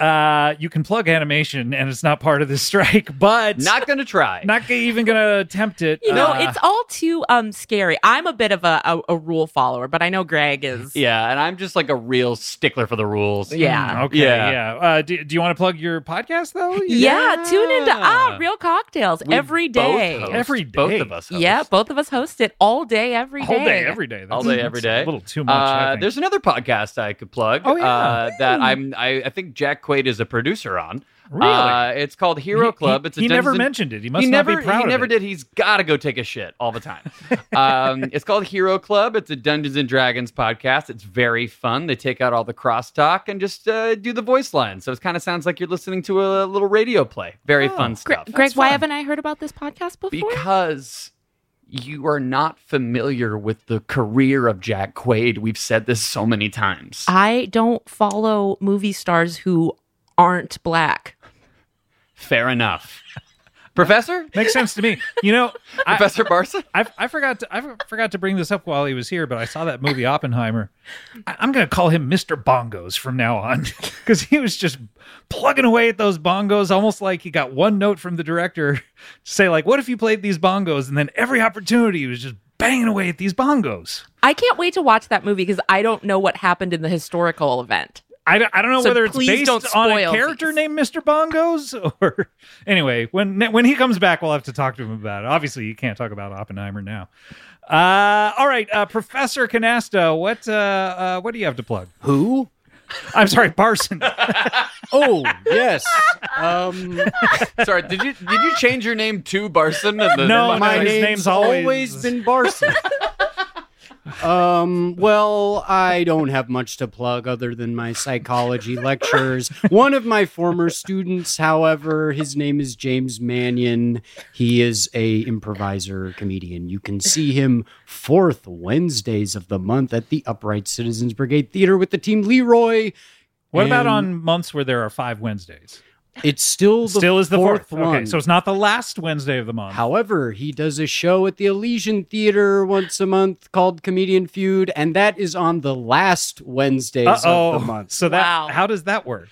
Speaker 1: Uh, you can plug animation, and it's not part of the (laughs) strike, but
Speaker 3: Not gonna try.
Speaker 1: not g- even gonna attempt it.
Speaker 2: You know,
Speaker 1: Uh,
Speaker 2: it's all too um scary. I'm a bit of a, a, a rule follower, but I know Greg is.
Speaker 3: yeah, and I'm just like a real stickler for the rules.
Speaker 2: Yeah.
Speaker 1: okay. Yeah.
Speaker 3: Yeah.
Speaker 1: Uh, do, do you want to plug your podcast though?
Speaker 2: Yeah, tune into Ah
Speaker 3: Yeah.
Speaker 2: Real Cocktails
Speaker 3: We
Speaker 2: every
Speaker 3: both
Speaker 2: day.
Speaker 3: host.
Speaker 1: Every day.
Speaker 3: Both of us. Host.
Speaker 2: Yeah, both of us host it all day, every day.
Speaker 1: Whole day, every day. That's-
Speaker 3: All day,
Speaker 1: that's
Speaker 3: every day.
Speaker 1: A little too much. I
Speaker 3: Uh,
Speaker 1: think.
Speaker 3: there's another podcast I could plug.
Speaker 1: Oh, yeah.
Speaker 3: uh, that I'm. I, I think Jack Quaid is a producer on.
Speaker 1: Really?
Speaker 3: Uh, it's called Hero
Speaker 1: He-
Speaker 3: Club.
Speaker 1: he-
Speaker 3: it's a
Speaker 1: he
Speaker 3: Dungeons
Speaker 1: never
Speaker 3: and-
Speaker 1: mentioned it. He must
Speaker 3: he
Speaker 1: not
Speaker 3: never,
Speaker 1: be proud
Speaker 3: He
Speaker 1: of
Speaker 3: never
Speaker 1: it.
Speaker 3: did. He's got to go take a shit all the
Speaker 1: (laughs)
Speaker 3: time. um, it's called Hero Club. It's a Dungeons and Dragons podcast. It's very fun. They take out all the crosstalk and just uh, do the voice line. So it kind of sounds like you're listening to a little radio play. Very
Speaker 1: Oh,
Speaker 3: fun
Speaker 2: Gre-
Speaker 3: stuff.
Speaker 2: Greg, why haven't I heard about this podcast before?
Speaker 3: Because you are not familiar with the career of Jack Quaid. We've said this so many times.
Speaker 2: I don't follow movie stars who aren't black.
Speaker 3: Fair enough. Professor?
Speaker 1: (laughs) Makes sense to me. You
Speaker 3: (laughs)
Speaker 1: know, I,
Speaker 3: Professor Barsa?
Speaker 1: I, I forgot to I forgot to bring this up while he was here, but I saw that movie Oppenheimer. I, I'm going to call him Mr. Bongos from now on (laughs) because he was just plugging away at those bongos, almost like he got one note from the director to say like, "What if you played these bongos?" And then every opportunity he was just banging away at these bongos.
Speaker 2: I can't wait to watch that movie because I don't know what happened in the historical event.
Speaker 1: I don't, I don't know
Speaker 2: So
Speaker 1: whether it's
Speaker 2: please
Speaker 1: based
Speaker 2: don't
Speaker 1: on a
Speaker 2: spoil
Speaker 1: character
Speaker 2: these.
Speaker 1: named Mr. Bongos (laughs) or anyway, when when he comes back, we'll have to talk to him about it. Obviously, you can't talk about Oppenheimer now. Uh, all right, uh, Professor Canasta, what uh, uh, what do you have to plug?
Speaker 5: Who?
Speaker 1: I'm sorry, Parson. (laughs)
Speaker 5: Oh, yes. Um,
Speaker 3: Sorry, did you did you change your name to Barson? in the-
Speaker 1: No,
Speaker 5: my
Speaker 1: his
Speaker 5: name's,
Speaker 1: name's always-
Speaker 5: always, (laughs) been Barson. um, well, I don't have much to plug other than my psychology lectures. One of my former students, however, his name is James Mannion. He is a improviser comedian. You can see him fourth Wednesdays of the month at the Upright Citizens Brigade Theater with the team Leroy.
Speaker 1: what about
Speaker 5: And
Speaker 1: on months where there are five Wednesdays?
Speaker 5: It's still the
Speaker 1: Still is the fourth.
Speaker 5: fourth, one.
Speaker 1: Okay, so it's not the last Wednesday of the month.
Speaker 5: However, he does a show at the Elysian Theater once a month called Comedian Feud, and that is on the last Wednesdays of the
Speaker 1: oh,
Speaker 5: month.
Speaker 1: so that
Speaker 2: Wow.
Speaker 1: how does that work?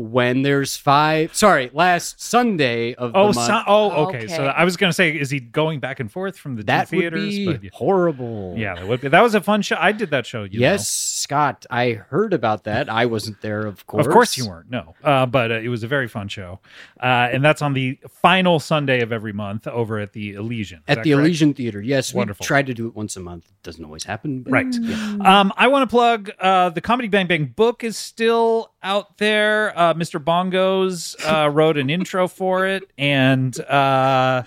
Speaker 5: When there's five, sorry, last Sunday of
Speaker 1: Oh,
Speaker 5: the month.
Speaker 1: so, oh, okay. So
Speaker 2: Okay.
Speaker 1: I was going to say, is he going back and forth from the two
Speaker 5: that would
Speaker 1: theaters?
Speaker 5: be
Speaker 1: But yeah.
Speaker 5: horrible.
Speaker 1: Yeah, that would be. That was a fun show. I did that show. You
Speaker 5: yes, Scott, I heard about that. I wasn't there, of
Speaker 1: know.
Speaker 5: course.
Speaker 1: Of course you weren't. No, uh, but uh, it was a very fun show, uh, and that's on the final Sunday of every month over at the Elysian. Is
Speaker 5: At
Speaker 1: that
Speaker 5: the
Speaker 1: correct?
Speaker 5: Elysian Theater, yes.
Speaker 1: Wonderful.
Speaker 5: We tried to do it once a month. It doesn't always happen. but-
Speaker 1: Right.
Speaker 5: Mm.
Speaker 1: Um, I want to plug uh, the Comedy Bang Bang book is still out there. Uh, Mr. Bongos uh, wrote an intro for it, and uh,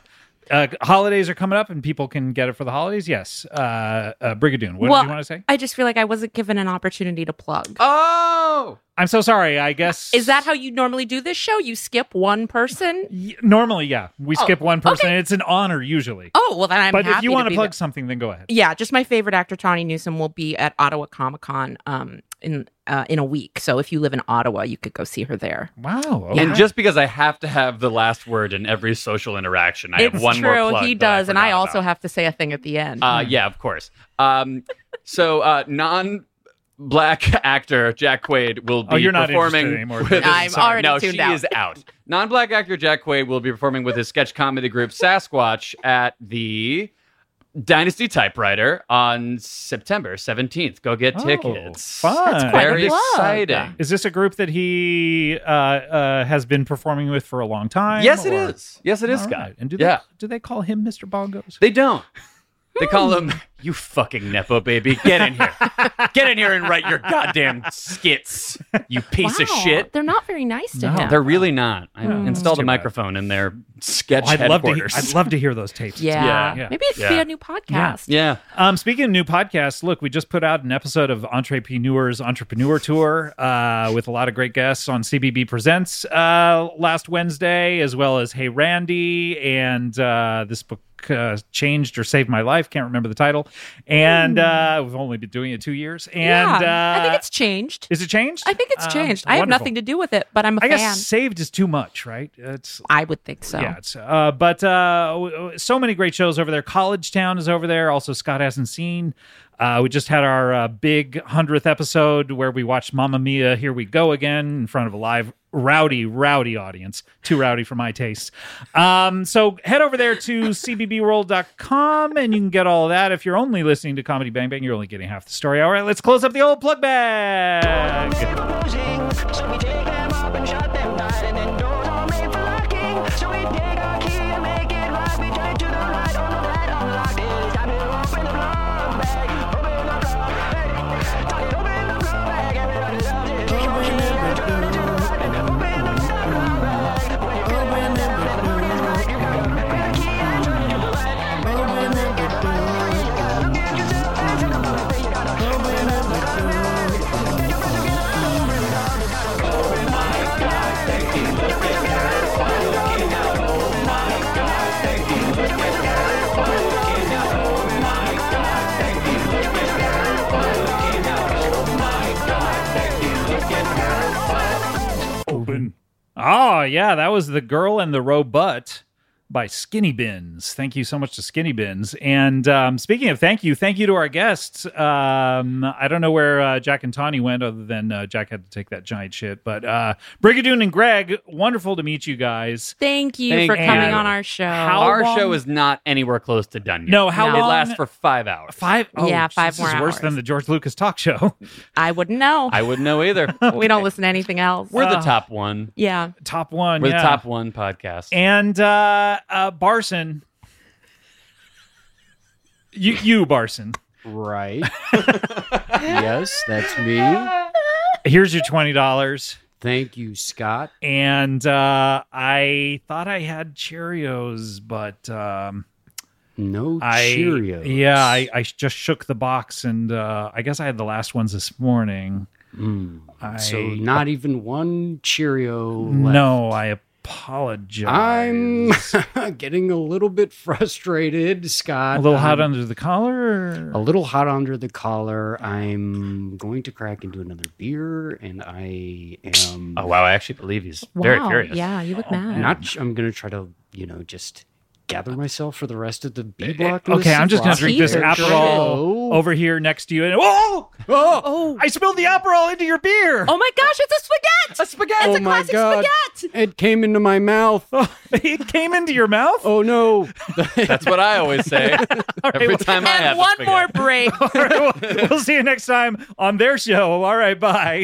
Speaker 1: uh, holidays are coming up, and people can get it for the holidays. Yes, uh, uh, Brigadoon. What
Speaker 2: Well,
Speaker 1: do you want to say?
Speaker 2: I just feel like I wasn't given an opportunity to plug.
Speaker 3: Oh,
Speaker 1: I'm so sorry. I guess
Speaker 2: Is that how you normally do this show? You skip one person?
Speaker 1: Y- normally? Yeah, we skip one person.
Speaker 2: Oh, okay.
Speaker 1: It's an honor usually.
Speaker 2: Oh, well, then I'm
Speaker 1: but
Speaker 2: happy
Speaker 1: if you
Speaker 2: to
Speaker 1: want
Speaker 2: be
Speaker 1: to plug
Speaker 2: there.
Speaker 1: something, then go ahead.
Speaker 2: Yeah, just my favorite actor, Tawny Newsom, will be at Ottawa Comic Con um, in uh, in a week. So if you live in Ottawa, you could go see her there.
Speaker 1: Wow.
Speaker 3: and just because I have to have the last word in every social interaction, I have
Speaker 2: it's
Speaker 3: one
Speaker 2: true.
Speaker 3: more plug
Speaker 2: he
Speaker 3: that
Speaker 2: does, and I
Speaker 3: forgot
Speaker 2: also
Speaker 3: about.
Speaker 2: have to say a thing at the end.
Speaker 3: Uh, yeah, of course. Um, so uh, non. Black actor Jack Quaid will be
Speaker 1: Oh, you're not
Speaker 3: performing
Speaker 1: interested anymore.
Speaker 3: with his-
Speaker 2: I'm
Speaker 3: sorry,
Speaker 2: already
Speaker 3: no,
Speaker 2: tuned
Speaker 3: she
Speaker 2: out.
Speaker 3: is out. Non-black actor Jack Quaid will be performing with his sketch comedy group Sasquatch at the Dynasty Typewriter on September 17th. Go get
Speaker 1: Oh,
Speaker 3: (laughs) tickets.
Speaker 1: fun. That's quite
Speaker 2: a
Speaker 3: Very
Speaker 2: plug.
Speaker 3: exciting.
Speaker 1: is this a group that he uh, uh, has been performing with for a long time?
Speaker 3: Yes, it
Speaker 1: or-
Speaker 3: is. Yes, it is,
Speaker 1: All
Speaker 3: Scott.
Speaker 1: right. And do they
Speaker 3: yeah,
Speaker 1: do they call him Mr. Bongos?
Speaker 3: they don't. They call him you fucking nepo baby. Get in here. Get in here and write your goddamn skits. You piece of
Speaker 2: Wow,
Speaker 3: shit.
Speaker 2: They're not very nice to
Speaker 1: No,
Speaker 2: him.
Speaker 3: They're really not. I
Speaker 1: No.
Speaker 3: installed
Speaker 1: Too
Speaker 3: a
Speaker 1: bad.
Speaker 3: microphone in their sketch
Speaker 1: Hmm. Oh, I'd love to. Hear,
Speaker 3: headquarters.
Speaker 1: I'd love to hear those tapes.
Speaker 2: (laughs) yeah.
Speaker 3: Yeah.
Speaker 2: Maybe it could be
Speaker 3: Yeah.
Speaker 2: a new podcast.
Speaker 3: yeah.
Speaker 1: Um, speaking of new podcasts, look, we just put out an episode of Entrepreneurs Entrepreneur Tour uh, with a lot of great guests on CBB Presents uh, last Wednesday, as well as Hey Randy and uh, this book. Uh, changed or saved my life. Can't remember the title, and uh, we've only been doing it two years. And
Speaker 2: Hmm. Yeah.
Speaker 1: uh,
Speaker 2: I think it's changed.
Speaker 1: is it changed?
Speaker 2: I think it's
Speaker 1: Um,
Speaker 2: changed. I have
Speaker 1: wonderful.
Speaker 2: nothing to do with it, but I'm a
Speaker 1: I
Speaker 2: fan.
Speaker 1: guess saved is too much, right? It's
Speaker 2: I would think so.
Speaker 1: yeah, it's, uh, but uh, w- w- so many great shows over there. College Town is over there. Also, Scott hasn't seen. Uh, we just had our uh, big hundredth episode where we watched Mamma Mia. Here we go again in front of a live rowdy, rowdy audience. Too rowdy for my taste. Um, so head over there to (laughs) cbbworld.com and you can get all that. If you're only listening to Comedy Bang Bang, you're only getting half the story. All right, let's close up the old plug bag.
Speaker 8: So we dig them up and shut them tight, and then doors are made for locking. So we dig our key and make it lock. We turn to the right, oh no, that unlocked. It is time to open the plug bag, open the plug bag, Time to open the plug bag. Everybody loves it. So we dig our key and turn to the right, and open the plug bag. When you feel like that, then the plug is right. You gotta open the key and turn it to the left. Open the plug bag. You gotta look at yourself and take a look. You gotta open the plug bag. Get your breath together.
Speaker 1: Ah, Oh, yeah, that was The Girl and the Robot by Skinny Bins. Thank you so much to Skinny Bins. And um, speaking of thank you, thank you to our guests. Um, I don't know where uh, Jack and Tawny went, other than uh, Jack had to take that giant shit. But uh, Brigadoon and Greg, wonderful to meet you guys.
Speaker 2: Thank you
Speaker 3: Thank
Speaker 2: for coming
Speaker 1: you.
Speaker 2: on our show.
Speaker 1: How-
Speaker 3: Our
Speaker 1: long-
Speaker 3: show is not anywhere close to done yet.
Speaker 1: No, how
Speaker 3: It
Speaker 1: long-
Speaker 3: lasts for five hours.
Speaker 1: Five, oh,
Speaker 2: Yeah, five
Speaker 1: this
Speaker 2: more
Speaker 1: is worse
Speaker 2: hours.
Speaker 1: than the George Lucas talk show.
Speaker 2: I wouldn't know.
Speaker 3: I wouldn't know either.
Speaker 2: we don't listen to anything else.
Speaker 3: We're the top one.
Speaker 2: yeah.
Speaker 1: (laughs) top one,
Speaker 3: We're
Speaker 1: Uh, yeah.
Speaker 3: the top one podcast.
Speaker 1: And uh, uh, Barson, you, you Barson. (laughs)
Speaker 5: Right. yes, that's me.
Speaker 1: Here's your twenty dollars.
Speaker 5: Thank you, Scott.
Speaker 1: and uh, I thought I had Cheerios, but um,
Speaker 5: No
Speaker 1: I
Speaker 5: Cheerios.
Speaker 1: yeah, I, I just shook the box, and uh, I guess I had the last ones this morning.
Speaker 5: Mm.
Speaker 1: I,
Speaker 5: So not even one Cheerio. Left.
Speaker 1: no, I apologize.
Speaker 5: I'm (laughs) getting a little bit frustrated, Scott.
Speaker 1: a little hot
Speaker 5: I'm
Speaker 1: under the collar.
Speaker 5: a little hot under the collar. I'm going to crack into another beer, and I am
Speaker 3: oh wow, I actually believe he's very
Speaker 2: Wow.
Speaker 3: curious.
Speaker 2: Yeah, you look
Speaker 3: Oh,
Speaker 2: mad.
Speaker 5: not. sh- I'm going to try to, you know, just gather myself for the rest of the B
Speaker 1: Eh,
Speaker 5: block. and the
Speaker 1: Okay,
Speaker 5: C
Speaker 1: I'm just gonna
Speaker 5: block.
Speaker 1: drink this
Speaker 2: Teeth are
Speaker 1: Aperol Oh.
Speaker 5: good.
Speaker 1: over here next to you, and oh, oh, I spilled the Aperol into your beer.
Speaker 2: Oh my gosh, it's a spaghetti! A spaghetti! It's
Speaker 5: Oh
Speaker 2: a
Speaker 5: my
Speaker 2: classic
Speaker 5: God.
Speaker 2: spaghetti!
Speaker 5: It came into my mouth.
Speaker 1: (laughs) it came into your mouth.
Speaker 5: Oh no!
Speaker 3: That's what I
Speaker 1: (laughs)
Speaker 3: always say every time I
Speaker 2: And
Speaker 3: have a
Speaker 2: one
Speaker 3: spaghetti.
Speaker 2: more break. (laughs)
Speaker 1: All right, (laughs) we'll, we'll see you next time on their show. All right, bye.